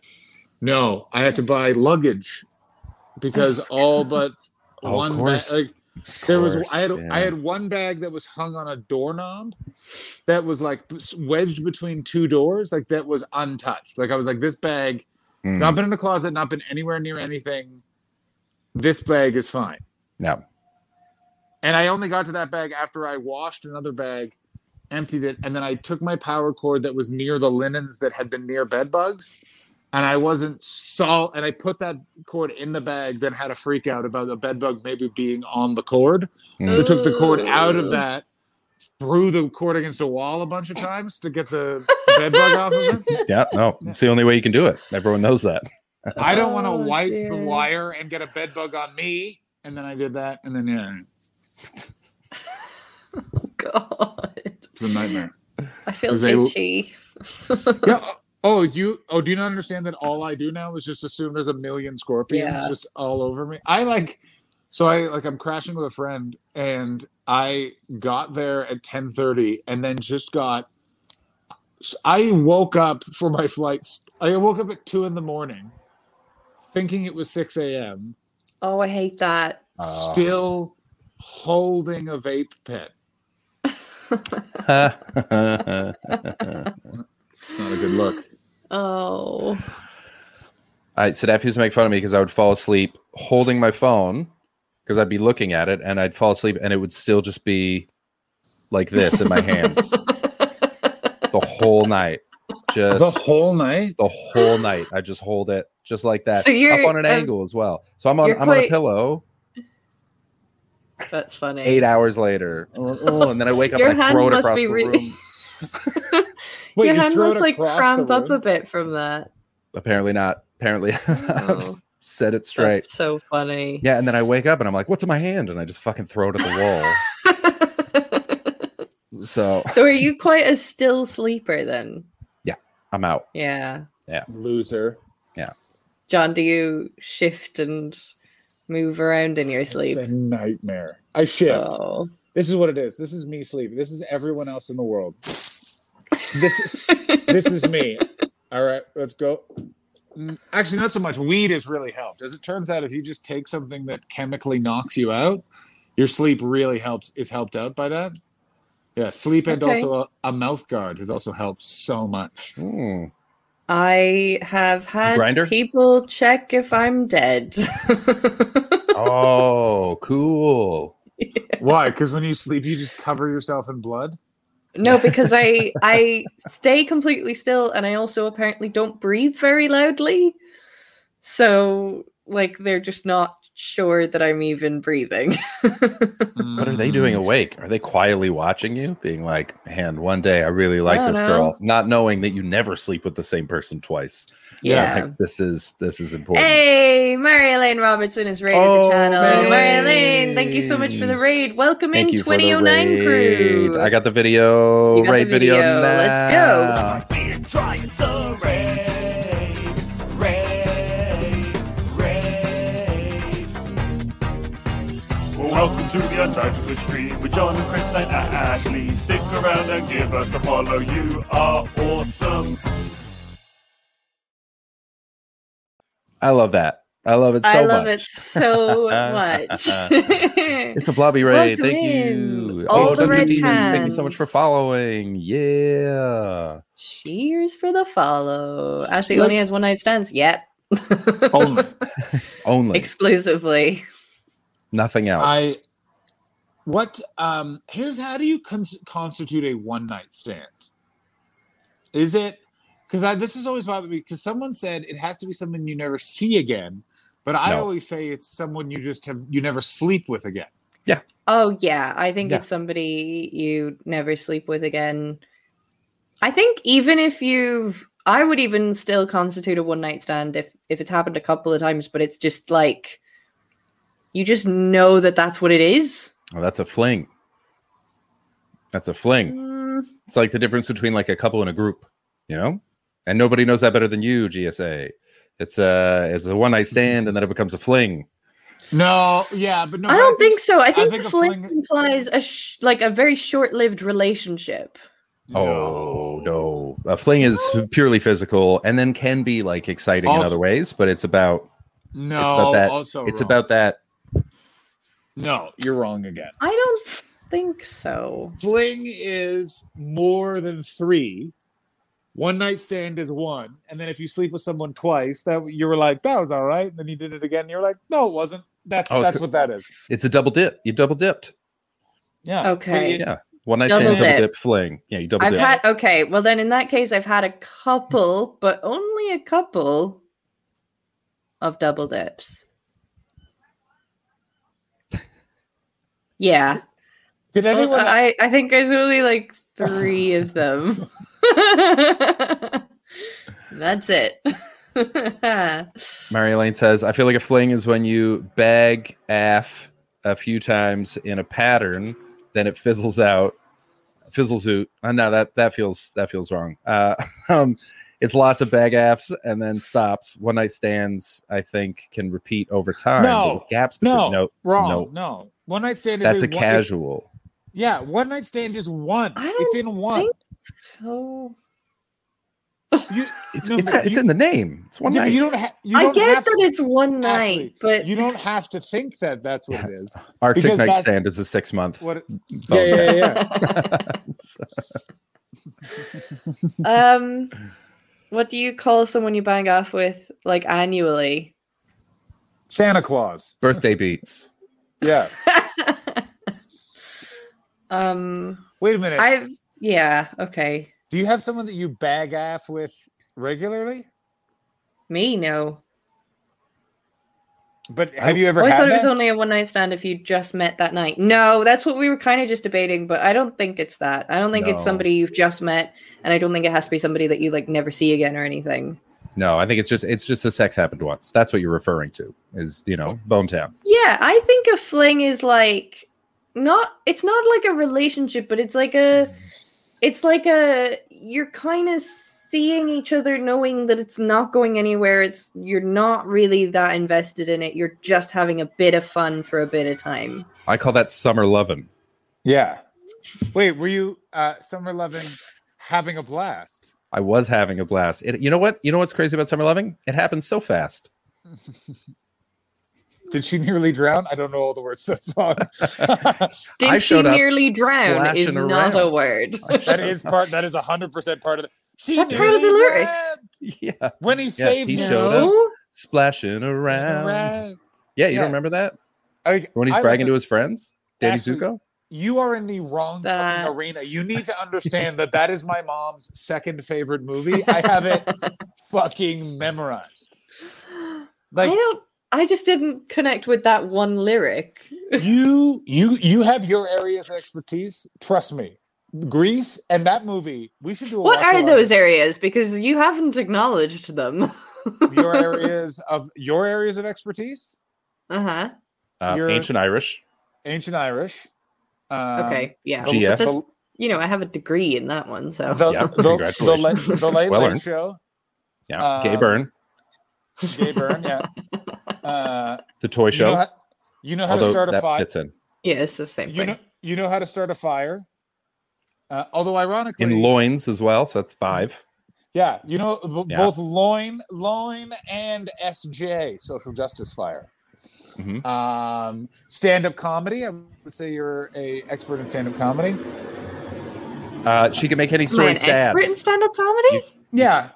[SPEAKER 4] No, I had to buy luggage because all but
[SPEAKER 3] Oh, of
[SPEAKER 4] one ba-
[SPEAKER 3] course.
[SPEAKER 4] like there was
[SPEAKER 3] course,
[SPEAKER 4] I had I
[SPEAKER 3] yeah.
[SPEAKER 4] had one bag that was hung on a doorknob that was like wedged between two doors like that was untouched. Like I was like this bag
[SPEAKER 3] Mm.
[SPEAKER 4] not been in a closet, not been anywhere near anything. This bag is fine.
[SPEAKER 3] Yeah.
[SPEAKER 4] And I only got to that bag after I washed another bag, emptied it, and then I took my power cord that was near the linens that had been near bed bugs, and I wasn't salt, and I put that cord in the bag, then had a freak out about the bed bug maybe being on the cord. So I took the cord out
[SPEAKER 2] Oh,
[SPEAKER 4] of that, threw the cord against a wall a bunch of times to get the bed bug off of it.
[SPEAKER 3] Yeah, no, it's the only way you can do it. Everyone knows that.
[SPEAKER 4] I don't want to
[SPEAKER 2] Oh,
[SPEAKER 4] wipe
[SPEAKER 2] dear.
[SPEAKER 4] the wire and get a bed bug on me. And then I did that, and then yeah,
[SPEAKER 2] God.
[SPEAKER 4] it's a nightmare.
[SPEAKER 2] I feel
[SPEAKER 4] Was I-
[SPEAKER 2] itchy.
[SPEAKER 4] yeah. Oh, you. Oh, do you not understand that all I do now is just assume there's a million scorpions
[SPEAKER 2] Yeah.
[SPEAKER 4] just all over me? I like. So I like I'm crashing with a friend, and I got there at 10:30, and then just got. I woke up for my flight. I woke up at two in the morning, thinking it was 6 a.m.
[SPEAKER 2] Oh, I hate that.
[SPEAKER 4] Ah.
[SPEAKER 3] Oh.
[SPEAKER 4] Still holding a vape pen.
[SPEAKER 3] All
[SPEAKER 4] It's not a good look.
[SPEAKER 2] Oh.
[SPEAKER 3] right, Sadaf used to make fun of me because I would fall asleep holding my phone because I'd be looking at it and I'd fall asleep and it would still just be like this in my hands the whole night. Just
[SPEAKER 4] The whole night.
[SPEAKER 3] the whole night. I just hold it just like that.
[SPEAKER 2] So you're-
[SPEAKER 3] up on an
[SPEAKER 2] um,
[SPEAKER 3] angle as well. So I'm on
[SPEAKER 2] you're
[SPEAKER 3] I'm on a
[SPEAKER 2] quite-
[SPEAKER 3] pillow
[SPEAKER 2] That's funny.
[SPEAKER 3] eight hours later. Oh, oh, and then I wake up
[SPEAKER 2] Your
[SPEAKER 3] and I
[SPEAKER 2] hand
[SPEAKER 3] throw it
[SPEAKER 2] must
[SPEAKER 3] across
[SPEAKER 2] be
[SPEAKER 3] the
[SPEAKER 2] really-
[SPEAKER 3] room.
[SPEAKER 4] Wait,
[SPEAKER 2] Your
[SPEAKER 4] you
[SPEAKER 2] hand
[SPEAKER 4] throw it
[SPEAKER 2] must like
[SPEAKER 4] across the
[SPEAKER 2] cramp up a
[SPEAKER 4] room?
[SPEAKER 2] bit from that.
[SPEAKER 3] Apparently not. Apparently, I've
[SPEAKER 2] Oh.
[SPEAKER 3] said it straight.
[SPEAKER 2] That's so funny.
[SPEAKER 3] Yeah, and then I wake up and I'm like, "What's in my hand?" And I just fucking throw it at the wall. so
[SPEAKER 2] so are you quite a still sleeper then?
[SPEAKER 3] I'm out.
[SPEAKER 2] Yeah.
[SPEAKER 4] Loser.
[SPEAKER 2] John, do you shift and move around in your sleep?
[SPEAKER 4] It's a nightmare. I shift.
[SPEAKER 2] Oh.
[SPEAKER 4] This is what it is. This is me sleeping. This is everyone else in the world. This this is me. All right, let's go. Mm, Actually, not so much. Weed has really helped. As it turns out, if you just take something that chemically knocks you out, your sleep really helps. Is helped out by that. Yeah, sleep and
[SPEAKER 2] Okay.
[SPEAKER 4] also a, a mouth guard has also helped so much.
[SPEAKER 3] Hmm.
[SPEAKER 2] I have had
[SPEAKER 3] Grinder?
[SPEAKER 2] people check if I'm dead.
[SPEAKER 3] Oh, cool.
[SPEAKER 4] Why? Because when you sleep, you just cover yourself in blood.
[SPEAKER 2] no, because I I stay completely still and I also apparently don't breathe very loudly. So like they're just not sure that I'm even breathing.
[SPEAKER 3] What
[SPEAKER 4] Mm.
[SPEAKER 3] are they doing
[SPEAKER 2] Hmm.
[SPEAKER 3] awake? Are they quietly watching you, being like, "Man, one day I really like
[SPEAKER 2] I don't
[SPEAKER 3] this girl," not knowing that you never sleep with the same person twice?
[SPEAKER 4] Yeah.
[SPEAKER 3] Like, this is this is important.
[SPEAKER 2] Hey, Mary Elaine Robertson has raided
[SPEAKER 3] Oh,
[SPEAKER 2] the channel.
[SPEAKER 3] Mary.
[SPEAKER 2] Mary Elaine, thank you so much for the raid. Welcome
[SPEAKER 3] Thank
[SPEAKER 2] in
[SPEAKER 3] you for the
[SPEAKER 2] 2009
[SPEAKER 3] raid.
[SPEAKER 2] crew.
[SPEAKER 3] I got the video.
[SPEAKER 2] You got the
[SPEAKER 3] raid video.
[SPEAKER 2] video. Let's go.
[SPEAKER 3] now.
[SPEAKER 1] Being dry, it's a raid, raid, raid. Welcome to the Untitled Twitch stream with John and Chris and Ashley. Stick around and give us a follow. You are awesome.
[SPEAKER 3] I love that. I love it so
[SPEAKER 2] I love
[SPEAKER 3] much.
[SPEAKER 2] it so much.
[SPEAKER 3] It's a blobby raid.
[SPEAKER 2] Welcome
[SPEAKER 3] Thank
[SPEAKER 2] in.
[SPEAKER 3] you.
[SPEAKER 2] All
[SPEAKER 3] Oh,
[SPEAKER 2] the
[SPEAKER 3] Dr.
[SPEAKER 2] red
[SPEAKER 3] Demon, Thank you so much for
[SPEAKER 2] hands.
[SPEAKER 3] following. Yeah.
[SPEAKER 2] Cheers for the follow. Ashley
[SPEAKER 4] Look-
[SPEAKER 2] only has one night stands. Yep.
[SPEAKER 4] Only
[SPEAKER 3] Only
[SPEAKER 2] Exclusively.
[SPEAKER 3] nothing else.
[SPEAKER 4] I what um here's how do you cons constitute a one night stand? Is it because I this has always bothered me because someone said it has to be someone you never see again, but I
[SPEAKER 3] No.
[SPEAKER 4] always say it's someone you just have you never sleep with again.
[SPEAKER 2] Oh yeah, I think
[SPEAKER 3] Yeah.
[SPEAKER 2] it's somebody you never sleep with again. I think even if you've I would even still constitute a one night stand if if it's happened a couple of times, but it's just like you just know that that's what it is.
[SPEAKER 3] oh, that's a fling. That's a fling.
[SPEAKER 2] Mm,
[SPEAKER 3] It's like the difference between like a couple and a group, you know? And nobody knows that better than you, GSA. It's a it's a one night stand and then it becomes a fling.
[SPEAKER 4] No, yeah, but no,
[SPEAKER 2] I
[SPEAKER 4] but
[SPEAKER 2] don't think, so. I think,
[SPEAKER 4] think a
[SPEAKER 2] fling
[SPEAKER 4] fling-
[SPEAKER 2] implies a sh- like a very short lived relationship.
[SPEAKER 3] Oh no. A fling is purely physical and then can be like exciting in
[SPEAKER 4] Also-
[SPEAKER 3] other ways, but it's about
[SPEAKER 4] no,
[SPEAKER 3] it's about that
[SPEAKER 4] also
[SPEAKER 3] it's
[SPEAKER 4] wrong.
[SPEAKER 3] about that
[SPEAKER 4] no, you're wrong again.
[SPEAKER 2] I don't think so.
[SPEAKER 4] Fling is more than three. One night stand is one, and then if you sleep with someone twice, that you were like, that was all right. And then you did it again. You're like, no, it wasn't. That's
[SPEAKER 3] Oh, it's
[SPEAKER 4] that's
[SPEAKER 3] co-
[SPEAKER 4] what that is.
[SPEAKER 3] it's a double dip. You double dipped.
[SPEAKER 4] Yeah.
[SPEAKER 2] Okay.
[SPEAKER 4] But it-
[SPEAKER 3] Yeah. One night
[SPEAKER 2] Double
[SPEAKER 3] stand, double
[SPEAKER 2] dip.
[SPEAKER 3] dip. fling. Yeah, you double
[SPEAKER 2] I've
[SPEAKER 3] dip.
[SPEAKER 2] had okay. Well, then in that case, I've had a couple, but only a couple of double dips. Yeah,
[SPEAKER 4] Did
[SPEAKER 2] Well,
[SPEAKER 4] anyone?
[SPEAKER 2] I I think there's only like three of them. That's it.
[SPEAKER 3] Mary Lane says, I feel like a fling is when you bag aff a few times in a pattern, then it fizzles out. Fizzles out. Uh, no, that that feels that feels wrong. Uh, um, it's lots of bag affs and then stops. One night stands, I think, can repeat over time.
[SPEAKER 4] No.
[SPEAKER 3] but with gaps between
[SPEAKER 4] no,
[SPEAKER 3] no,
[SPEAKER 4] wrong. No.
[SPEAKER 3] no.
[SPEAKER 4] one night stand is
[SPEAKER 3] That's a
[SPEAKER 4] one, is-
[SPEAKER 3] casual.
[SPEAKER 4] Yeah, one night stand is one.
[SPEAKER 2] I
[SPEAKER 4] It's
[SPEAKER 2] don't
[SPEAKER 4] in one.
[SPEAKER 2] think- So
[SPEAKER 4] You,
[SPEAKER 3] It's
[SPEAKER 4] no,
[SPEAKER 3] it's,
[SPEAKER 4] but
[SPEAKER 3] got, it's
[SPEAKER 4] you-
[SPEAKER 3] in the name. It's one
[SPEAKER 4] yeah, but
[SPEAKER 3] night.
[SPEAKER 4] You don't, ha- you
[SPEAKER 2] I
[SPEAKER 4] don't
[SPEAKER 2] get
[SPEAKER 4] have.
[SPEAKER 2] that it's one night,
[SPEAKER 4] Ashley,
[SPEAKER 2] but
[SPEAKER 4] you don't have to think that that's what it is.
[SPEAKER 3] Arctic
[SPEAKER 4] because
[SPEAKER 3] night
[SPEAKER 4] that's-
[SPEAKER 3] stand is a six month.
[SPEAKER 4] What? it-
[SPEAKER 3] bone
[SPEAKER 4] Yeah, yeah, yeah.
[SPEAKER 2] um what do you call someone you bang off with like annually
[SPEAKER 4] Santa Claus.
[SPEAKER 3] Birthday beats.
[SPEAKER 4] Yeah.
[SPEAKER 2] um
[SPEAKER 4] Wait a minute.
[SPEAKER 2] i've yeah okay
[SPEAKER 4] Do you have someone that you bag off with regularly?
[SPEAKER 2] me no
[SPEAKER 4] But have you ever
[SPEAKER 2] I always
[SPEAKER 4] had
[SPEAKER 2] thought it was
[SPEAKER 4] that?
[SPEAKER 2] only a one night stand if you just met that night. No, that's what we were kind of just debating, but I don't think it's that. I don't think
[SPEAKER 3] No.
[SPEAKER 2] it's somebody you've just met, and I don't think it has to be somebody that you like never see again or anything.
[SPEAKER 3] No, I think it's just it's just the sex happened once. That's what you're referring to. Is you
[SPEAKER 4] Oh.
[SPEAKER 3] know Bone Town?
[SPEAKER 2] Yeah, I think a fling is like not it's not like a relationship, but it's like a it's like a you're kind of seeing each other knowing that it's not going anywhere. It's you're not really that invested in it. You're just having a bit of fun for a bit of time.
[SPEAKER 3] I call that summer lovin'.
[SPEAKER 4] yeah. Wait, were you uh, summer loving having a blast?
[SPEAKER 3] I was having a blast. It, you know what? You know what's crazy about summer loving? It happened so fast.
[SPEAKER 4] Did she nearly drown? I don't know all the words to that song.
[SPEAKER 2] Did
[SPEAKER 3] I
[SPEAKER 2] she
[SPEAKER 3] showed up
[SPEAKER 2] nearly drown is
[SPEAKER 3] splashing
[SPEAKER 2] not a
[SPEAKER 3] around.
[SPEAKER 2] word.
[SPEAKER 4] that is part. That is hundred percent part of the. She
[SPEAKER 2] that part of
[SPEAKER 4] nearly
[SPEAKER 2] the lyrics?
[SPEAKER 4] drowned
[SPEAKER 3] Yeah,
[SPEAKER 4] when he saves
[SPEAKER 3] he
[SPEAKER 4] his
[SPEAKER 3] showed
[SPEAKER 4] niece.
[SPEAKER 3] us splashing around.
[SPEAKER 4] Right.
[SPEAKER 3] Yeah, you
[SPEAKER 4] Yeah.
[SPEAKER 3] don't remember that
[SPEAKER 4] Like,
[SPEAKER 3] when he's
[SPEAKER 4] I
[SPEAKER 3] bragging
[SPEAKER 4] listen-
[SPEAKER 3] to his friends, Danny
[SPEAKER 4] Actually-
[SPEAKER 3] Zuko.
[SPEAKER 4] you are in the wrong
[SPEAKER 2] That's-
[SPEAKER 4] fucking arena. You need to understand that that is my mom's second favorite movie. I have it fucking memorized.
[SPEAKER 2] I
[SPEAKER 4] Like
[SPEAKER 2] don't I just didn't connect with that one lyric.
[SPEAKER 4] you, you, you have your areas of expertise. Trust me, Greece and that movie. We should do. A
[SPEAKER 2] What
[SPEAKER 4] watch
[SPEAKER 2] are
[SPEAKER 4] along.
[SPEAKER 2] those areas? Because you haven't acknowledged them.
[SPEAKER 4] Your areas of your areas of expertise:
[SPEAKER 2] Uh-huh.
[SPEAKER 3] Uh,
[SPEAKER 4] You're-
[SPEAKER 3] ancient Irish.
[SPEAKER 4] ancient Irish. Um,
[SPEAKER 2] Okay. yeah. oh.
[SPEAKER 4] the-
[SPEAKER 3] GS.
[SPEAKER 4] the-
[SPEAKER 2] You know, I have a degree in that one, so
[SPEAKER 4] the,
[SPEAKER 3] Yeah,
[SPEAKER 4] the, the, late,
[SPEAKER 3] congratulations.
[SPEAKER 4] the late
[SPEAKER 3] Well
[SPEAKER 4] late
[SPEAKER 3] earned.
[SPEAKER 4] show,
[SPEAKER 3] Yeah, Gay
[SPEAKER 4] Um,
[SPEAKER 3] Byrne,
[SPEAKER 4] Gay Byrne, yeah. Uh,
[SPEAKER 3] the toy
[SPEAKER 4] you
[SPEAKER 3] show.
[SPEAKER 4] know how, you know how to
[SPEAKER 3] Although
[SPEAKER 4] start a
[SPEAKER 3] that
[SPEAKER 4] fight.
[SPEAKER 3] fits in
[SPEAKER 2] yeah, it's the same
[SPEAKER 4] You
[SPEAKER 2] thing.
[SPEAKER 4] know, you know how to start a fire. Uh, although ironically,
[SPEAKER 3] in loins as well, so that's five.
[SPEAKER 4] yeah, you know b-
[SPEAKER 3] Yeah.
[SPEAKER 4] both loin, loin, and SJ, social justice fire.
[SPEAKER 3] Mhm.
[SPEAKER 4] Um, stand-up comedy. I would say you're a expert in stand-up comedy.
[SPEAKER 3] Uh, she can make any
[SPEAKER 2] Am I
[SPEAKER 3] story
[SPEAKER 2] an
[SPEAKER 3] sad.
[SPEAKER 2] expert in stand up comedy?
[SPEAKER 3] You-
[SPEAKER 4] Yeah.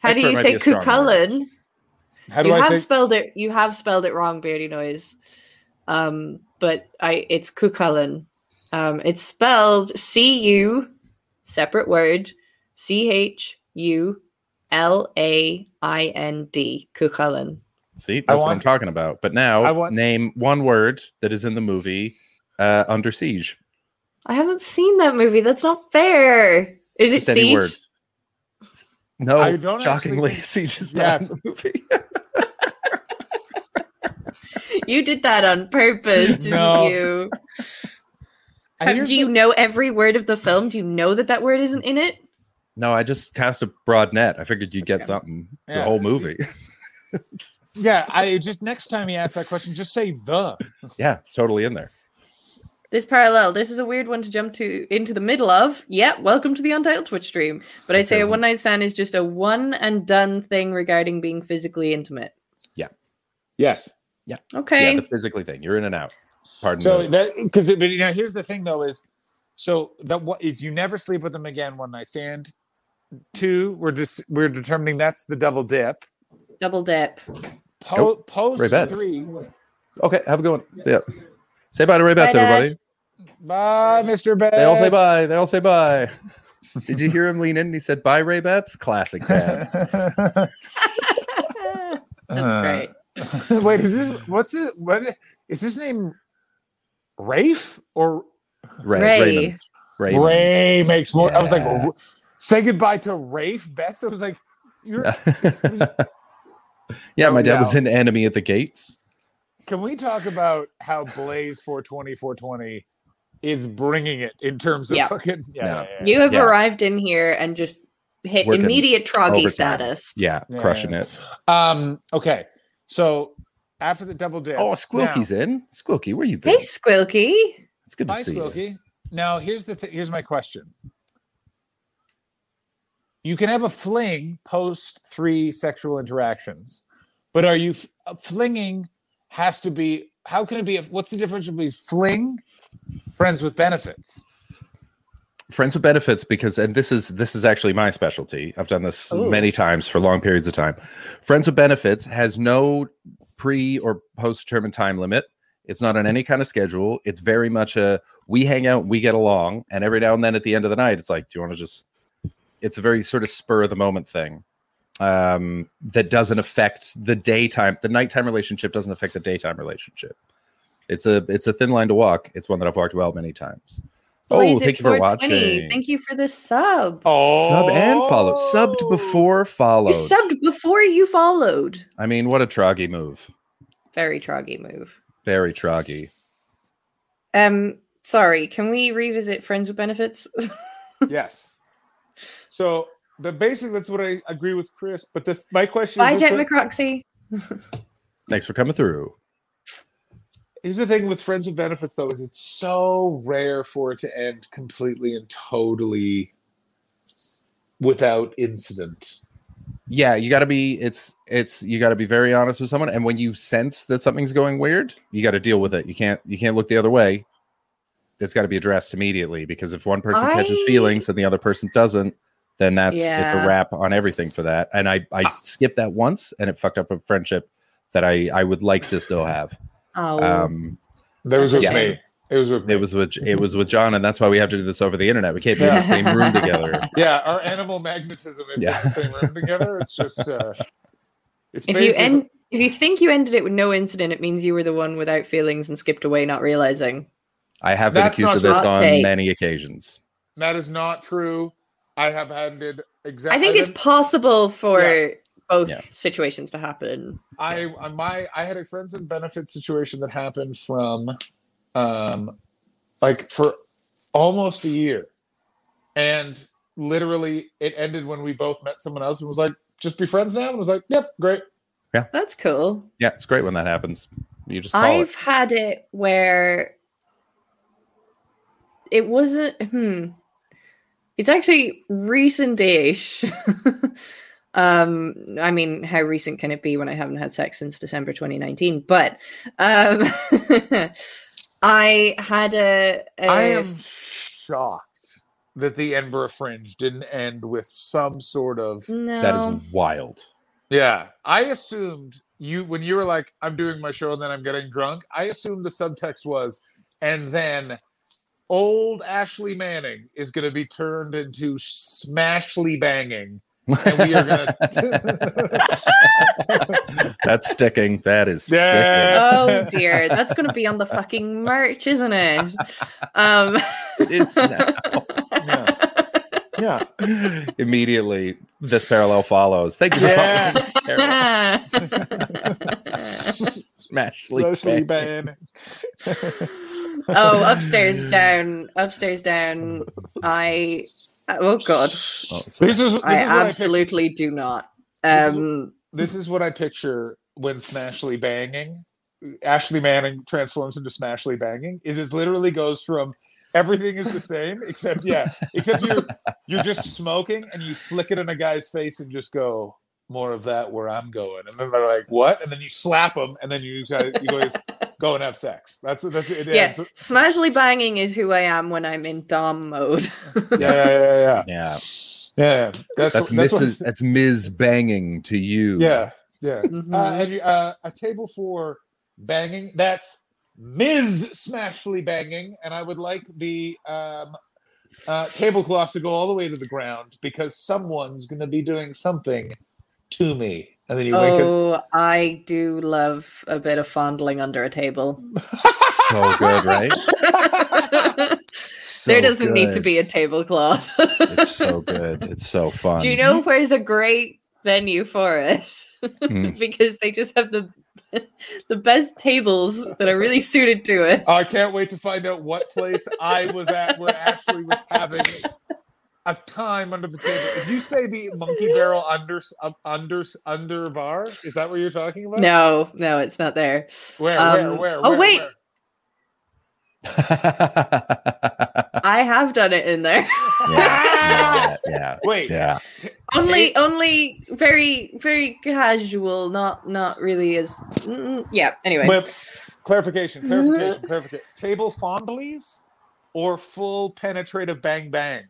[SPEAKER 2] How do
[SPEAKER 3] expert
[SPEAKER 2] you
[SPEAKER 3] might
[SPEAKER 2] say
[SPEAKER 3] be a strong word.
[SPEAKER 2] Cucullin?
[SPEAKER 4] How do
[SPEAKER 2] You
[SPEAKER 4] I
[SPEAKER 2] have
[SPEAKER 4] say?
[SPEAKER 2] spelled it you have spelled it wrong, Beardy Noise. Um, but I it's Cucullin. Um it's spelled C U separate word C H U L A I N D Cucullin.
[SPEAKER 3] See, that's what I'm
[SPEAKER 4] want-
[SPEAKER 3] talking about. But now,
[SPEAKER 4] I want-
[SPEAKER 3] name one word that is in the movie uh, Under Siege.
[SPEAKER 2] I haven't seen that movie. That's not fair. Is it
[SPEAKER 3] Just any word.
[SPEAKER 2] Siege?
[SPEAKER 3] No,
[SPEAKER 4] I don't actually
[SPEAKER 3] shockingly,
[SPEAKER 4] think-
[SPEAKER 3] Siege is
[SPEAKER 4] Yeah.
[SPEAKER 3] not in the movie.
[SPEAKER 2] You did that on purpose, didn't
[SPEAKER 4] No.
[SPEAKER 2] you?
[SPEAKER 4] I hear
[SPEAKER 2] do you know every word of the film? Do you know that that word isn't in it?
[SPEAKER 3] no, I just cast a broad net. I figured you'd get something. It's a
[SPEAKER 4] Yeah.
[SPEAKER 3] whole movie.
[SPEAKER 4] Yeah, I just next time he asks that question, just say the.
[SPEAKER 3] yeah, it's totally in there.
[SPEAKER 2] This parallel. This is a weird one to jump to into the middle of. Yeah, welcome to the Untitled Twitch stream. But I say
[SPEAKER 3] Okay.
[SPEAKER 2] a one night stand is just a one and done thing regarding being physically intimate.
[SPEAKER 4] Yes.
[SPEAKER 2] Okay.
[SPEAKER 3] Yeah, the physically thing. You're in and out. Pardon
[SPEAKER 4] So
[SPEAKER 3] me.
[SPEAKER 4] that because but you know here's the thing though is so that what is you never sleep with them again one night stand. Two, we're just we're determining that's the double dip.
[SPEAKER 2] Double dip.
[SPEAKER 4] Po-
[SPEAKER 3] Nope. Ray
[SPEAKER 4] Post
[SPEAKER 3] Betts.
[SPEAKER 4] three,
[SPEAKER 3] okay, have a good one. Yeah. Say bye to Ray Betts,
[SPEAKER 2] Bye, Dad.
[SPEAKER 3] everybody.
[SPEAKER 4] bye, Mister Betts.
[SPEAKER 3] They all say bye. They all say bye. Did you hear him lean in and he said bye, Ray Betts? Classic dad.
[SPEAKER 2] That's
[SPEAKER 4] Uh,
[SPEAKER 2] great.
[SPEAKER 4] Wait, is this what's this? What is his name? Rafe or
[SPEAKER 3] Ray.
[SPEAKER 2] Ray.
[SPEAKER 3] Raymond. Raymond.
[SPEAKER 4] Ray makes more. I was like,
[SPEAKER 3] Yeah.
[SPEAKER 4] "Wh- say goodbye to Rafe Betts. I was like, you're.
[SPEAKER 3] yeah, my dad
[SPEAKER 4] Oh, Yeah.
[SPEAKER 3] was an enemy at the gates.
[SPEAKER 4] Can we talk about how Blaze 420 420 is bringing it in terms of
[SPEAKER 2] Yeah.
[SPEAKER 4] fucking yeah,
[SPEAKER 3] No.
[SPEAKER 4] yeah, yeah.
[SPEAKER 2] You have
[SPEAKER 3] Yeah.
[SPEAKER 2] arrived in here and just hit
[SPEAKER 3] Working
[SPEAKER 2] immediate troggy
[SPEAKER 3] overtime.
[SPEAKER 2] status.
[SPEAKER 3] Yeah,
[SPEAKER 4] Yeah.
[SPEAKER 3] crushing it.
[SPEAKER 4] Um. Okay. So after the double dip.
[SPEAKER 3] Oh, Squilky's in. Squilky, where you been?
[SPEAKER 2] Hey, Squilky.
[SPEAKER 3] It's good
[SPEAKER 4] now,
[SPEAKER 3] to
[SPEAKER 4] Hi,
[SPEAKER 3] see you.
[SPEAKER 4] Squilky. Now here's the th- here's my question. You can have a fling post three sexual interactions, but are you f- uh, flinging? Has to be. How can it be? What's the difference between fling, friends with benefits?
[SPEAKER 3] Friends with benefits because and this is this is actually my specialty. I've done this
[SPEAKER 2] Ooh.
[SPEAKER 3] many times for long periods of time. Friends with benefits has no pre or post determined time limit. It's not on any kind of schedule. It's very much a we hang out, we get along, and every now and then at the end of the night, it's like, do you want to just? It's a very sort of spur of the moment thing. um, that doesn't affect the daytime. The nighttime relationship doesn't affect the daytime relationship. It's a it's a thin line to walk. It's one that I've walked well many times. oh,
[SPEAKER 2] Blaze
[SPEAKER 3] thank
[SPEAKER 2] at
[SPEAKER 3] you for
[SPEAKER 2] 420.
[SPEAKER 3] watching.
[SPEAKER 2] Thank you for the sub.
[SPEAKER 4] Oh,
[SPEAKER 3] Sub and follow. Subbed
[SPEAKER 2] Oh.
[SPEAKER 3] before
[SPEAKER 2] You
[SPEAKER 3] followed.
[SPEAKER 2] subbed before you followed.
[SPEAKER 3] I mean, what a troggy move.
[SPEAKER 2] Very troggy move.
[SPEAKER 3] Very troggy.
[SPEAKER 2] Um, sorry, can we revisit friends with benefits?
[SPEAKER 4] Oh. Yes. So, but basically, that's what I agree with Chris. But the, my question
[SPEAKER 2] Bye,
[SPEAKER 4] is,
[SPEAKER 2] Jet
[SPEAKER 4] real quick,
[SPEAKER 2] McCroxy.
[SPEAKER 3] Thanks for coming through.
[SPEAKER 4] here's the thing with friends with benefits, though, is it's so rare for it to end completely and totally without incident.
[SPEAKER 3] Yeah, you got to be. It's it's you got to be very honest with someone. And when you sense that something's going weird, you got to deal with it. You can't you can't look the other way. It's got to be addressed immediately because if one person catches
[SPEAKER 2] I-
[SPEAKER 3] feelings and the other person doesn't, then that's it's a
[SPEAKER 2] Yeah.
[SPEAKER 3] wrap on everything for that. And I I skipped that once and it fucked up a friendship that I I would like to still have.
[SPEAKER 2] Oh,
[SPEAKER 3] Um,
[SPEAKER 4] That was with
[SPEAKER 2] Such
[SPEAKER 3] a
[SPEAKER 4] me. It was with me.
[SPEAKER 3] it was with it was with John, and that's why we have to do this over the internet. We can't be in the same room together.
[SPEAKER 4] yeah, our animal magnetism. If
[SPEAKER 3] Yeah.
[SPEAKER 4] we're in the same room together, it's just. Uh, it's
[SPEAKER 2] if you
[SPEAKER 4] basically-
[SPEAKER 2] end, if you think you ended it with no incident, it means you were the one without feelings and skipped away, not realizing.
[SPEAKER 3] I have been
[SPEAKER 4] That's
[SPEAKER 3] accused
[SPEAKER 4] not
[SPEAKER 3] of this
[SPEAKER 2] true.
[SPEAKER 3] on
[SPEAKER 2] Okay.
[SPEAKER 3] many occasions.
[SPEAKER 4] That is not true. I have ended
[SPEAKER 2] I
[SPEAKER 4] exactly.
[SPEAKER 2] think it's possible for both
[SPEAKER 3] Yeah.
[SPEAKER 2] situations to happen.
[SPEAKER 4] I on my I had a friends and benefits situation that happened from um like for almost a year. And literally it ended when we both met someone else and was like, just be friends now. And was like, Yep, great.
[SPEAKER 2] That's cool.
[SPEAKER 3] Yeah, it's great when that happens. You just call
[SPEAKER 2] I've
[SPEAKER 3] it.
[SPEAKER 2] had it where it wasn't. Hmm. It's actually recent-ish. um, I mean, how recent can it be when I haven't had sex since December 2019? But um, I had a. a
[SPEAKER 4] I am shocked that the Edinburgh Fringe didn't end with some sort of
[SPEAKER 2] No.
[SPEAKER 3] That is wild.
[SPEAKER 4] Yeah. I assumed you when you were like, I'm doing my show and then I'm getting drunk, I assumed the subtext was, and then old Ashley Manning is gonna be turned into smashly banging. And we are gonna
[SPEAKER 3] That's sticking. That is
[SPEAKER 4] Yeah.
[SPEAKER 2] oh dear, that's going to be on the fucking merch, isn't it? Um,
[SPEAKER 3] sticking. It is now.
[SPEAKER 4] Yeah. Yeah.
[SPEAKER 3] Immediately, this parallel follows. Thank you for
[SPEAKER 4] Yeah.
[SPEAKER 3] following this parallel. Smash. sleep
[SPEAKER 4] Smashly
[SPEAKER 3] bang.
[SPEAKER 4] banging.
[SPEAKER 2] oh, upstairs, down, upstairs, down. I oh god,
[SPEAKER 3] Oh, sorry.
[SPEAKER 4] This is this is what
[SPEAKER 2] I
[SPEAKER 4] I picture-
[SPEAKER 2] absolutely do not.
[SPEAKER 4] This is-
[SPEAKER 2] Um,
[SPEAKER 4] this is what I picture when Smashly banging, Ashley Manning transforms into Smashly banging. Is it literally goes from everything is the same except yeah, except you're you're just smoking and you flick it in a guy's face and just go more of that where I'm going, and then they're like what, and then you slap them, and then you try, you guys go and have sex. That's that's it.
[SPEAKER 2] yeah,
[SPEAKER 4] ends.
[SPEAKER 2] smashly banging is who I am when I'm in dom mode.
[SPEAKER 4] Yeah, yeah, yeah, yeah,
[SPEAKER 3] Yeah,
[SPEAKER 4] yeah. That's
[SPEAKER 3] that's
[SPEAKER 4] that's what-
[SPEAKER 3] Mrs. That's Ms. Banging to you.
[SPEAKER 4] yeah, yeah.
[SPEAKER 2] Mhm.
[SPEAKER 4] Uh, and you- uh, a table for banging. That's Ms. Smashly banging, and I would like the um, uh, tablecloth to go all the way to the ground because someone's going to be doing something to me. And then you wake up.
[SPEAKER 2] oh, I do love a bit of fondling under a table.
[SPEAKER 3] so good, right?
[SPEAKER 2] there
[SPEAKER 3] So
[SPEAKER 2] doesn't need to
[SPEAKER 3] good.
[SPEAKER 2] be a tablecloth.
[SPEAKER 3] It's so good. It's so fun.
[SPEAKER 2] Do you know where's a great venue for it?
[SPEAKER 3] Mm.
[SPEAKER 2] because they just have the the best tables that are really suited to it.
[SPEAKER 4] I can't wait to find out what place I was at where Ashley was having a time under the table. If you say the monkey barrel under uh, under under bar, is that what you're talking about?
[SPEAKER 2] No, no, it's not there.
[SPEAKER 4] Where, where,
[SPEAKER 2] Um,
[SPEAKER 4] where,
[SPEAKER 2] oh,
[SPEAKER 4] where,
[SPEAKER 2] wait.
[SPEAKER 4] where?
[SPEAKER 2] I have done it in there.
[SPEAKER 3] yeah, yeah,
[SPEAKER 4] Wait,
[SPEAKER 3] yeah,
[SPEAKER 2] only only very very casual, not not really as mm, yeah, anyway.
[SPEAKER 4] But clarification,
[SPEAKER 2] Mm-hmm.
[SPEAKER 4] clarification, clarification. Table fondlies or full penetrative bang bang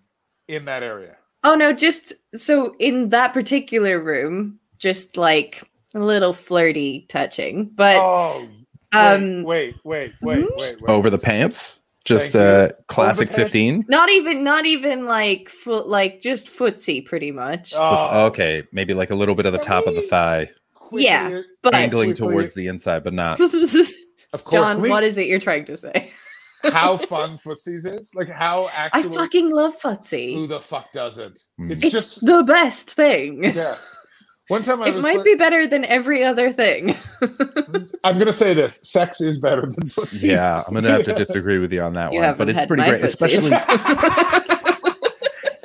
[SPEAKER 4] in that area?
[SPEAKER 2] oh no, just so in that particular room, just like a little flirty touching. But Mm-hmm.
[SPEAKER 4] Oh,
[SPEAKER 2] um
[SPEAKER 4] wait, wait, wait, wait, wait. wait.
[SPEAKER 3] Over the pants, Just
[SPEAKER 4] Thank you.
[SPEAKER 3] uh, classic
[SPEAKER 4] Overhead.
[SPEAKER 3] 15.
[SPEAKER 2] Not even, not even like foot, like just footsie, pretty much.
[SPEAKER 4] Oh,
[SPEAKER 3] okay, maybe like a little bit of the top of the thigh,
[SPEAKER 4] quick
[SPEAKER 2] yeah.
[SPEAKER 4] ear-
[SPEAKER 2] but
[SPEAKER 3] angling
[SPEAKER 4] Quick
[SPEAKER 3] towards
[SPEAKER 4] ear.
[SPEAKER 3] the inside, but not.
[SPEAKER 4] Of course,
[SPEAKER 2] John,
[SPEAKER 4] John, we,
[SPEAKER 2] what is it you're trying to say?
[SPEAKER 4] how fun footsies is? Like how
[SPEAKER 2] I
[SPEAKER 4] actually
[SPEAKER 2] fucking love footsie.
[SPEAKER 4] who the fuck doesn't?
[SPEAKER 3] Mm.
[SPEAKER 4] It's,
[SPEAKER 2] It's
[SPEAKER 4] just
[SPEAKER 2] the best thing.
[SPEAKER 4] yeah. One time I
[SPEAKER 2] It
[SPEAKER 4] was
[SPEAKER 2] might be better than every other thing.
[SPEAKER 4] I'm gonna say this: sex is better than footsies.
[SPEAKER 3] Yeah, I'm gonna have to disagree with you on that
[SPEAKER 2] You
[SPEAKER 3] one,
[SPEAKER 2] haven't
[SPEAKER 3] but it's
[SPEAKER 2] had
[SPEAKER 3] pretty
[SPEAKER 2] my
[SPEAKER 3] great, especially
[SPEAKER 2] footsies.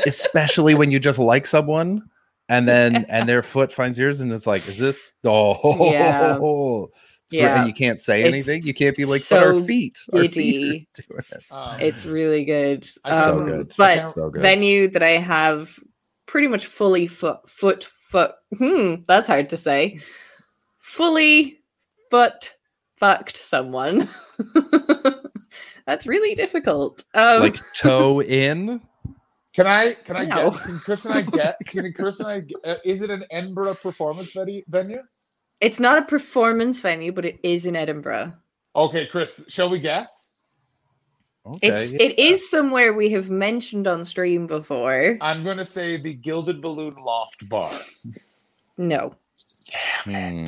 [SPEAKER 3] especially when you just like someone and then and their foot finds yours and it's like, is this oh
[SPEAKER 2] Yeah.
[SPEAKER 3] for-
[SPEAKER 2] Yeah.
[SPEAKER 3] and you can't say
[SPEAKER 2] It's
[SPEAKER 3] anything. You can't be like, but our
[SPEAKER 2] so
[SPEAKER 3] feet, our feet are doing it.
[SPEAKER 4] Um,
[SPEAKER 2] it's really good.
[SPEAKER 4] I-
[SPEAKER 3] So
[SPEAKER 2] Um,
[SPEAKER 3] good.
[SPEAKER 2] But
[SPEAKER 4] Okay.
[SPEAKER 3] So good.
[SPEAKER 2] venue that I have pretty much fully foot foot foot. Hmm, that's hard to say. Fully foot fucked someone. that's really difficult. Um,
[SPEAKER 3] like toe in.
[SPEAKER 4] Can I? Can I
[SPEAKER 2] No.
[SPEAKER 4] get? Can Chris and I get? Can Chris and I? Get, uh, is it an Edinburgh performance vedi- venue?
[SPEAKER 2] it's not a performance venue, but it is in Edinburgh.
[SPEAKER 4] Okay, Chris. Shall we guess?
[SPEAKER 3] Okay.
[SPEAKER 2] It's it is somewhere we have mentioned on stream before.
[SPEAKER 4] I'm going to say the Gilded Balloon Loft Bar.
[SPEAKER 2] No,
[SPEAKER 3] Hmm.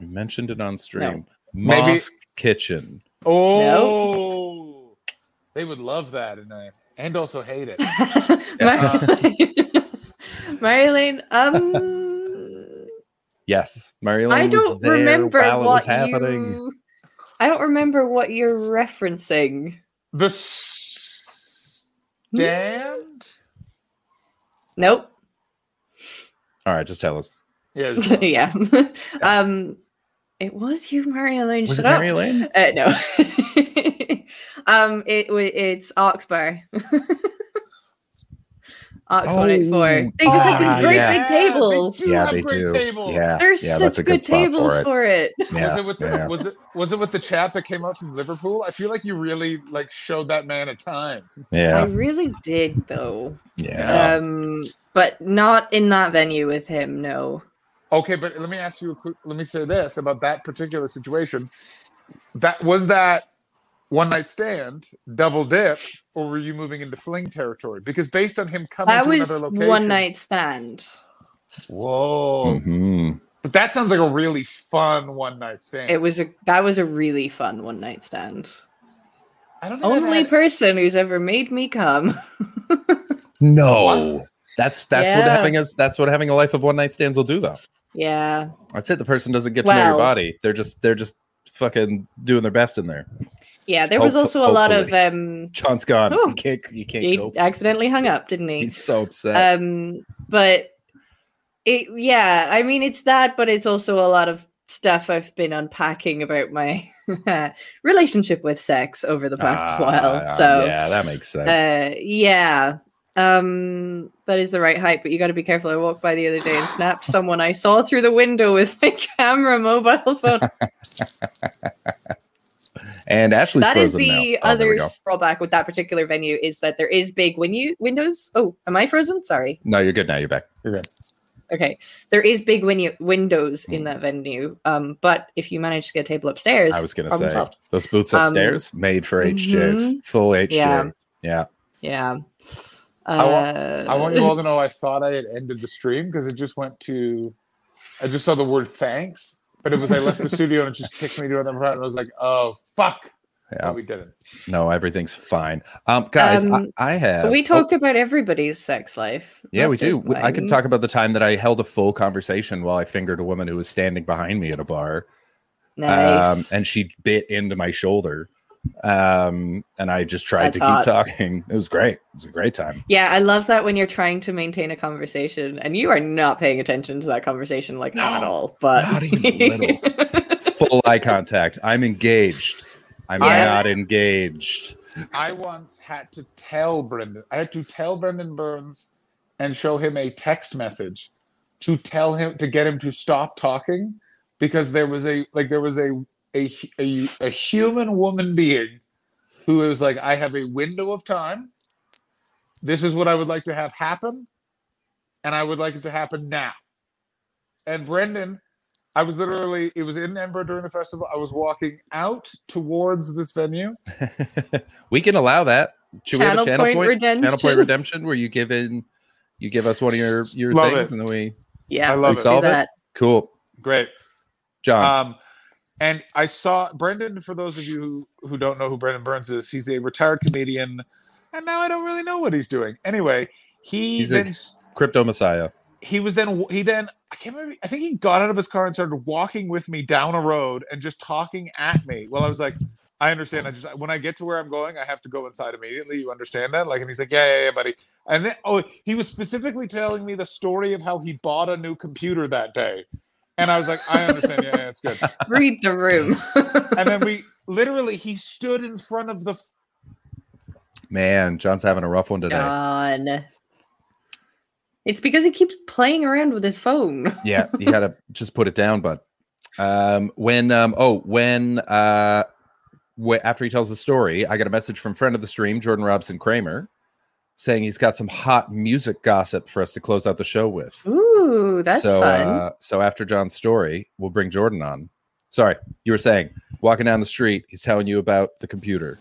[SPEAKER 3] We mentioned it on stream.
[SPEAKER 4] Maybe-
[SPEAKER 3] Mosque kitchen.
[SPEAKER 4] Oh, they would love that, and I, and also hate it.
[SPEAKER 2] Marilyn. Um,
[SPEAKER 3] Yes, Marilyn.
[SPEAKER 2] I
[SPEAKER 3] was
[SPEAKER 2] don't
[SPEAKER 3] there
[SPEAKER 2] remember
[SPEAKER 3] while it was
[SPEAKER 2] what
[SPEAKER 3] happening.
[SPEAKER 2] you. I don't remember what you're referencing.
[SPEAKER 4] The s- stand.
[SPEAKER 2] Nope.
[SPEAKER 3] All right, just tell us.
[SPEAKER 4] Yeah. there's one.
[SPEAKER 2] yeah. um, it was you, Marilyn.
[SPEAKER 3] Was
[SPEAKER 2] Shut
[SPEAKER 3] it
[SPEAKER 2] up.
[SPEAKER 3] Mary Lane?
[SPEAKER 2] Uh, no. um, it wa- it's Oxbar. Ox one eight four. They just have
[SPEAKER 3] ah,
[SPEAKER 2] these great
[SPEAKER 3] yeah.
[SPEAKER 2] big tables.
[SPEAKER 4] They do have great tables.
[SPEAKER 2] There's such good tables for it.
[SPEAKER 3] Yeah,
[SPEAKER 4] was it with the,
[SPEAKER 3] yeah.
[SPEAKER 4] was it was it with the chap that came up from Liverpool? I feel like you really like showed that man a time.
[SPEAKER 2] I
[SPEAKER 3] Yeah,
[SPEAKER 2] really did though.
[SPEAKER 3] yeah.
[SPEAKER 2] Um, but not in that venue with him. No.
[SPEAKER 4] Okay, but let me ask you a quick. Let me say this about that particular situation. That was that one night stand, double dip, or were you moving into fling territory? Because based on him coming
[SPEAKER 2] That
[SPEAKER 4] to
[SPEAKER 2] was
[SPEAKER 4] another location,
[SPEAKER 2] one night stand.
[SPEAKER 4] Whoa!
[SPEAKER 3] Mhm.
[SPEAKER 4] But that sounds like a really fun one night stand.
[SPEAKER 2] It was a that was a really fun one night stand.
[SPEAKER 4] I don't think I've
[SPEAKER 2] Only
[SPEAKER 4] had-
[SPEAKER 2] person who's ever made me come.
[SPEAKER 3] No,
[SPEAKER 4] What?
[SPEAKER 3] that's that's what
[SPEAKER 2] Yeah.
[SPEAKER 3] having us. That's what having a life of one night stands will do, though.
[SPEAKER 2] yeah.
[SPEAKER 3] That's it. The person doesn't get to know your
[SPEAKER 2] Well-
[SPEAKER 3] body. They're just they're just fucking doing their best in there.
[SPEAKER 2] Yeah, there was
[SPEAKER 3] Hopef-
[SPEAKER 2] also a lot of um
[SPEAKER 3] John's gone.
[SPEAKER 2] Oh.
[SPEAKER 3] You can't you can't
[SPEAKER 2] he
[SPEAKER 3] go.
[SPEAKER 2] accidentally hung up, didn't he?
[SPEAKER 3] He's so upset.
[SPEAKER 2] Um but it yeah, I mean it's that but it's also a lot of stuff I've been unpacking about my relationship with sex over the past
[SPEAKER 3] Ah,
[SPEAKER 2] while. So
[SPEAKER 3] yeah, that makes sense.
[SPEAKER 2] Uh, yeah. Um, that is the right height, but you got to be careful. I walked by the other day and snapped someone I saw through the window with my camera mobile phone.
[SPEAKER 3] and Ashley's
[SPEAKER 2] uh, that is
[SPEAKER 3] frozen now.
[SPEAKER 2] the
[SPEAKER 3] Oh, there we
[SPEAKER 2] other
[SPEAKER 3] go.
[SPEAKER 2] drawback with that particular venue is that there is big winu- windows. Oh, am I frozen? Sorry.
[SPEAKER 3] No, you're good now. You're back.
[SPEAKER 2] Okay. There is big winu- windows
[SPEAKER 3] Hmm.
[SPEAKER 2] in that venue. Um, but if you manage to get a table upstairs,
[SPEAKER 3] I was gonna
[SPEAKER 2] problem
[SPEAKER 3] say
[SPEAKER 2] solved.
[SPEAKER 3] those boots
[SPEAKER 2] Um,
[SPEAKER 3] upstairs made for HJs,
[SPEAKER 2] mhm.
[SPEAKER 3] full HJ. Yeah.
[SPEAKER 2] Yeah. Yeah. Uh,
[SPEAKER 4] I want you all to know I thought I had ended the stream because it just went to, I just saw the word thanks, but it was I left the studio and it just kicked me to another part, and I was like, oh fuck,
[SPEAKER 3] Yeah.
[SPEAKER 4] no, we didn't.
[SPEAKER 3] No, everything's fine. Um, guys,
[SPEAKER 2] Um,
[SPEAKER 3] I, I have.
[SPEAKER 2] But we
[SPEAKER 3] oh,
[SPEAKER 2] talk about everybody's sex life.
[SPEAKER 3] yeah,
[SPEAKER 2] not
[SPEAKER 3] we do.
[SPEAKER 2] just
[SPEAKER 3] We- I can
[SPEAKER 2] mine.
[SPEAKER 3] talk about the time that I held a full conversation while I fingered a woman who was standing behind me at a bar,
[SPEAKER 2] Nice.
[SPEAKER 3] um, and she bit into my shoulder, um, and I just tried
[SPEAKER 2] That's
[SPEAKER 3] to
[SPEAKER 2] hot.
[SPEAKER 3] keep talking. It was great. It was a great time.
[SPEAKER 2] Yeah, I love that when you're trying to maintain a conversation and you are not paying attention to that conversation like at all. But
[SPEAKER 3] not even a Full eye contact. I'm engaged. I'm
[SPEAKER 2] Yeah.
[SPEAKER 3] not engaged.
[SPEAKER 4] I once had to tell Brendan, I had to tell Brendan Burns and show him a text message to tell him to get him to stop talking because there was a like there was a a a, a human woman being who was like I have a window of time. This is what I would like to have happen and I would like it to happen now. And Brendan I was literally, it was in Edinburgh during the festival. I was walking out towards this venue.
[SPEAKER 3] we can allow that. Should we have a
[SPEAKER 2] Channel
[SPEAKER 3] channel
[SPEAKER 2] point
[SPEAKER 3] point? Channel point
[SPEAKER 2] redemption.
[SPEAKER 3] redemption where you give in, you give us one of your your
[SPEAKER 4] Love
[SPEAKER 3] things,
[SPEAKER 4] it.
[SPEAKER 3] and then we
[SPEAKER 2] Yeah,
[SPEAKER 4] I love
[SPEAKER 2] let's
[SPEAKER 4] it.
[SPEAKER 3] Solve
[SPEAKER 2] do
[SPEAKER 3] it?
[SPEAKER 2] that.
[SPEAKER 3] cool.
[SPEAKER 4] Great.
[SPEAKER 3] John,
[SPEAKER 4] Um, and I saw Brendan. For those of you who, who don't know who Brendan Burns is, he's a retired comedian, and now I don't really know what he's doing. Anyway, he
[SPEAKER 3] He's a-
[SPEAKER 4] then
[SPEAKER 3] crypto messiah.
[SPEAKER 4] he was then he then I can't remember. I think he got out of his car and started walking with me down a road and just talking at me. Well, I was like, I understand. I just when I get to where I'm going, I have to go inside immediately. You understand that? Like, and he's like, yeah, yeah, yeah, buddy. And then oh, he was specifically telling me the story of how he bought a new computer that day. And I was like, I understand. Yeah, yeah, it's good.
[SPEAKER 2] Read the room.
[SPEAKER 4] and then we literally he stood in front of the f-
[SPEAKER 3] Man, John's having a rough one today.
[SPEAKER 2] John. It's because he keeps playing around with his phone.
[SPEAKER 3] yeah, you gotta just put it down, bud. Um, when um, oh, when uh, wh- after he tells the story, I got a message from friend of the stream, Jordan Robson Kramer, saying he's got some hot music gossip for us to close out the show with.
[SPEAKER 2] Ooh, that's
[SPEAKER 3] so,
[SPEAKER 2] fun.
[SPEAKER 3] Uh, so after John's story, we'll bring Jordan on. Sorry, you were saying walking down the street, he's telling you about the computer.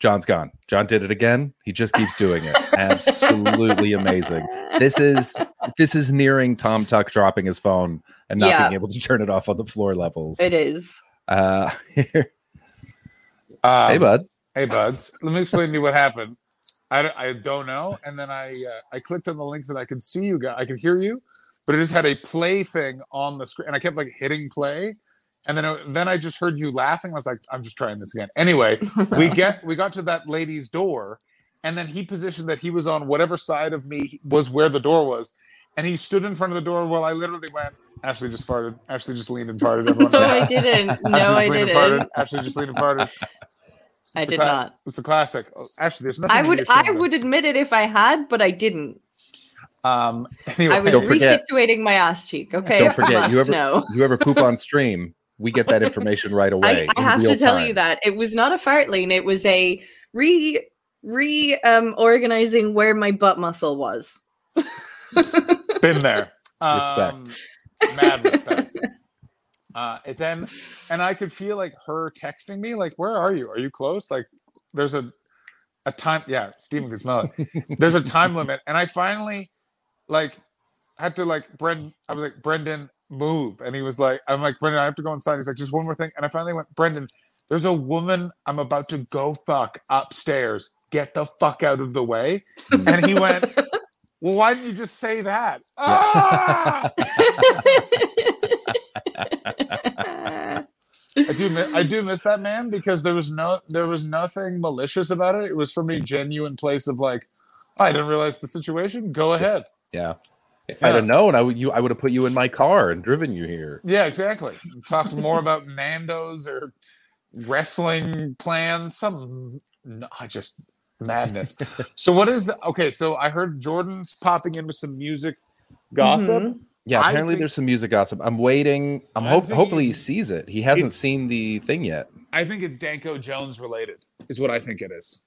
[SPEAKER 3] John's gone. John did it again. He just keeps doing it. Absolutely amazing. This is this is nearing Tom Tuck dropping his phone and not
[SPEAKER 2] Yeah.
[SPEAKER 3] being able to turn it off on the floor levels.
[SPEAKER 2] it is.
[SPEAKER 3] Uh,
[SPEAKER 4] um,
[SPEAKER 3] hey, bud.
[SPEAKER 4] hey buds let me explain to you what happened i don't, I don't know and then i uh, i clicked on the links and i can see you guys i can hear you but it just had a play thing on the screen and i kept like hitting play and then I, then i just heard you laughing i was like i'm just trying this again anyway we get we got to that lady's door and then he positioned that he was on whatever side of me was where the door was and he stood in front of the door while i literally went ashley just farted ashley just leaned and farted everyone
[SPEAKER 2] No, I didn't. No,
[SPEAKER 4] Ashley
[SPEAKER 2] I
[SPEAKER 4] just leaned and
[SPEAKER 2] didn't.
[SPEAKER 4] farted. Ashley just leaned and farted.
[SPEAKER 2] I did
[SPEAKER 4] Pat-
[SPEAKER 2] not.
[SPEAKER 4] It's a classic. Oh, Actually, there's nothing.
[SPEAKER 2] I
[SPEAKER 4] in
[SPEAKER 2] would
[SPEAKER 4] your
[SPEAKER 2] I
[SPEAKER 4] statement.
[SPEAKER 2] would admit it if I had, but I didn't.
[SPEAKER 4] Um. Anyway,
[SPEAKER 2] I was
[SPEAKER 3] Don't forget-
[SPEAKER 2] resituating my ass cheek. Okay.
[SPEAKER 3] Don't forget,
[SPEAKER 2] must
[SPEAKER 3] you ever
[SPEAKER 2] know.
[SPEAKER 3] you ever poop on stream, we get that information right away.
[SPEAKER 2] I, I
[SPEAKER 3] in
[SPEAKER 2] have
[SPEAKER 3] real
[SPEAKER 2] to tell
[SPEAKER 3] time.
[SPEAKER 2] you that it was not a fart lean. It was a re re um organizing where my butt muscle was.
[SPEAKER 4] been there.
[SPEAKER 3] Respect.
[SPEAKER 4] Um, mad respect. Uh, and then, and I could feel like her texting me, like, "Where are you? Are you close?" Like, there's a a time. Yeah, Steven can smell it. There's a time limit, and I finally like had to like Brendan. I was like, Brendan, move, and he was like, I'm like, Brendan, I have to go inside. He's like, just one more thing, and I finally went, Brendan. There's a woman I'm about to go fuck upstairs. Get the fuck out of the way. And he went, Well, why didn't you just say that? Ah! I do mi- I do miss that man because there was no there was nothing malicious about it. It was from a genuine place of like, "Oh, I didn't realize the situation. Go ahead.
[SPEAKER 3] Yeah. If
[SPEAKER 4] Yeah.
[SPEAKER 3] I'd have known, I would you I would have put you in my car and driven you here.
[SPEAKER 4] Yeah, exactly. Talk more about Nando's or wrestling plans. Some n- I just madness. So what is the okay? So I heard Jordan's popping in with some music gossip.
[SPEAKER 2] Mhm.
[SPEAKER 3] Yeah,
[SPEAKER 4] I
[SPEAKER 3] apparently
[SPEAKER 4] think-
[SPEAKER 3] there's some music gossip. I'm waiting. I'm
[SPEAKER 4] I'm
[SPEAKER 3] hope
[SPEAKER 4] thinking
[SPEAKER 3] hopefully he
[SPEAKER 4] it's-
[SPEAKER 3] sees it. He hasn't
[SPEAKER 4] it's-
[SPEAKER 3] seen the thing yet.
[SPEAKER 4] I think it's Danko Jones related, is what I think it is.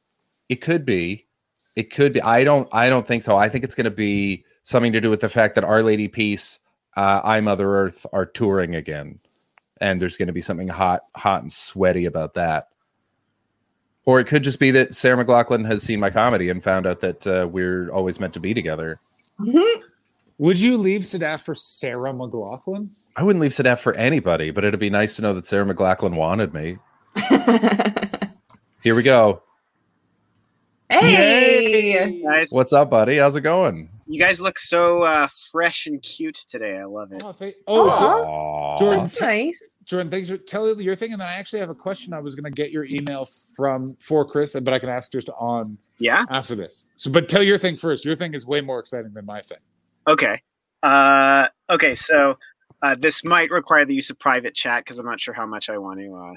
[SPEAKER 3] It could be. It could be. I don't I don't think so. I think it's gonna be something to do with the fact that Our Lady Peace, uh, I Mother Earth are touring again. And there's gonna be something hot, hot and sweaty about that. Or it could just be that Sarah McLaughlin has seen my comedy and found out that uh, we're always meant to be together.
[SPEAKER 4] Would you leave Sadaf for Sarah McLaughlin?
[SPEAKER 3] I wouldn't leave Sadaf for anybody, but it'd be nice to know that Sarah McLaughlin wanted me. Here we go.
[SPEAKER 2] hey.
[SPEAKER 7] guys.
[SPEAKER 3] What's up, buddy? How's it going?
[SPEAKER 7] You guys look so uh, fresh and cute today. I love it.
[SPEAKER 4] Oh, thank- oh,
[SPEAKER 2] Aw.
[SPEAKER 4] Jor-
[SPEAKER 3] Aw.
[SPEAKER 4] Jordan,
[SPEAKER 2] That's nice.
[SPEAKER 4] Jordan, thanks for telling your thing. And then I actually have a question. I was going to get your email from for Chris, but I can ask just on
[SPEAKER 7] Yeah.
[SPEAKER 4] after this. So, but tell your thing first. Your thing is way more exciting than my thing.
[SPEAKER 7] Okay. Uh, okay. So uh, this might require the use of private chat because I'm not sure how much I want to. Uh...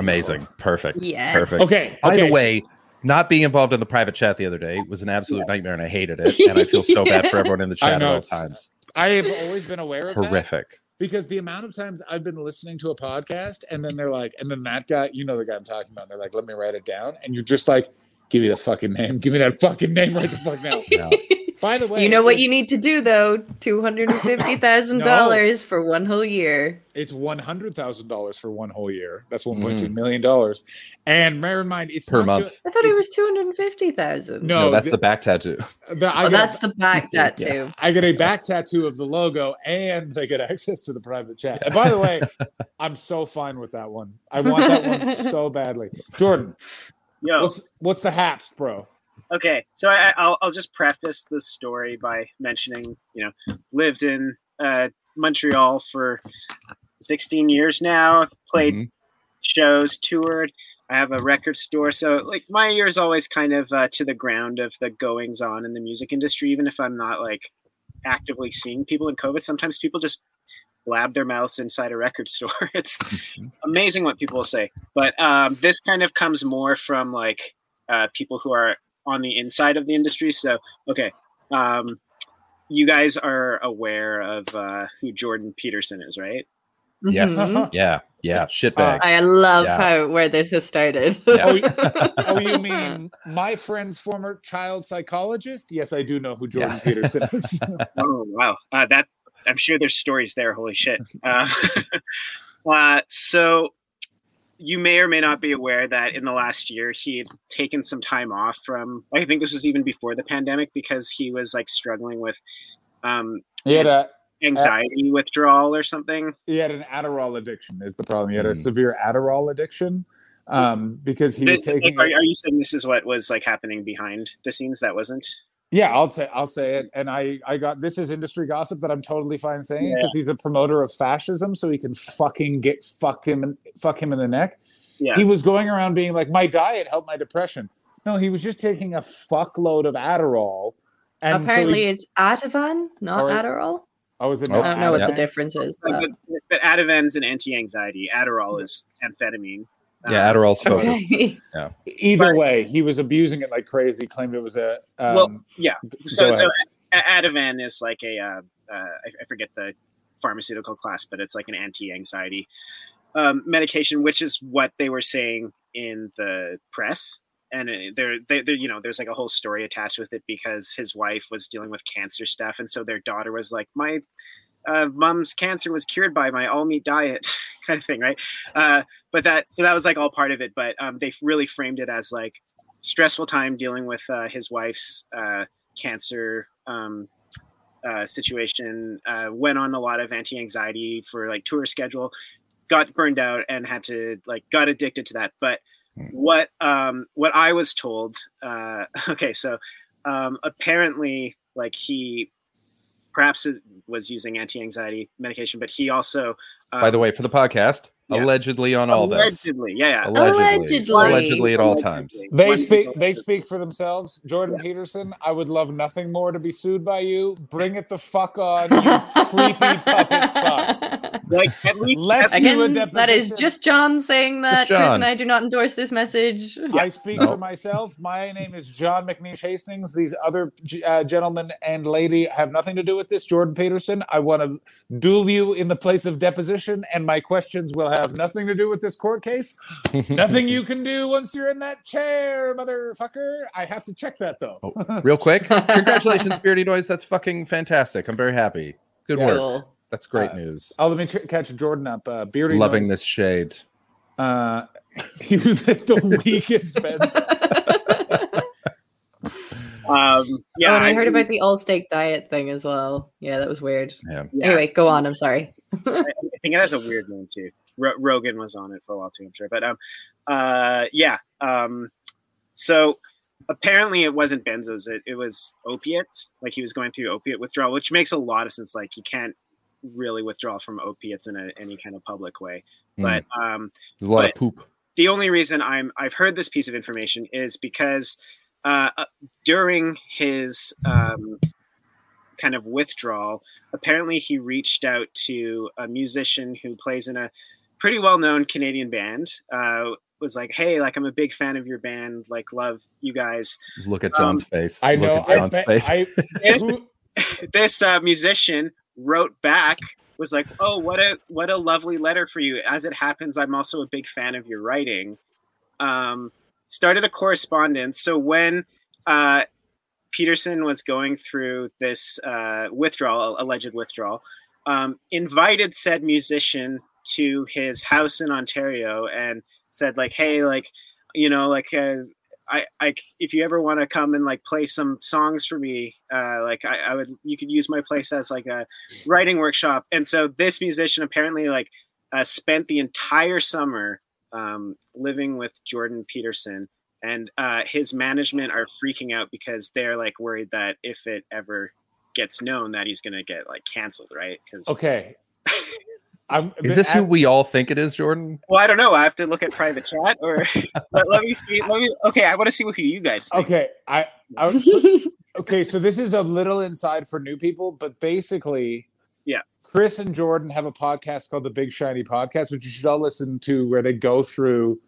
[SPEAKER 3] Amazing. Perfect.
[SPEAKER 2] Yes.
[SPEAKER 3] Perfect.
[SPEAKER 4] Okay.
[SPEAKER 3] By
[SPEAKER 4] okay,
[SPEAKER 3] the way, not being involved in the private chat the other day was an absolute nightmare and I hated it. And I feel so bad for everyone in the
[SPEAKER 4] I
[SPEAKER 3] chat at
[SPEAKER 4] know,
[SPEAKER 3] all
[SPEAKER 4] it's
[SPEAKER 3] times.
[SPEAKER 4] I have always been aware of that.
[SPEAKER 3] Horrific.
[SPEAKER 4] because the amount of times I've been listening to a podcast and then they're like, and then that guy, you know, the guy I'm talking about, they're like, let me write it down. And you're just like, give me the fucking name. Give me that fucking name right the fuck now.
[SPEAKER 3] Yeah.
[SPEAKER 4] By the way,
[SPEAKER 2] You know what
[SPEAKER 4] it-
[SPEAKER 2] you need to do though? Two hundred and fifty thousand dollars for one whole year.
[SPEAKER 4] it's one hundred thousand dollars for one whole year. That's one point two million dollars. And bear in mind, it's
[SPEAKER 3] Mm-hmm. Per
[SPEAKER 4] not
[SPEAKER 3] month.
[SPEAKER 4] ju-
[SPEAKER 2] I thought it
[SPEAKER 4] It's-
[SPEAKER 2] was two hundred and fifty thousand.
[SPEAKER 4] no,
[SPEAKER 3] No, that's
[SPEAKER 4] th-
[SPEAKER 3] the back tattoo.
[SPEAKER 4] the-
[SPEAKER 2] Oh,
[SPEAKER 4] I got-
[SPEAKER 2] that's the back
[SPEAKER 3] Yeah.
[SPEAKER 2] tattoo.
[SPEAKER 4] I get a back tattoo of the logo and they get access to the private chat. And by the way, I'm so fine with that one. I want that one so badly. Jordan,
[SPEAKER 7] Yo,
[SPEAKER 4] what's what's the haps, bro?
[SPEAKER 7] okay. So I, I'll I'll just preface this story by mentioning you know lived in uh, Montreal for 16 years now. Played
[SPEAKER 3] Mhm.
[SPEAKER 7] shows, toured. I have a record store, so like my ear's always kind of uh, to the ground of the goings on in the music industry, even if I'm not like actively seeing people in COVID. Sometimes people just blab their mouths inside a record store. it's amazing what people say, but um, this kind of comes more from like uh, people who are on the inside of the industry. So okay. Um, you guys are aware of uh, who Jordan Peterson is, right?
[SPEAKER 3] Yes.
[SPEAKER 2] Mhm.
[SPEAKER 3] Yeah. Yeah.
[SPEAKER 4] Uh,
[SPEAKER 3] Shitbag.
[SPEAKER 2] I love
[SPEAKER 3] Yeah.
[SPEAKER 2] how where this has started.
[SPEAKER 3] Yeah.
[SPEAKER 4] Oh, you mean my friend's former child psychologist? Yes, I do know who Jordan Peterson is.
[SPEAKER 7] oh wow uh, that i'm sure there's stories there holy shit uh, uh, so you may or may not be aware that in the last year he had taken some time off from i think this was even before the pandemic because he was like struggling with um,
[SPEAKER 4] he had a
[SPEAKER 7] anxiety withdrawal or something
[SPEAKER 4] he had an Adderall addiction is the problem. He had a
[SPEAKER 3] Mm.
[SPEAKER 4] severe Adderall addiction um, because he was
[SPEAKER 7] This- like,
[SPEAKER 4] taking.
[SPEAKER 7] are, are you saying this is what was like happening behind the scenes that wasn't
[SPEAKER 4] Yeah, I'll say I'll say it, and I I got this is industry gossip that I'm totally fine saying because he's a promoter of fascism, so he can fucking get fucked him and fuck him in the neck.
[SPEAKER 7] Yeah.
[SPEAKER 4] he was going around being like, my diet helped my depression. No, he was just taking a fuckload of Adderall, and so he-
[SPEAKER 2] Apparently, it's Ativan, not
[SPEAKER 4] Or-
[SPEAKER 2] Adderall.
[SPEAKER 4] oh, was it
[SPEAKER 3] I
[SPEAKER 2] I don't know what the
[SPEAKER 4] Adderall?
[SPEAKER 2] difference is.
[SPEAKER 7] Uh,
[SPEAKER 2] But.
[SPEAKER 7] but, but ativan's an anti-anxiety adderall is amphetamine
[SPEAKER 3] yeah.
[SPEAKER 4] uh,
[SPEAKER 7] Um,
[SPEAKER 3] Adderall's focus.
[SPEAKER 2] Okay.
[SPEAKER 4] Either
[SPEAKER 7] Right.
[SPEAKER 4] way, he was abusing it like crazy. Claimed it was a um,
[SPEAKER 7] Well, yeah. so
[SPEAKER 4] go
[SPEAKER 7] so A- Ativan is like a uh, uh, I I forget the pharmaceutical class, but it's like an anti-anxiety um, medication, which is what they were saying in the press. And uh, there, they, there, you know, there's like a whole story attached with it because his wife was dealing with cancer stuff, and so their daughter was like, "My uh, mom's cancer was cured by my all meat diet," kind of thing, right? Uh, but that, so that was like all part of it. But um, they really framed it as like stressful time dealing with uh, his wife's uh, cancer um, uh, situation. Uh, went on a lot of anti-anxiety for like tour schedule. Got burned out and had to like got addicted to that. But
[SPEAKER 3] Hmm.
[SPEAKER 7] what um, what I was told, uh, okay, so um, apparently like he perhaps it was using anti-anxiety medication, but he also um,
[SPEAKER 3] By the way, for the podcast,
[SPEAKER 7] Yeah.
[SPEAKER 3] allegedly on all this.
[SPEAKER 7] allegedly, yeah, yeah.
[SPEAKER 3] Allegedly.
[SPEAKER 2] Allegedly.
[SPEAKER 3] Allegedly at all times.
[SPEAKER 7] Allegedly.
[SPEAKER 4] They
[SPEAKER 7] One
[SPEAKER 4] speak.
[SPEAKER 7] people-
[SPEAKER 4] They speak for themselves. Jordan Peterson, I would love nothing more to be sued by you. Bring it the fuck on, you creepy puppet fuck.
[SPEAKER 7] Like at least
[SPEAKER 4] Let's
[SPEAKER 7] at
[SPEAKER 4] do
[SPEAKER 2] Again,
[SPEAKER 4] a
[SPEAKER 2] that is
[SPEAKER 4] deposition.
[SPEAKER 2] just John saying that.
[SPEAKER 3] Just
[SPEAKER 2] Chris
[SPEAKER 3] John.
[SPEAKER 2] and I do not endorse this message.
[SPEAKER 4] I speak
[SPEAKER 3] No.
[SPEAKER 4] for myself. My name is John McNeish Hastings. These other uh, gentlemen and lady have nothing to do with this. Jordan Peterson, I want to duel you in the place of deposition, and my questions will have nothing to do with this court case. nothing you can do once you're in that chair, motherfucker. I have to check that though.
[SPEAKER 3] Real quick, congratulations, Beardy Noise. That's fucking fantastic. I'm very happy. Good
[SPEAKER 4] Yeah.
[SPEAKER 3] work.
[SPEAKER 2] Cool.
[SPEAKER 3] That's great
[SPEAKER 4] Uh,
[SPEAKER 3] news.
[SPEAKER 4] Oh, let me ch- catch Jordan up. Uh, beardy,
[SPEAKER 3] Loving
[SPEAKER 4] noise.
[SPEAKER 3] this shade.
[SPEAKER 4] Uh, he was at the weakest beds.
[SPEAKER 7] um, yeah,
[SPEAKER 2] oh, and I, heard
[SPEAKER 7] mean-
[SPEAKER 2] about the all steak diet thing as well. Yeah, that was weird.
[SPEAKER 7] Yeah.
[SPEAKER 2] Anyway, go on. I'm sorry.
[SPEAKER 7] I think it has a weird name too. Ro- Rogan was on it for a while too, I'm sure. But um, uh, yeah. Um, so apparently it wasn't benzos; it, it was opiates. Like he was going through opiate withdrawal, which makes a lot of sense. Like you can't really withdraw from opiates in a, any kind of public way.
[SPEAKER 3] Hmm.
[SPEAKER 7] But um,
[SPEAKER 3] There's a lot
[SPEAKER 7] but-
[SPEAKER 3] of poop.
[SPEAKER 7] the only reason I'm I've heard this piece of information is because uh, uh, during his um, kind of withdrawal, apparently he reached out to a musician who plays in a pretty well-known Canadian band. Uh, was like, hey, like I'm a big fan of your band, like love you guys.
[SPEAKER 3] Look at
[SPEAKER 7] um,
[SPEAKER 3] John's face.
[SPEAKER 4] I
[SPEAKER 3] Look
[SPEAKER 4] know.
[SPEAKER 3] at
[SPEAKER 4] I,
[SPEAKER 3] John's
[SPEAKER 4] bet-
[SPEAKER 3] face.
[SPEAKER 4] I, who-
[SPEAKER 7] This uh, musician wrote back, was like, oh, what a what a lovely letter for you. As it happens, I'm also a big fan of your writing. Um, started a correspondence. So when uh, Peterson was going through this uh, withdrawal, alleged withdrawal, um, invited said musician to his house in Ontario and said, like, hey, like, you know, like, uh, I, I, if you ever want to come and like play some songs for me, uh, like I, I would, you could use my place as like a writing workshop. And so this musician apparently like uh, spent the entire summer um, living with Jordan Peterson, and uh, his management are freaking out because they're like worried that if it ever gets known that he's gonna get like canceled, right? Because
[SPEAKER 4] Okay. I'm,
[SPEAKER 3] Is this who we all think it is, Jordan?
[SPEAKER 7] well, I don't know. I have to look at private chat or let, let me see. Let me. Okay, I want to see who you guys think.
[SPEAKER 4] Okay, I, I was- okay. So this is a little inside for new people, but basically,
[SPEAKER 7] Yeah.
[SPEAKER 4] Chris and Jordan have a podcast called the Big Shiny Podcast, which you should all listen to, where they go through.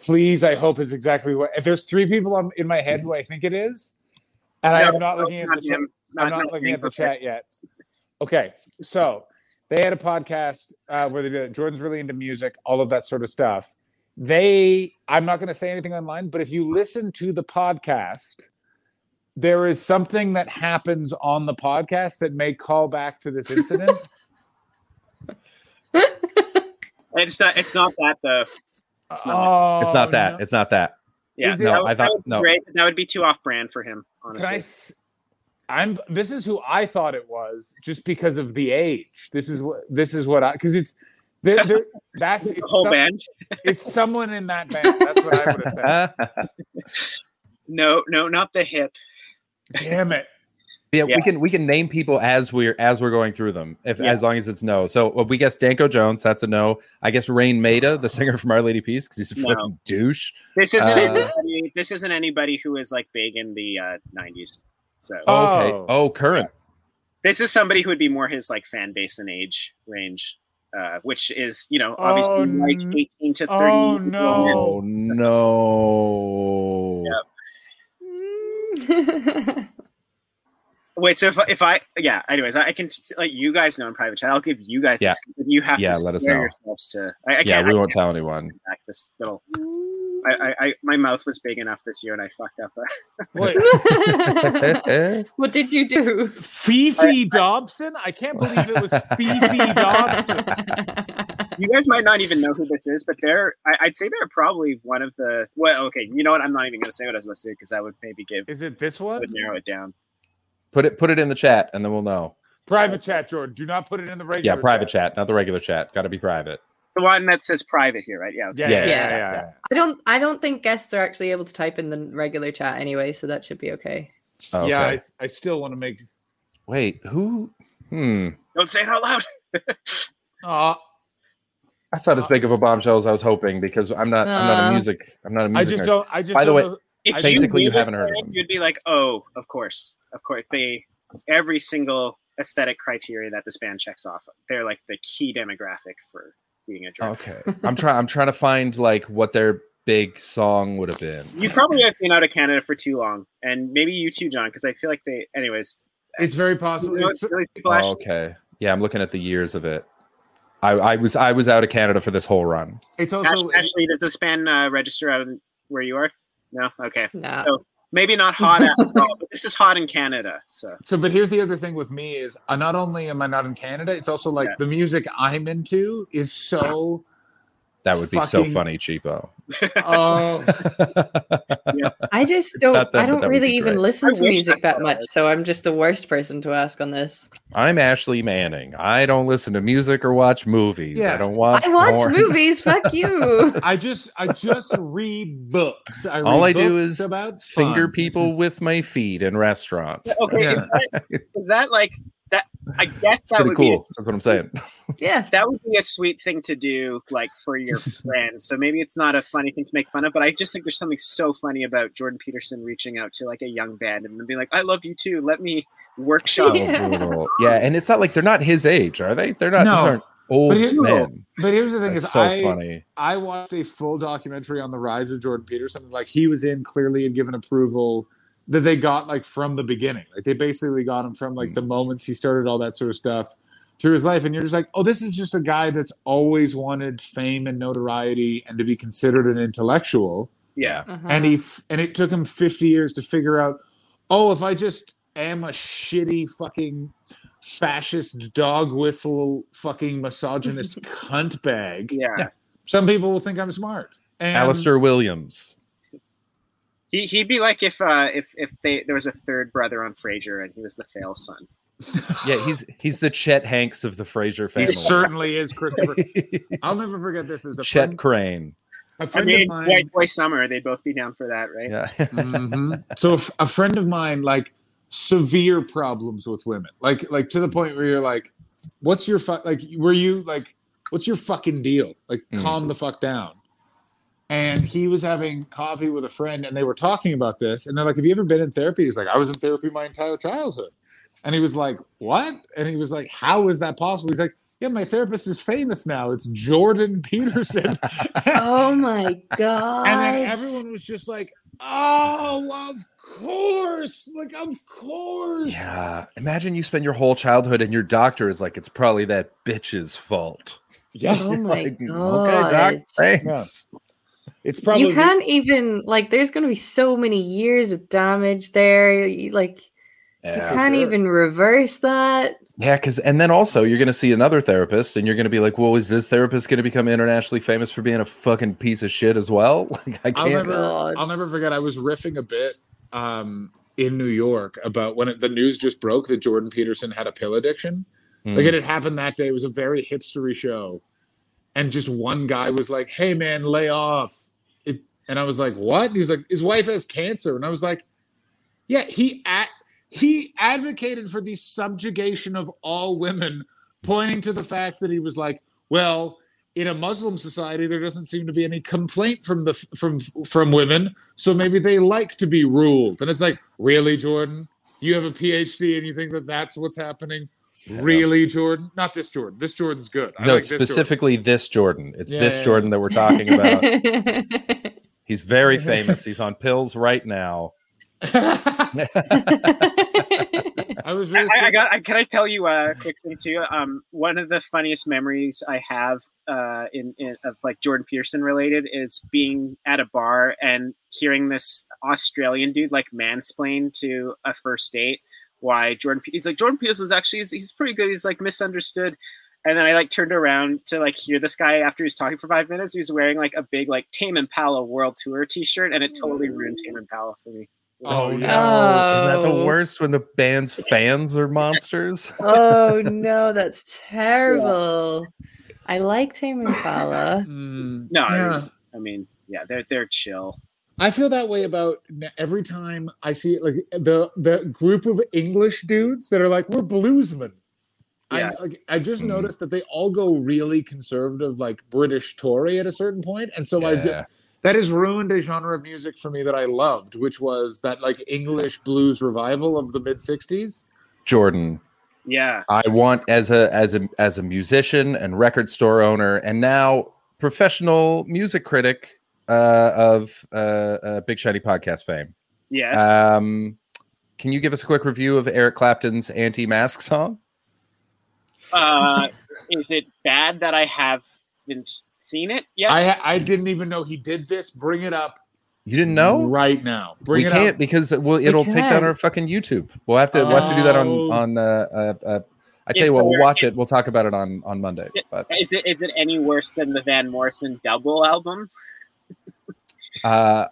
[SPEAKER 4] Please, I hope is exactly what. If there's three people on, in my head who I think it is, and I am not looking at the chat.
[SPEAKER 7] him.
[SPEAKER 4] I'm not looking at the chat yet. Okay, so they had a podcast uh, where they did it. Jordan's really into music, all of that sort of stuff. They, I'm not going to say anything online, but if you listen to the podcast, there is something that happens on the podcast that may call back to this incident.
[SPEAKER 7] It's not. It's not that though.
[SPEAKER 4] oh,
[SPEAKER 3] It's not that.
[SPEAKER 4] no.
[SPEAKER 3] It's not that.
[SPEAKER 7] Yeah.
[SPEAKER 4] Is it-
[SPEAKER 3] No,
[SPEAKER 7] that would-
[SPEAKER 3] I
[SPEAKER 7] that
[SPEAKER 3] thought
[SPEAKER 7] would be
[SPEAKER 3] no.
[SPEAKER 7] great, but that would be too off-brand for him. Honestly.
[SPEAKER 4] Can I? s- I'm. This is who I thought it was, just because of the age. This is what. This is what I. Because it's. There, there, that's
[SPEAKER 7] the
[SPEAKER 4] it's
[SPEAKER 7] whole
[SPEAKER 4] some-
[SPEAKER 7] band?
[SPEAKER 4] It's someone in that band. That's what I would have said.
[SPEAKER 3] Uh, yeah,
[SPEAKER 7] No, no, not the hip.
[SPEAKER 4] Damn it.
[SPEAKER 7] Yeah.
[SPEAKER 3] we can we can name people as we're as we're going through them, if
[SPEAKER 7] Yeah.
[SPEAKER 3] as long as it's no. So well, we guess Danko Jones, that's a no. I guess Rain Maida, the singer from Our Lady Peace, because he's a
[SPEAKER 7] No.
[SPEAKER 3] fucking douche.
[SPEAKER 7] This isn't
[SPEAKER 3] Uh,
[SPEAKER 7] anybody, this isn't anybody who is like big in the uh, '90s. So
[SPEAKER 3] Oh,
[SPEAKER 4] Oh.
[SPEAKER 3] okay. Oh, current.
[SPEAKER 7] this is somebody who would be more his like fan base and age range, uh, which is you know obviously
[SPEAKER 4] Oh,
[SPEAKER 7] like
[SPEAKER 4] n-
[SPEAKER 7] 18 to 30.
[SPEAKER 4] oh, no.
[SPEAKER 3] Oh no.
[SPEAKER 7] Yeah. Wait, so if if I yeah, anyways, I, I can t- let you guys know in private chat. I'll give you guys.
[SPEAKER 3] Yeah.
[SPEAKER 7] This, you have
[SPEAKER 3] Yeah,
[SPEAKER 7] to
[SPEAKER 3] let us
[SPEAKER 7] swear
[SPEAKER 3] know.
[SPEAKER 7] yourselves to. I, I
[SPEAKER 3] Yeah,
[SPEAKER 7] can't.
[SPEAKER 3] we
[SPEAKER 7] I
[SPEAKER 3] won't
[SPEAKER 7] can't
[SPEAKER 3] tell anyone.
[SPEAKER 7] back this little. I, I, I my mouth was big enough this year, and I fucked up.
[SPEAKER 4] Wait,
[SPEAKER 2] what did you do?
[SPEAKER 4] Fifi Dobson? I can't believe it was Fifi Dobson.
[SPEAKER 7] you guys might not even know who this is, but they're I, I'd say they're probably one of the well, okay, you know what? I'm not even gonna say what I was gonna say because that would maybe give
[SPEAKER 4] Is it this
[SPEAKER 7] that
[SPEAKER 4] one?
[SPEAKER 7] would narrow it down.
[SPEAKER 3] put it put it in the chat and then we'll know.
[SPEAKER 4] Private chat, Jordan. Do not put it in the regular.
[SPEAKER 3] Yeah, private chat, not the regular chat. Got to be private.
[SPEAKER 7] The one that says private here, right? Yeah.
[SPEAKER 4] Yeah, yeah,
[SPEAKER 3] Yeah.
[SPEAKER 4] yeah. yeah,
[SPEAKER 2] I don't. I don't think guests are actually able to type in the regular chat anyway, so that should be okay.
[SPEAKER 3] Oh, okay.
[SPEAKER 4] Yeah, I, I still want to make.
[SPEAKER 3] Wait, who? Hmm.
[SPEAKER 7] Don't say it out loud.
[SPEAKER 4] Uh,
[SPEAKER 3] That's not as big of a bombshell as I was hoping because I'm not. I'm not
[SPEAKER 2] Uh,
[SPEAKER 3] a music. I'm not a
[SPEAKER 4] I
[SPEAKER 3] music.
[SPEAKER 4] just
[SPEAKER 3] nerd.
[SPEAKER 4] don't. I just.
[SPEAKER 3] By the
[SPEAKER 4] don't
[SPEAKER 3] way-
[SPEAKER 4] know-
[SPEAKER 7] If
[SPEAKER 4] I-
[SPEAKER 7] you
[SPEAKER 3] basically
[SPEAKER 7] knew
[SPEAKER 3] you
[SPEAKER 7] this
[SPEAKER 3] haven't heard of
[SPEAKER 7] band,
[SPEAKER 3] them.
[SPEAKER 7] you'd be like, Oh, of course. Of course. They every single aesthetic criteria that this band checks off, they're like the key demographic for being a drunk.
[SPEAKER 3] Okay. I'm trying. I'm trying to find like what their big song would have been.
[SPEAKER 7] You probably have been out of Canada for too long. And maybe you too, John, because I feel like they anyways.
[SPEAKER 4] it's very
[SPEAKER 7] You
[SPEAKER 4] possible.
[SPEAKER 7] know,
[SPEAKER 4] It's,
[SPEAKER 7] it's really people
[SPEAKER 3] Oh,
[SPEAKER 7] actually-
[SPEAKER 3] okay. Yeah, I'm looking at the years of it. I, I was I was out of Canada for this whole run.
[SPEAKER 4] it's also.
[SPEAKER 7] Actually, actually, does this band uh, register out in where you are? No. Okay.
[SPEAKER 3] Uh.
[SPEAKER 2] Nah.
[SPEAKER 7] So- Maybe not hot after all, but this is hot in Canada. So
[SPEAKER 4] So, but here's the other thing with me is uh, not only am I not in Canada, it's also like
[SPEAKER 7] Yeah.
[SPEAKER 4] the music I'm into is so.
[SPEAKER 3] That would be so
[SPEAKER 4] Fucking-
[SPEAKER 3] funny, cheapo.
[SPEAKER 4] Oh,
[SPEAKER 2] I just
[SPEAKER 3] It's
[SPEAKER 2] don't.
[SPEAKER 3] not them,
[SPEAKER 2] I
[SPEAKER 3] but
[SPEAKER 2] don't
[SPEAKER 3] that would
[SPEAKER 2] really
[SPEAKER 3] be
[SPEAKER 2] even
[SPEAKER 3] great.
[SPEAKER 7] I
[SPEAKER 2] listen to
[SPEAKER 7] wish
[SPEAKER 2] music
[SPEAKER 7] I
[SPEAKER 2] that much, so I'm just the worst person to ask on this.
[SPEAKER 3] I'm Ashley Manning. I don't listen to music or watch movies.
[SPEAKER 4] Yeah.
[SPEAKER 3] I don't watch.
[SPEAKER 2] I watch
[SPEAKER 3] porn.
[SPEAKER 2] movies. Fuck you.
[SPEAKER 4] I just, I just read books. I read
[SPEAKER 3] All I do
[SPEAKER 4] books
[SPEAKER 3] is
[SPEAKER 4] about
[SPEAKER 3] Finger
[SPEAKER 4] fun.
[SPEAKER 3] people with my feet in restaurants.
[SPEAKER 7] Mm-hmm. okay, is,
[SPEAKER 4] Yeah.
[SPEAKER 7] that, is that like that? I guess that
[SPEAKER 3] Pretty
[SPEAKER 7] would
[SPEAKER 3] cool.
[SPEAKER 7] be a,
[SPEAKER 3] That's what I'm saying.
[SPEAKER 2] yes.
[SPEAKER 7] that would be a sweet thing to do, like for your friends. So maybe it's not a funny thing to make fun of, but I just think there's something so funny about Jordan Peterson reaching out to like a young band and then being like, "I love you too. Let me workshop."
[SPEAKER 2] Yeah.
[SPEAKER 3] So brutal. Yeah, and it's not like they're not his age, are they? They're not.
[SPEAKER 4] No.
[SPEAKER 3] These aren't old
[SPEAKER 4] But here-
[SPEAKER 3] men.
[SPEAKER 4] But here's the thing:
[SPEAKER 3] That's
[SPEAKER 4] is
[SPEAKER 3] so
[SPEAKER 4] I,
[SPEAKER 3] funny.
[SPEAKER 4] I watched a full documentary on the rise of Jordan Peterson. Like he was in clearly and given approval that they got like from the beginning. Like they basically got him from like
[SPEAKER 3] Mm.
[SPEAKER 4] the moments he started all that sort of stuff through his life. And you're just like, oh, this is just a guy that's always wanted fame and notoriety and to be considered an intellectual.
[SPEAKER 7] yeah.
[SPEAKER 2] Uh-huh.
[SPEAKER 4] And he f- and it took him 50 years to figure out. oh, if I just am a shitty fucking fascist dog whistle fucking misogynist cunt bag,
[SPEAKER 7] Yeah.
[SPEAKER 3] Yeah.
[SPEAKER 4] some people will think I'm smart. And
[SPEAKER 3] Alistair Williams.
[SPEAKER 7] He, he'd be like if uh, if if they there was a third brother on Frasier and he was the fail son.
[SPEAKER 3] Yeah, he's he's the Chet Hanks of the Fraser
[SPEAKER 4] he
[SPEAKER 3] family.
[SPEAKER 4] certainly is Christopher. I'll never forget this as a
[SPEAKER 3] Chet
[SPEAKER 4] friend,
[SPEAKER 3] Crane.
[SPEAKER 4] a
[SPEAKER 7] I
[SPEAKER 4] friend
[SPEAKER 7] mean,
[SPEAKER 4] of mine.
[SPEAKER 7] White Boy Summer, they'd both be down for that, right?
[SPEAKER 3] Yeah.
[SPEAKER 4] Mhm. So a f- a friend of mine, like severe problems with women, like like to the point where you're like, what's your fuck? Like, were you like, what's your fucking deal? Like,
[SPEAKER 3] Mm.
[SPEAKER 4] calm the fuck down. And he was having coffee with a friend, and they were talking about this, and they're like, "Have you ever been in therapy?" He's like, "I was in therapy my entire childhood," and he was like, "What?" And he was like, "How is that possible?" He's like, "Yeah, my therapist is famous now. It's Jordan Peterson."
[SPEAKER 2] Oh my god.
[SPEAKER 4] And then everyone was just like, "Oh, of course! Like, of course!"
[SPEAKER 3] yeah. Imagine you spend your whole childhood and your doctor is like, it's probably that bitch's fault.
[SPEAKER 4] yeah.
[SPEAKER 2] Oh my
[SPEAKER 3] Like,
[SPEAKER 2] god.
[SPEAKER 3] okay, doc. Thanks.
[SPEAKER 4] It's probably
[SPEAKER 2] you can't even like there's gonna be so many years of damage there. You, like you
[SPEAKER 3] Yeah.
[SPEAKER 2] can't even reverse that.
[SPEAKER 3] Yeah, because and then also you're going to see another therapist, and you're going to be like, "Well, is this therapist going to become internationally famous for being a fucking piece of shit as well?" Like, I
[SPEAKER 4] I'll
[SPEAKER 3] can't.
[SPEAKER 4] never,
[SPEAKER 2] God.
[SPEAKER 4] I'll never forget. I was riffing a bit um, in New York about when it, the news just broke that Jordan Peterson had a pill addiction.
[SPEAKER 3] Mm.
[SPEAKER 4] Like it had happened that day. It was a very hipstery show, and just one guy was like, "Hey, man, lay off." It, and I was like, "What?" And he was like, "His wife has cancer," and I was like, "Yeah, he at he advocated for the subjugation of all women, pointing to the fact that he was like, well." In a Muslim society, there doesn't seem to be any complaint from the from from women, so maybe they like to be ruled. And it's like, really, Jordan, you have a PhD, and you think that that's what's happening? Really, Jordan? Not this Jordan. This Jordan's good. I
[SPEAKER 3] no,
[SPEAKER 4] like this Jordan.
[SPEAKER 3] specifically this Jordan. It's
[SPEAKER 4] Yeah,
[SPEAKER 3] this
[SPEAKER 4] yeah,
[SPEAKER 3] Jordan that we're talking about. He's very famous. He's on pills right now.
[SPEAKER 4] Oh, I was
[SPEAKER 7] I,
[SPEAKER 4] really
[SPEAKER 7] I- I
[SPEAKER 4] scared.
[SPEAKER 7] got. I, can I tell you a quick thing too? Um, one of the funniest memories I have uh, in, in of like Jordan Peterson related is being at a bar and hearing this Australian dude like mansplain to a first date why Jordan. Pe- He's like Jordan Peterson's actually he's, he's pretty good. He's like misunderstood. And then I like turned around to like hear this guy after he was talking for five minutes. He was wearing like a big like Tame Impala World Tour T-shirt, and it totally ruined Tame Impala for me.
[SPEAKER 4] Oh,
[SPEAKER 3] Isn't
[SPEAKER 2] no.
[SPEAKER 3] that the
[SPEAKER 2] Oh.
[SPEAKER 3] worst when the band's fans are monsters?
[SPEAKER 2] oh no, that's terrible. I like Tame Impala.
[SPEAKER 4] Mm,
[SPEAKER 7] No,
[SPEAKER 4] yeah.
[SPEAKER 7] I mean, yeah, they're they're chill.
[SPEAKER 4] I feel that way about n- every time I see like the the group of English dudes that are like we're bluesmen.
[SPEAKER 7] Yeah.
[SPEAKER 4] I like I just
[SPEAKER 3] Mm.
[SPEAKER 4] noticed that they all go really conservative, like British Tory at a certain point, and so I ju-
[SPEAKER 3] Yeah.
[SPEAKER 4] that has ruined a genre of music for me that I loved, which was that like English blues revival of the mid '60s.
[SPEAKER 3] Jordan,
[SPEAKER 7] Yeah.
[SPEAKER 3] I want as a as a as a musician and record store owner and now professional music critic uh, of uh, uh, Big Shiny Podcast fame.
[SPEAKER 7] Yes.
[SPEAKER 3] Um, can you give us a quick review of Eric Clapton's anti-mask song?
[SPEAKER 7] Uh, is it bad that I haven't seen it yet?
[SPEAKER 4] I I didn't even know he did this. Bring it up
[SPEAKER 3] You didn't know?
[SPEAKER 4] right now. Bring
[SPEAKER 3] we
[SPEAKER 4] it
[SPEAKER 3] can't
[SPEAKER 4] up.
[SPEAKER 3] because we'll, it'll take down
[SPEAKER 2] can't.
[SPEAKER 3] our fucking YouTube. We'll have to we'll have to do that on
[SPEAKER 4] Oh.
[SPEAKER 3] on. Uh, uh, uh, I tell
[SPEAKER 7] It's
[SPEAKER 3] you what,
[SPEAKER 7] the
[SPEAKER 3] we'll
[SPEAKER 7] lyric-
[SPEAKER 3] watch it. We'll talk about it on on Monday. But
[SPEAKER 7] is it is it any worse than the Van Morrison double album?
[SPEAKER 3] uh,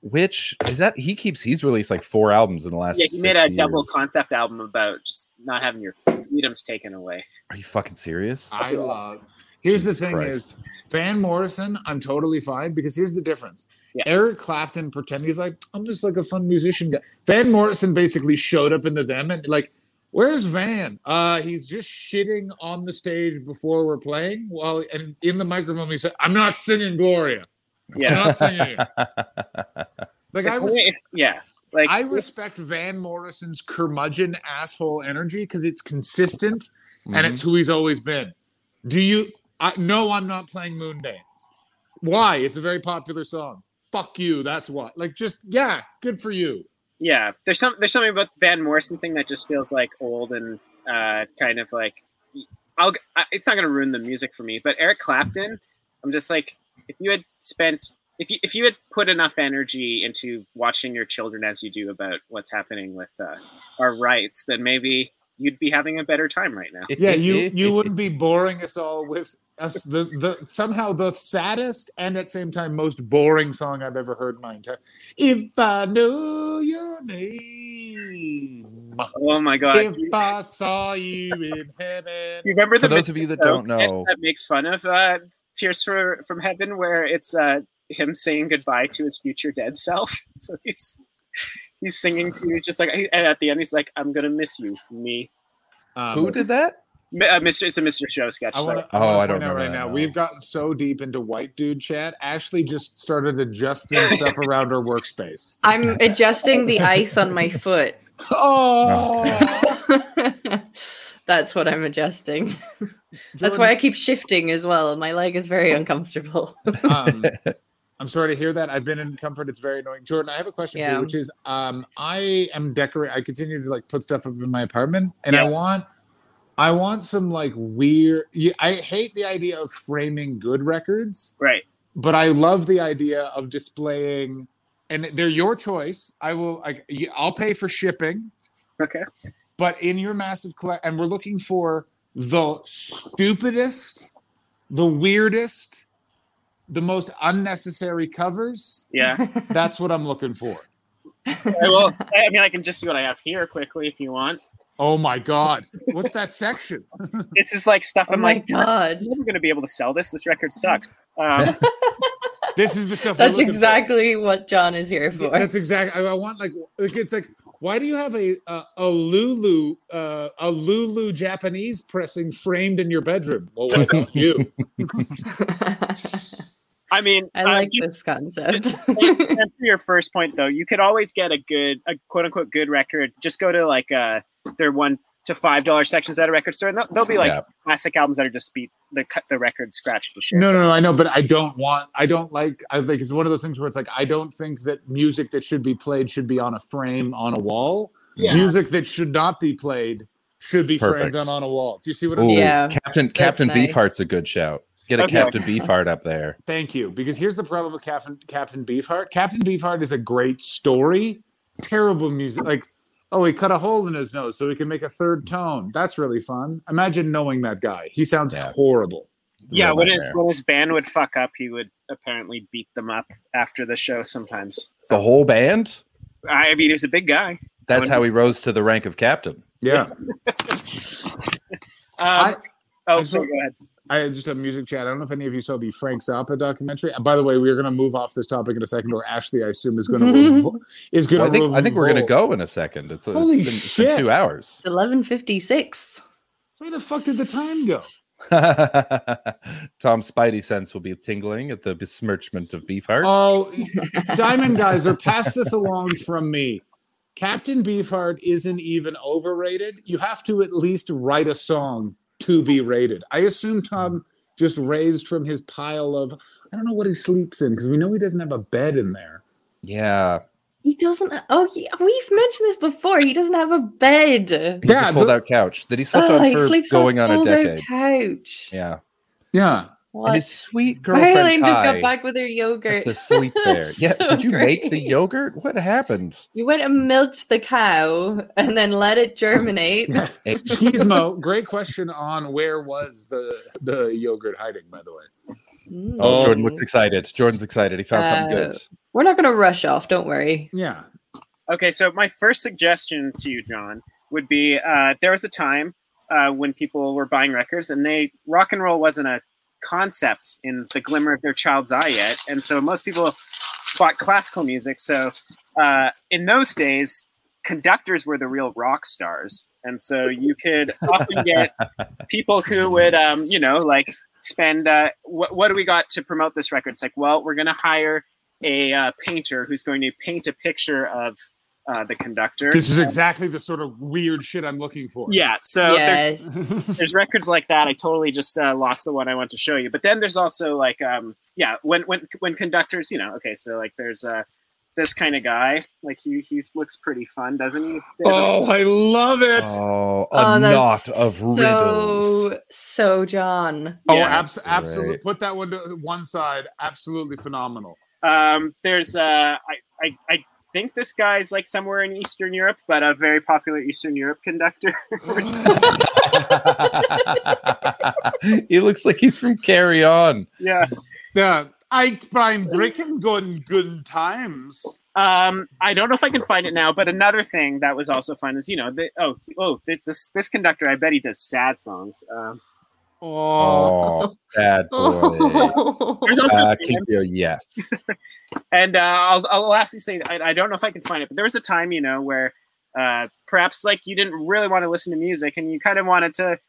[SPEAKER 3] which is that? He keeps he's released like four albums in the last.
[SPEAKER 7] Yeah, he made a
[SPEAKER 3] six
[SPEAKER 7] double
[SPEAKER 3] years.
[SPEAKER 7] concept album about just not having your freedoms taken away.
[SPEAKER 3] Are you fucking serious?
[SPEAKER 4] I love. Here's
[SPEAKER 3] Jesus
[SPEAKER 4] the thing:
[SPEAKER 3] Christ.
[SPEAKER 4] is Van Morrison, I'm totally fine because here's the difference.
[SPEAKER 7] Yeah.
[SPEAKER 4] Eric Clapton pretended he's like, I'm just like a fun musician guy. Van Morrison basically showed up into them and like, where's Van? Uh, he's just shitting on the stage before we're playing. While and in the microphone, he said, "I'm not singing Gloria. I'm
[SPEAKER 7] Yeah.
[SPEAKER 4] not singing." it." Uh, like I was.
[SPEAKER 7] yeah. Like
[SPEAKER 4] I respect Van Morrison's curmudgeon asshole energy because it's consistent and it's who he's always been. Do you? I, no, I'm not playing Moondance. Why? It's a very popular song. Fuck you. That's why. Like, just yeah, good for you.
[SPEAKER 7] yeah. There's some there's something about the Van Morrison thing that just feels like old and uh, kind of like I'll I, it's not gonna ruin the music for me. But Eric Clapton, I'm just like if you had spent if you if you had put enough energy into watching your children as you do about what's happening with uh, our rights, then maybe you'd be having a better time right now.
[SPEAKER 4] Yeah, you you wouldn't be boring us all with us the the somehow the saddest and at the same time most boring song I've ever heard in my entire. If I knew your name,
[SPEAKER 7] Oh my god!
[SPEAKER 4] if
[SPEAKER 7] You,
[SPEAKER 4] I saw you in heaven,
[SPEAKER 7] you remember
[SPEAKER 3] For
[SPEAKER 7] the
[SPEAKER 3] those of you that don't know,
[SPEAKER 7] that makes fun of uh, Tears for, from Heaven, where it's uh, him saying goodbye to his future dead self. So he's he's singing to you, just like and at the end he's like, "I'm gonna miss you, me."
[SPEAKER 4] um,
[SPEAKER 3] Mm-hmm. who did that?
[SPEAKER 7] M- Uh, Mr. It's a Mr. Show sketch.
[SPEAKER 4] I
[SPEAKER 7] so-
[SPEAKER 4] want to.
[SPEAKER 3] Oh, I don't remember
[SPEAKER 4] know right
[SPEAKER 3] that
[SPEAKER 4] now.
[SPEAKER 3] at all.
[SPEAKER 4] We've gotten so deep into white dude chat. Ashley just started adjusting stuff around her workspace.
[SPEAKER 2] I'm adjusting the ice on my foot.
[SPEAKER 4] Oh,
[SPEAKER 2] That's what I'm adjusting. That's why I keep shifting as well. My leg is very uncomfortable.
[SPEAKER 4] um, I'm sorry to hear that. I've been in comfort. It's very annoying. Jordan, I have a question for
[SPEAKER 2] Yeah.
[SPEAKER 4] you, which is um, I am decorate. I continue to like put stuff up in my apartment, and I
[SPEAKER 7] Yeah.
[SPEAKER 4] want, I want some like weird. yeah, I hate the idea of framing good records.
[SPEAKER 7] right.
[SPEAKER 4] but I love the idea of displaying, and they're your choice. I will, I, I'll pay for shipping,
[SPEAKER 7] Okay.
[SPEAKER 4] but in your massive collect, and we're looking for the stupidest, the weirdest, the most unnecessary covers.
[SPEAKER 7] Yeah.
[SPEAKER 4] That's what I'm looking for.
[SPEAKER 7] I will. I mean, I can just see what I have here quickly if you want.
[SPEAKER 4] Oh my god, what's that section?
[SPEAKER 7] This is like stuff.
[SPEAKER 2] Oh
[SPEAKER 7] I'm
[SPEAKER 2] my
[SPEAKER 7] like,
[SPEAKER 2] god.
[SPEAKER 7] I'm never gonna be able to sell this. This record sucks. Um,
[SPEAKER 4] This is the stuff. we're
[SPEAKER 2] That's
[SPEAKER 4] looking for.
[SPEAKER 2] exactly what John is here
[SPEAKER 4] Yeah,
[SPEAKER 2] for.
[SPEAKER 4] That's exactly. I, I want like like, it's like why do you have a a, a Lulu uh, a Lulu Japanese pressing framed in your bedroom? Well, what about you?
[SPEAKER 7] I mean,
[SPEAKER 2] I
[SPEAKER 7] uh,
[SPEAKER 2] like
[SPEAKER 7] you-
[SPEAKER 2] this concept.
[SPEAKER 7] and and for your first point though, you could always get a good, a quote unquote good record. Just go to like uh their one to five dollar sections at a record store, and they'll, they'll be like
[SPEAKER 3] Yeah.
[SPEAKER 7] classic albums that are just beat the cut the record scratched to shit.
[SPEAKER 4] No, no, no. I know, but I don't want. I don't like. I like it's one of those things where it's like I don't think that music that should be played should be on a frame on a wall.
[SPEAKER 7] Yeah.
[SPEAKER 4] Music that should not be played should be framed
[SPEAKER 3] Perfect.
[SPEAKER 4] on, on a wall. Do you see what I'm
[SPEAKER 3] Ooh,
[SPEAKER 4] saying?
[SPEAKER 2] Yeah.
[SPEAKER 3] Captain Captain
[SPEAKER 2] nice.
[SPEAKER 3] Beefheart's a good shout. Get a
[SPEAKER 7] Okay.
[SPEAKER 3] Captain Beefheart up there.
[SPEAKER 4] Thank you. Because here's the problem with Captain Captain Beefheart. Captain Beefheart is a great story, terrible music. Like, oh, he cut a hole in his nose so he can make a third tone. That's really fun. Imagine knowing that guy. He sounds
[SPEAKER 3] Yeah.
[SPEAKER 4] horrible.
[SPEAKER 7] yeah,
[SPEAKER 3] Real
[SPEAKER 7] when his
[SPEAKER 3] nightmare.
[SPEAKER 7] when his band would fuck up, he would apparently beat them up after the show sometimes.
[SPEAKER 3] the whole band.
[SPEAKER 7] I mean, he's a big guy.
[SPEAKER 3] That's how he rose to the rank of captain.
[SPEAKER 4] Yeah.
[SPEAKER 7] Um,
[SPEAKER 4] I-
[SPEAKER 7] oh,
[SPEAKER 4] I'm
[SPEAKER 7] so
[SPEAKER 4] so-
[SPEAKER 7] go ahead.
[SPEAKER 4] I had just a music chat. I don't know if any of you saw the Frank Zappa documentary. And by the way, we are going to move off this topic in a second. Or Ashley, I assume, is going to revol- is going
[SPEAKER 3] Well,
[SPEAKER 4] to.
[SPEAKER 3] I think I think we're gonna
[SPEAKER 4] revolt.
[SPEAKER 3] go in a second. It's, it's
[SPEAKER 4] Holy
[SPEAKER 3] been- it's been
[SPEAKER 4] shit.
[SPEAKER 3] two hours.
[SPEAKER 2] 1156.
[SPEAKER 4] Where the fuck did the time go?
[SPEAKER 3] Tom's Spidey sense will be tingling at the besmirchment of Beefheart.
[SPEAKER 4] Oh, Diamond Guys, or pass this along from me. Captain Beefheart isn't even overrated. You have to at least write a song to be rated. I assume Tom just raised from his pile of, I don't know what he sleeps in because we know he doesn't have a bed in there.
[SPEAKER 3] yeah,
[SPEAKER 2] He doesn't. Oh, yeah, we've mentioned this before. He doesn't have a bed.
[SPEAKER 3] he's
[SPEAKER 4] Yeah,
[SPEAKER 3] a
[SPEAKER 4] the-
[SPEAKER 3] fold-out couch that he slept
[SPEAKER 2] Oh,
[SPEAKER 3] on
[SPEAKER 2] he
[SPEAKER 3] for
[SPEAKER 2] sleeps
[SPEAKER 3] going on a
[SPEAKER 2] fold-out
[SPEAKER 3] decade.
[SPEAKER 2] couch.
[SPEAKER 3] Yeah,
[SPEAKER 4] Yeah.
[SPEAKER 3] and
[SPEAKER 2] What?
[SPEAKER 3] his sweet girlfriend
[SPEAKER 2] Marilyn just
[SPEAKER 3] Kai
[SPEAKER 2] got back with her yogurt.
[SPEAKER 3] has to sleep there.
[SPEAKER 2] That's
[SPEAKER 3] yeah,
[SPEAKER 2] so
[SPEAKER 3] did you make the
[SPEAKER 2] great.
[SPEAKER 3] yogurt? What happened?
[SPEAKER 2] You went and milked the cow and then let it germinate. Mm.
[SPEAKER 3] It-
[SPEAKER 4] Schizmo, great question on where was the the yogurt hiding, by the way.
[SPEAKER 3] oh,
[SPEAKER 2] Mm.
[SPEAKER 3] Jordan looks excited. Jordan's excited. He found something
[SPEAKER 2] Uh,
[SPEAKER 3] good.
[SPEAKER 2] We're not going to rush off. Don't worry.
[SPEAKER 4] Yeah.
[SPEAKER 7] Okay, so my first suggestion to you, John, would be uh, there was a time uh, when people were buying records, and they rock and roll wasn't a concept in the glimmer of their child's eye yet, and so most people bought classical music. So uh, in those days, conductors were the real rock stars, and so you could often get people who would, um, you know, like spend. Uh, what, what do we got to promote this record? It's like, well, we're going to hire a uh, painter who's going to paint a picture of uh, the conductor.
[SPEAKER 4] This is exactly the sort of weird shit I'm looking for.
[SPEAKER 7] yeah, so
[SPEAKER 2] yeah.
[SPEAKER 7] there's there's records like that. I totally just uh, lost the one I want to show you. But then there's also like, um, yeah, when when when conductors, you know, okay, so like there's uh, this kind of guy, like he he looks pretty fun, doesn't he?
[SPEAKER 4] Oh, I love it. Oh,
[SPEAKER 3] Oh, a
[SPEAKER 2] Oh, that's
[SPEAKER 3] knot of riddles.
[SPEAKER 2] So, so John.
[SPEAKER 7] Yeah,
[SPEAKER 4] Oh, abs- absolutely.
[SPEAKER 3] great.
[SPEAKER 4] Put that one to one side. Absolutely phenomenal.
[SPEAKER 7] Um, there's uh, I, I I think this guy's like somewhere in Eastern Europe, but a very popular Eastern Europe conductor.
[SPEAKER 3] he looks like he's from Carry On.
[SPEAKER 7] yeah.
[SPEAKER 4] The Eins beim Bricken guten, guten Times.
[SPEAKER 7] Um, I don't know if I can find it now, but another thing that was also fun is you know the, oh oh this, this this conductor I bet he does sad songs. Um,
[SPEAKER 4] Oh,
[SPEAKER 3] Oh, bad boy.
[SPEAKER 2] Ah,
[SPEAKER 7] there's also
[SPEAKER 3] Uh, Kinkyo, yes.
[SPEAKER 7] And uh, I'll, I'll lastly say, I, I don't know if I can find it, but there was a time, you know, where uh, perhaps like you didn't really want to listen to music and you kind of wanted to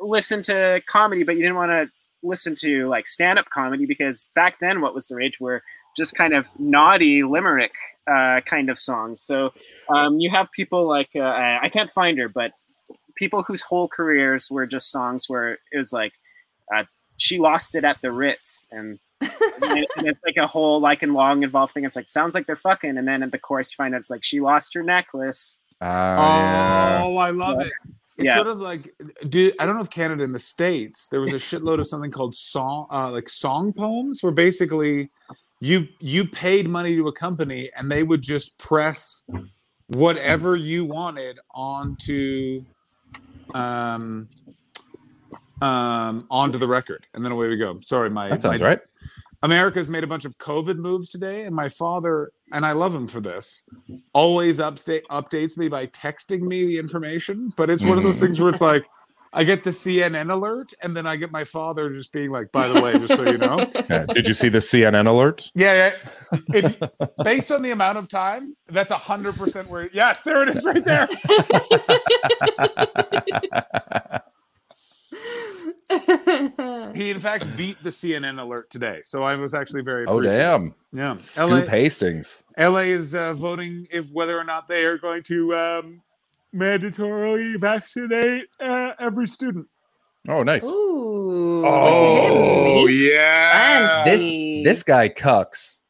[SPEAKER 7] listen to comedy, but you didn't want to listen to like stand up comedy because back then, what was the rage were just kind of naughty limerick uh, kind of songs. So um, you have people like, uh, I I can't find her, but people whose whole careers were just songs where it was like, uh, she lost it at the Ritz and and, and it's like a whole like and long involved thing. It's like sounds like they're fucking, and then at the chorus you find out it's like she lost her necklace.
[SPEAKER 3] Ah, yeah.
[SPEAKER 4] oh I love it. It's
[SPEAKER 7] Yeah.
[SPEAKER 4] sort of like, do I don't know if Canada in the states there was a shitload of something called song, uh, like song poems, where basically you you paid money to a company and they would just press whatever you wanted onto um um onto the record and then away we go sorry my
[SPEAKER 3] That sounds
[SPEAKER 4] my-
[SPEAKER 3] right.
[SPEAKER 4] America's made a bunch of COVID moves today, and my father and I love him for this. Always update updates me by texting me the information, but it's one of
[SPEAKER 3] Mm-hmm.
[SPEAKER 4] those things where it's like I get the CNN alert, and then I get my father just being like, "By the way, just so you know,
[SPEAKER 3] Uh, did you see the CNN alert?
[SPEAKER 4] yeah, yeah." If, based on the amount of time, that's a hundred percent where. Yes, there it is, right there. He in fact beat the CNN alert today, so I was actually very
[SPEAKER 3] Oh,
[SPEAKER 4] appreciative.
[SPEAKER 3] damn.
[SPEAKER 4] yeah. LA
[SPEAKER 3] Scoop Hastings.
[SPEAKER 4] LA is uh, voting if whether or not they are going to um, mandatorily vaccinate uh, every student.
[SPEAKER 3] Oh, nice.
[SPEAKER 2] Ooh.
[SPEAKER 3] Oh,
[SPEAKER 4] yeah,
[SPEAKER 2] And-
[SPEAKER 3] This this guy cucks.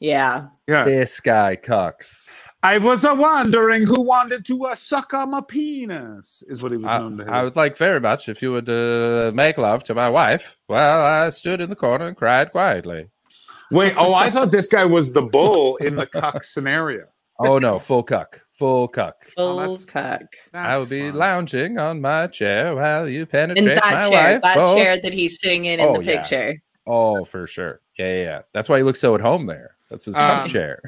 [SPEAKER 2] Yeah.
[SPEAKER 4] yeah.
[SPEAKER 3] This guy cucks.
[SPEAKER 4] I was a wandering who wanted to uh, suck on my penis. Is what he was
[SPEAKER 3] I,
[SPEAKER 4] known to.
[SPEAKER 3] I
[SPEAKER 4] do.
[SPEAKER 3] would like very much if you would uh, make love to my wife while I stood in the corner and cried quietly.
[SPEAKER 4] Wait, oh, I thought this guy was the bull in the cuck scenario.
[SPEAKER 3] Oh no, full cuck, full cuck.
[SPEAKER 2] Full
[SPEAKER 4] that's-
[SPEAKER 2] cuck.
[SPEAKER 4] That's
[SPEAKER 3] I will be
[SPEAKER 4] fun.
[SPEAKER 3] lounging on my chair while you
[SPEAKER 2] And
[SPEAKER 3] penetrate
[SPEAKER 2] that
[SPEAKER 3] my
[SPEAKER 2] chair,
[SPEAKER 3] wife.
[SPEAKER 2] that
[SPEAKER 3] oh,
[SPEAKER 2] chair that he's sitting in in
[SPEAKER 3] Oh,
[SPEAKER 2] the
[SPEAKER 3] yeah.
[SPEAKER 2] picture.
[SPEAKER 3] oh, for sure. Yeah, yeah, yeah. That's why he looks so at home there. That's his cuck
[SPEAKER 4] Um,
[SPEAKER 3] chair.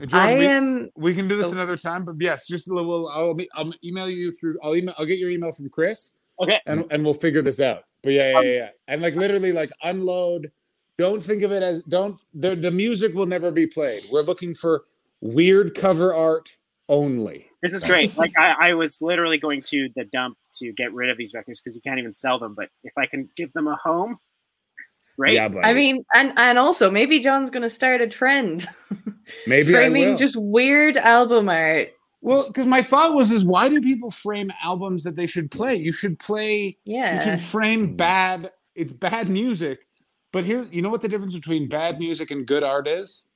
[SPEAKER 4] Jordan,
[SPEAKER 2] I
[SPEAKER 4] we-
[SPEAKER 2] am.
[SPEAKER 4] we can do this
[SPEAKER 2] Oh.
[SPEAKER 4] another time, but yes, just a little. I'll, I'll email you through. I'll email. I'll get your email from Chris.
[SPEAKER 7] Okay. Um,
[SPEAKER 4] and and we'll figure this out. But yeah, yeah, yeah, yeah. And like literally, like unload. Don't think of it as don't. The the music will never be played. We're looking for weird cover art only.
[SPEAKER 7] This is great. Like I, I was literally going to the dump to get rid of these records because you can't even sell them. But if I can give them a home, right?
[SPEAKER 4] Yeah, buddy.
[SPEAKER 2] I mean, and and also maybe John's gonna start a trend,
[SPEAKER 4] maybe I
[SPEAKER 2] framing
[SPEAKER 4] will.
[SPEAKER 2] just weird album art.
[SPEAKER 4] well, because my thought was is why do people frame albums that they should play? You should play. You
[SPEAKER 2] Yeah.
[SPEAKER 4] should
[SPEAKER 3] Hmm.
[SPEAKER 4] frame bad. It's bad music. But here, you know what the difference between bad music and good art is?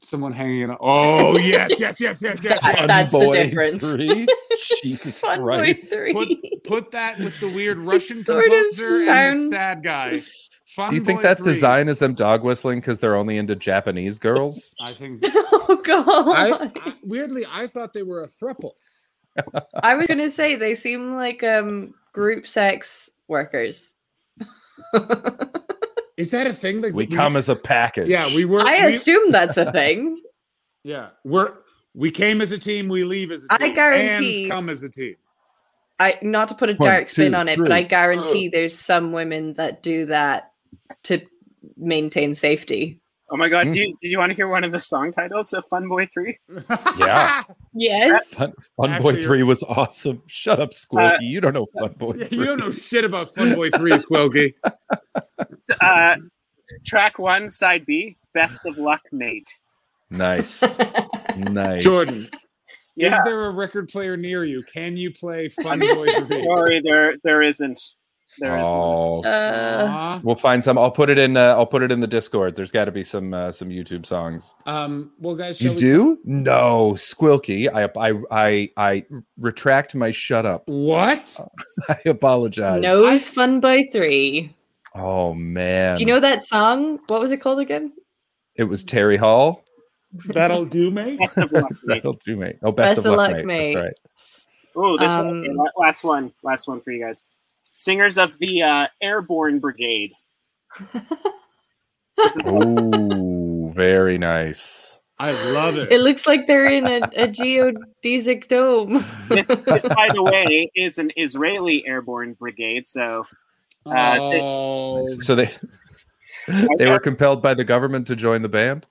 [SPEAKER 4] Someone hanging it. on- Oh yes, yes, yes, yes, yes. yes.
[SPEAKER 2] That- that's the
[SPEAKER 3] Boy
[SPEAKER 2] difference.
[SPEAKER 3] three. Jesus
[SPEAKER 2] Fun
[SPEAKER 3] Christ.
[SPEAKER 2] Boy
[SPEAKER 4] Put-
[SPEAKER 2] Three.
[SPEAKER 4] put that with the weird Russian
[SPEAKER 2] sort of
[SPEAKER 4] composer and the
[SPEAKER 2] sounds-
[SPEAKER 4] sad guy. Fun
[SPEAKER 3] Do you think
[SPEAKER 4] Boy
[SPEAKER 3] that
[SPEAKER 4] 3.
[SPEAKER 3] design is them dog whistling because they're only into Japanese girls?
[SPEAKER 4] I think.
[SPEAKER 2] oh
[SPEAKER 4] I,
[SPEAKER 2] god.
[SPEAKER 4] I- weirdly, I thought they were a thruple.
[SPEAKER 2] I was gonna say they seem like um group sex workers.
[SPEAKER 4] Is that a thing? Like
[SPEAKER 3] We come as a package.
[SPEAKER 4] Yeah, we were.
[SPEAKER 2] I
[SPEAKER 4] we-
[SPEAKER 2] assume that's a thing.
[SPEAKER 4] yeah, we're we came as a team. We leave as a
[SPEAKER 2] I
[SPEAKER 4] team.
[SPEAKER 2] guarantee-
[SPEAKER 4] And come as a team.
[SPEAKER 2] I not to put a
[SPEAKER 3] One,
[SPEAKER 2] dark spin
[SPEAKER 3] two,
[SPEAKER 2] on it, but I
[SPEAKER 3] three.
[SPEAKER 2] guarantee there's some women that do that to maintain safety.
[SPEAKER 7] Oh my God! Do you, do you want to hear one of the song titles of Fun Boy Three?
[SPEAKER 3] Yeah.
[SPEAKER 2] Yes.
[SPEAKER 3] Fun, Fun
[SPEAKER 4] Actually,
[SPEAKER 3] Boy
[SPEAKER 4] you're-
[SPEAKER 3] 3 was awesome. Shut up, Squilky. you don't know Fun Boy 3.
[SPEAKER 4] you don't know shit about Fun Boy Three, Squelky.
[SPEAKER 7] Uh, track one, side B. Best of luck, mate.
[SPEAKER 3] Nice.
[SPEAKER 2] Uh,
[SPEAKER 3] nice.
[SPEAKER 4] Jordan.
[SPEAKER 7] Yeah.
[SPEAKER 4] Is there a record player near you? Can you play Fun Boy Three?
[SPEAKER 7] Sorry, there there isn't. There isn't.
[SPEAKER 3] Oh.
[SPEAKER 2] Uh,
[SPEAKER 4] Aw.
[SPEAKER 3] We'll find some. I'll put it in. Uh, I'll put it in the Discord. There's got to be some uh, some YouTube songs.
[SPEAKER 4] Um. Well, guys, shall
[SPEAKER 3] You
[SPEAKER 4] we-
[SPEAKER 3] do? No, Squilky. I I I I retract my shut up.
[SPEAKER 2] Uh,
[SPEAKER 4] what?
[SPEAKER 3] I apologize.
[SPEAKER 2] nose fun by three.
[SPEAKER 3] Oh man.
[SPEAKER 2] Do you know that song? What was it called again?
[SPEAKER 3] it was Terry Hall?
[SPEAKER 8] That'll do, mate.
[SPEAKER 7] Best of luck, mate.
[SPEAKER 3] That'll do, mate. Oh, best, of, luck, mate. That's right.
[SPEAKER 7] Oh, this one.
[SPEAKER 2] Um,
[SPEAKER 7] okay, la- last one. Last one for you guys. Singers of the uh, Airborne Brigade. This is-
[SPEAKER 3] Oh, very nice.
[SPEAKER 8] I love it.
[SPEAKER 2] It looks like they're in a, a geodesic dome.
[SPEAKER 7] this, this, by the way, is an Israeli airborne brigade. So Uh, t-
[SPEAKER 8] oh,
[SPEAKER 3] So they they were compelled by the government to join the band.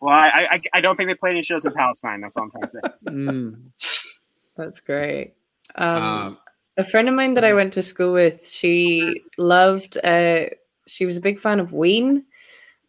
[SPEAKER 7] Well, I, I, I don't think they played any shows in Palestine. That's all I'm trying to say.
[SPEAKER 2] Um,
[SPEAKER 8] mm.
[SPEAKER 2] That's great. Um,
[SPEAKER 8] Um,
[SPEAKER 2] a friend of mine that I went to school with, she loved. Uh, she was a big fan of Ween,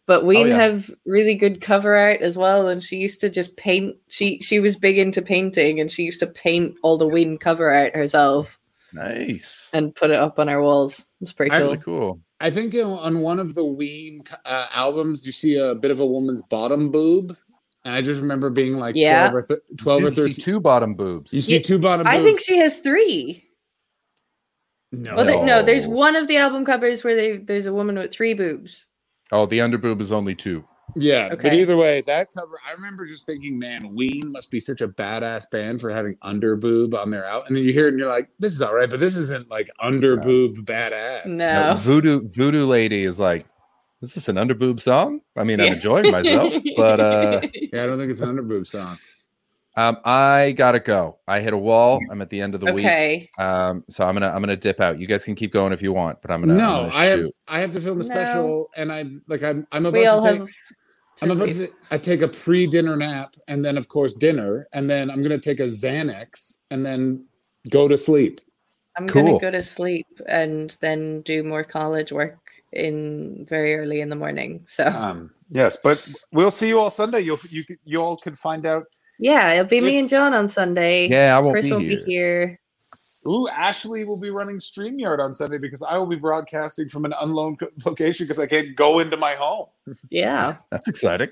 [SPEAKER 2] but Ween
[SPEAKER 3] yeah.
[SPEAKER 2] have really good cover art as well. And she used to just paint. She she was big into painting, and she used to paint all the Ween cover art herself
[SPEAKER 3] Nice.
[SPEAKER 2] and put it up on our walls. It's pretty
[SPEAKER 8] I-
[SPEAKER 2] cool.
[SPEAKER 3] Really cool.
[SPEAKER 8] I think you know, on one of the Ween uh, albums, you see a bit of a woman's bottom boob, and I just remember being like
[SPEAKER 2] Yeah.
[SPEAKER 8] twelve or th- twelve or
[SPEAKER 3] You see
[SPEAKER 8] thirteen.
[SPEAKER 3] two bottom boobs.
[SPEAKER 8] You see
[SPEAKER 2] Yeah,
[SPEAKER 8] two bottom boobs.
[SPEAKER 2] I think she has three.
[SPEAKER 8] no.
[SPEAKER 2] Well, they, no, there's
[SPEAKER 3] No.
[SPEAKER 2] one of the album covers where they there's a woman with three boobs.
[SPEAKER 3] Oh, the underboob is only two.
[SPEAKER 8] Yeah, but
[SPEAKER 2] Okay.
[SPEAKER 8] either way, that cover. I remember just thinking, man, Ween must be such a badass band for having underboob on their out. And then you hear it, and you're like, this is all right, but this isn't like underboob badass.
[SPEAKER 3] Now,
[SPEAKER 2] No.
[SPEAKER 3] voodoo Voodoo Lady is like, is this an underboob song? I mean, I'm
[SPEAKER 2] Yeah.
[SPEAKER 3] enjoying myself, but uh,
[SPEAKER 8] Yeah, I don't think it's an underboob song.
[SPEAKER 3] um, I gotta go. I hit a wall. I'm at the end of the week.
[SPEAKER 2] okay.
[SPEAKER 3] Um, so I'm gonna I'm gonna dip out. You guys can keep going if you want, but I'm gonna I'm
[SPEAKER 8] no,
[SPEAKER 3] gonna
[SPEAKER 8] I have
[SPEAKER 3] shoot.
[SPEAKER 8] I have to film a
[SPEAKER 2] No.
[SPEAKER 8] special, and I like I'm I'm
[SPEAKER 2] We all
[SPEAKER 8] about to take
[SPEAKER 2] have.
[SPEAKER 8] I'm about
[SPEAKER 2] leave.
[SPEAKER 8] to I take a pre-dinner nap, and then of course dinner, and then I'm gonna take a Xanax, and then go to sleep.
[SPEAKER 2] I'm
[SPEAKER 3] Cool.
[SPEAKER 2] gonna go to sleep and then do more college work in very early in the morning. So
[SPEAKER 3] Uh,
[SPEAKER 4] Um, yes, but we'll see you all Sunday. You'll you you all can find out.
[SPEAKER 2] yeah, it'll be me
[SPEAKER 4] if-
[SPEAKER 2] and John on Sunday.
[SPEAKER 3] Yeah, I won't
[SPEAKER 2] Chris
[SPEAKER 3] be
[SPEAKER 2] will
[SPEAKER 3] here.
[SPEAKER 2] be here.
[SPEAKER 4] Ooh, Ashley will be running Streamyard on Sunday because I will be broadcasting from an unknown co- location because I can't go into my home.
[SPEAKER 2] Yeah.
[SPEAKER 3] That's exciting.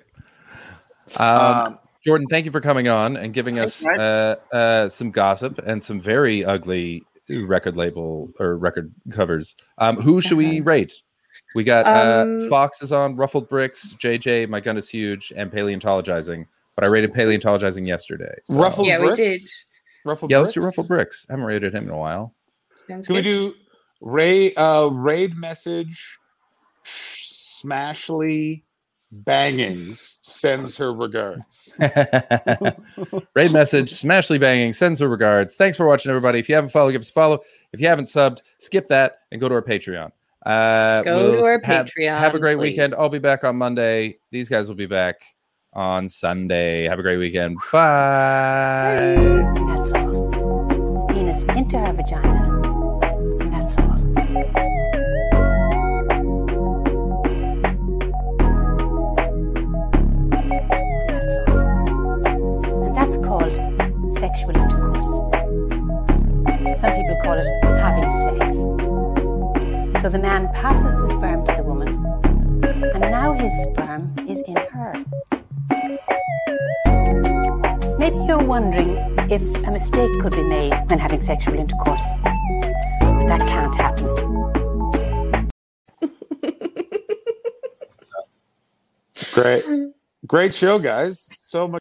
[SPEAKER 8] Uh,
[SPEAKER 3] um,
[SPEAKER 4] Um,
[SPEAKER 3] Jordan, thank you for coming on and giving us
[SPEAKER 7] Thanks,
[SPEAKER 3] uh, uh, some gossip and some very ugly record label or record covers. Um, who should we rate? We got uh,
[SPEAKER 2] Um,
[SPEAKER 3] Fox is on, Ruffled Bricks, JJ, My Gun is Huge, and Paleontologizing. But I rated Paleontologizing yesterday. So.
[SPEAKER 4] Ruffled
[SPEAKER 2] Yeah, we
[SPEAKER 4] bricks.
[SPEAKER 2] did.
[SPEAKER 4] Ruffled
[SPEAKER 3] Yeah, let's do
[SPEAKER 4] bricks?
[SPEAKER 3] Ruffled Bricks. I haven't rated him in a while.
[SPEAKER 2] Sounds
[SPEAKER 4] Can we
[SPEAKER 2] good.
[SPEAKER 4] do raid uh raid message smashly bangings sends her regards.
[SPEAKER 3] Raid message, smashly banging, sends her regards. Thanks for watching, everybody. If you haven't followed, give us a follow. If you haven't subbed, skip that and go to our Patreon. Uh,
[SPEAKER 2] Go to our
[SPEAKER 3] have,
[SPEAKER 2] Patreon,
[SPEAKER 3] Have a great
[SPEAKER 2] please.
[SPEAKER 3] weekend. I'll be back on Monday. These guys will be back on Sunday. Have a great weekend. Bye.
[SPEAKER 9] That's all. Penis into her vagina. That's all. That's all. And that's called sexual intercourse. Some people call it having sex. So the man passes the sperm to the woman, and now his sperm is in her. Maybe you're wondering if a mistake could be made when having sexual intercourse. That can't happen.
[SPEAKER 4] Great. Great show, guys. So much.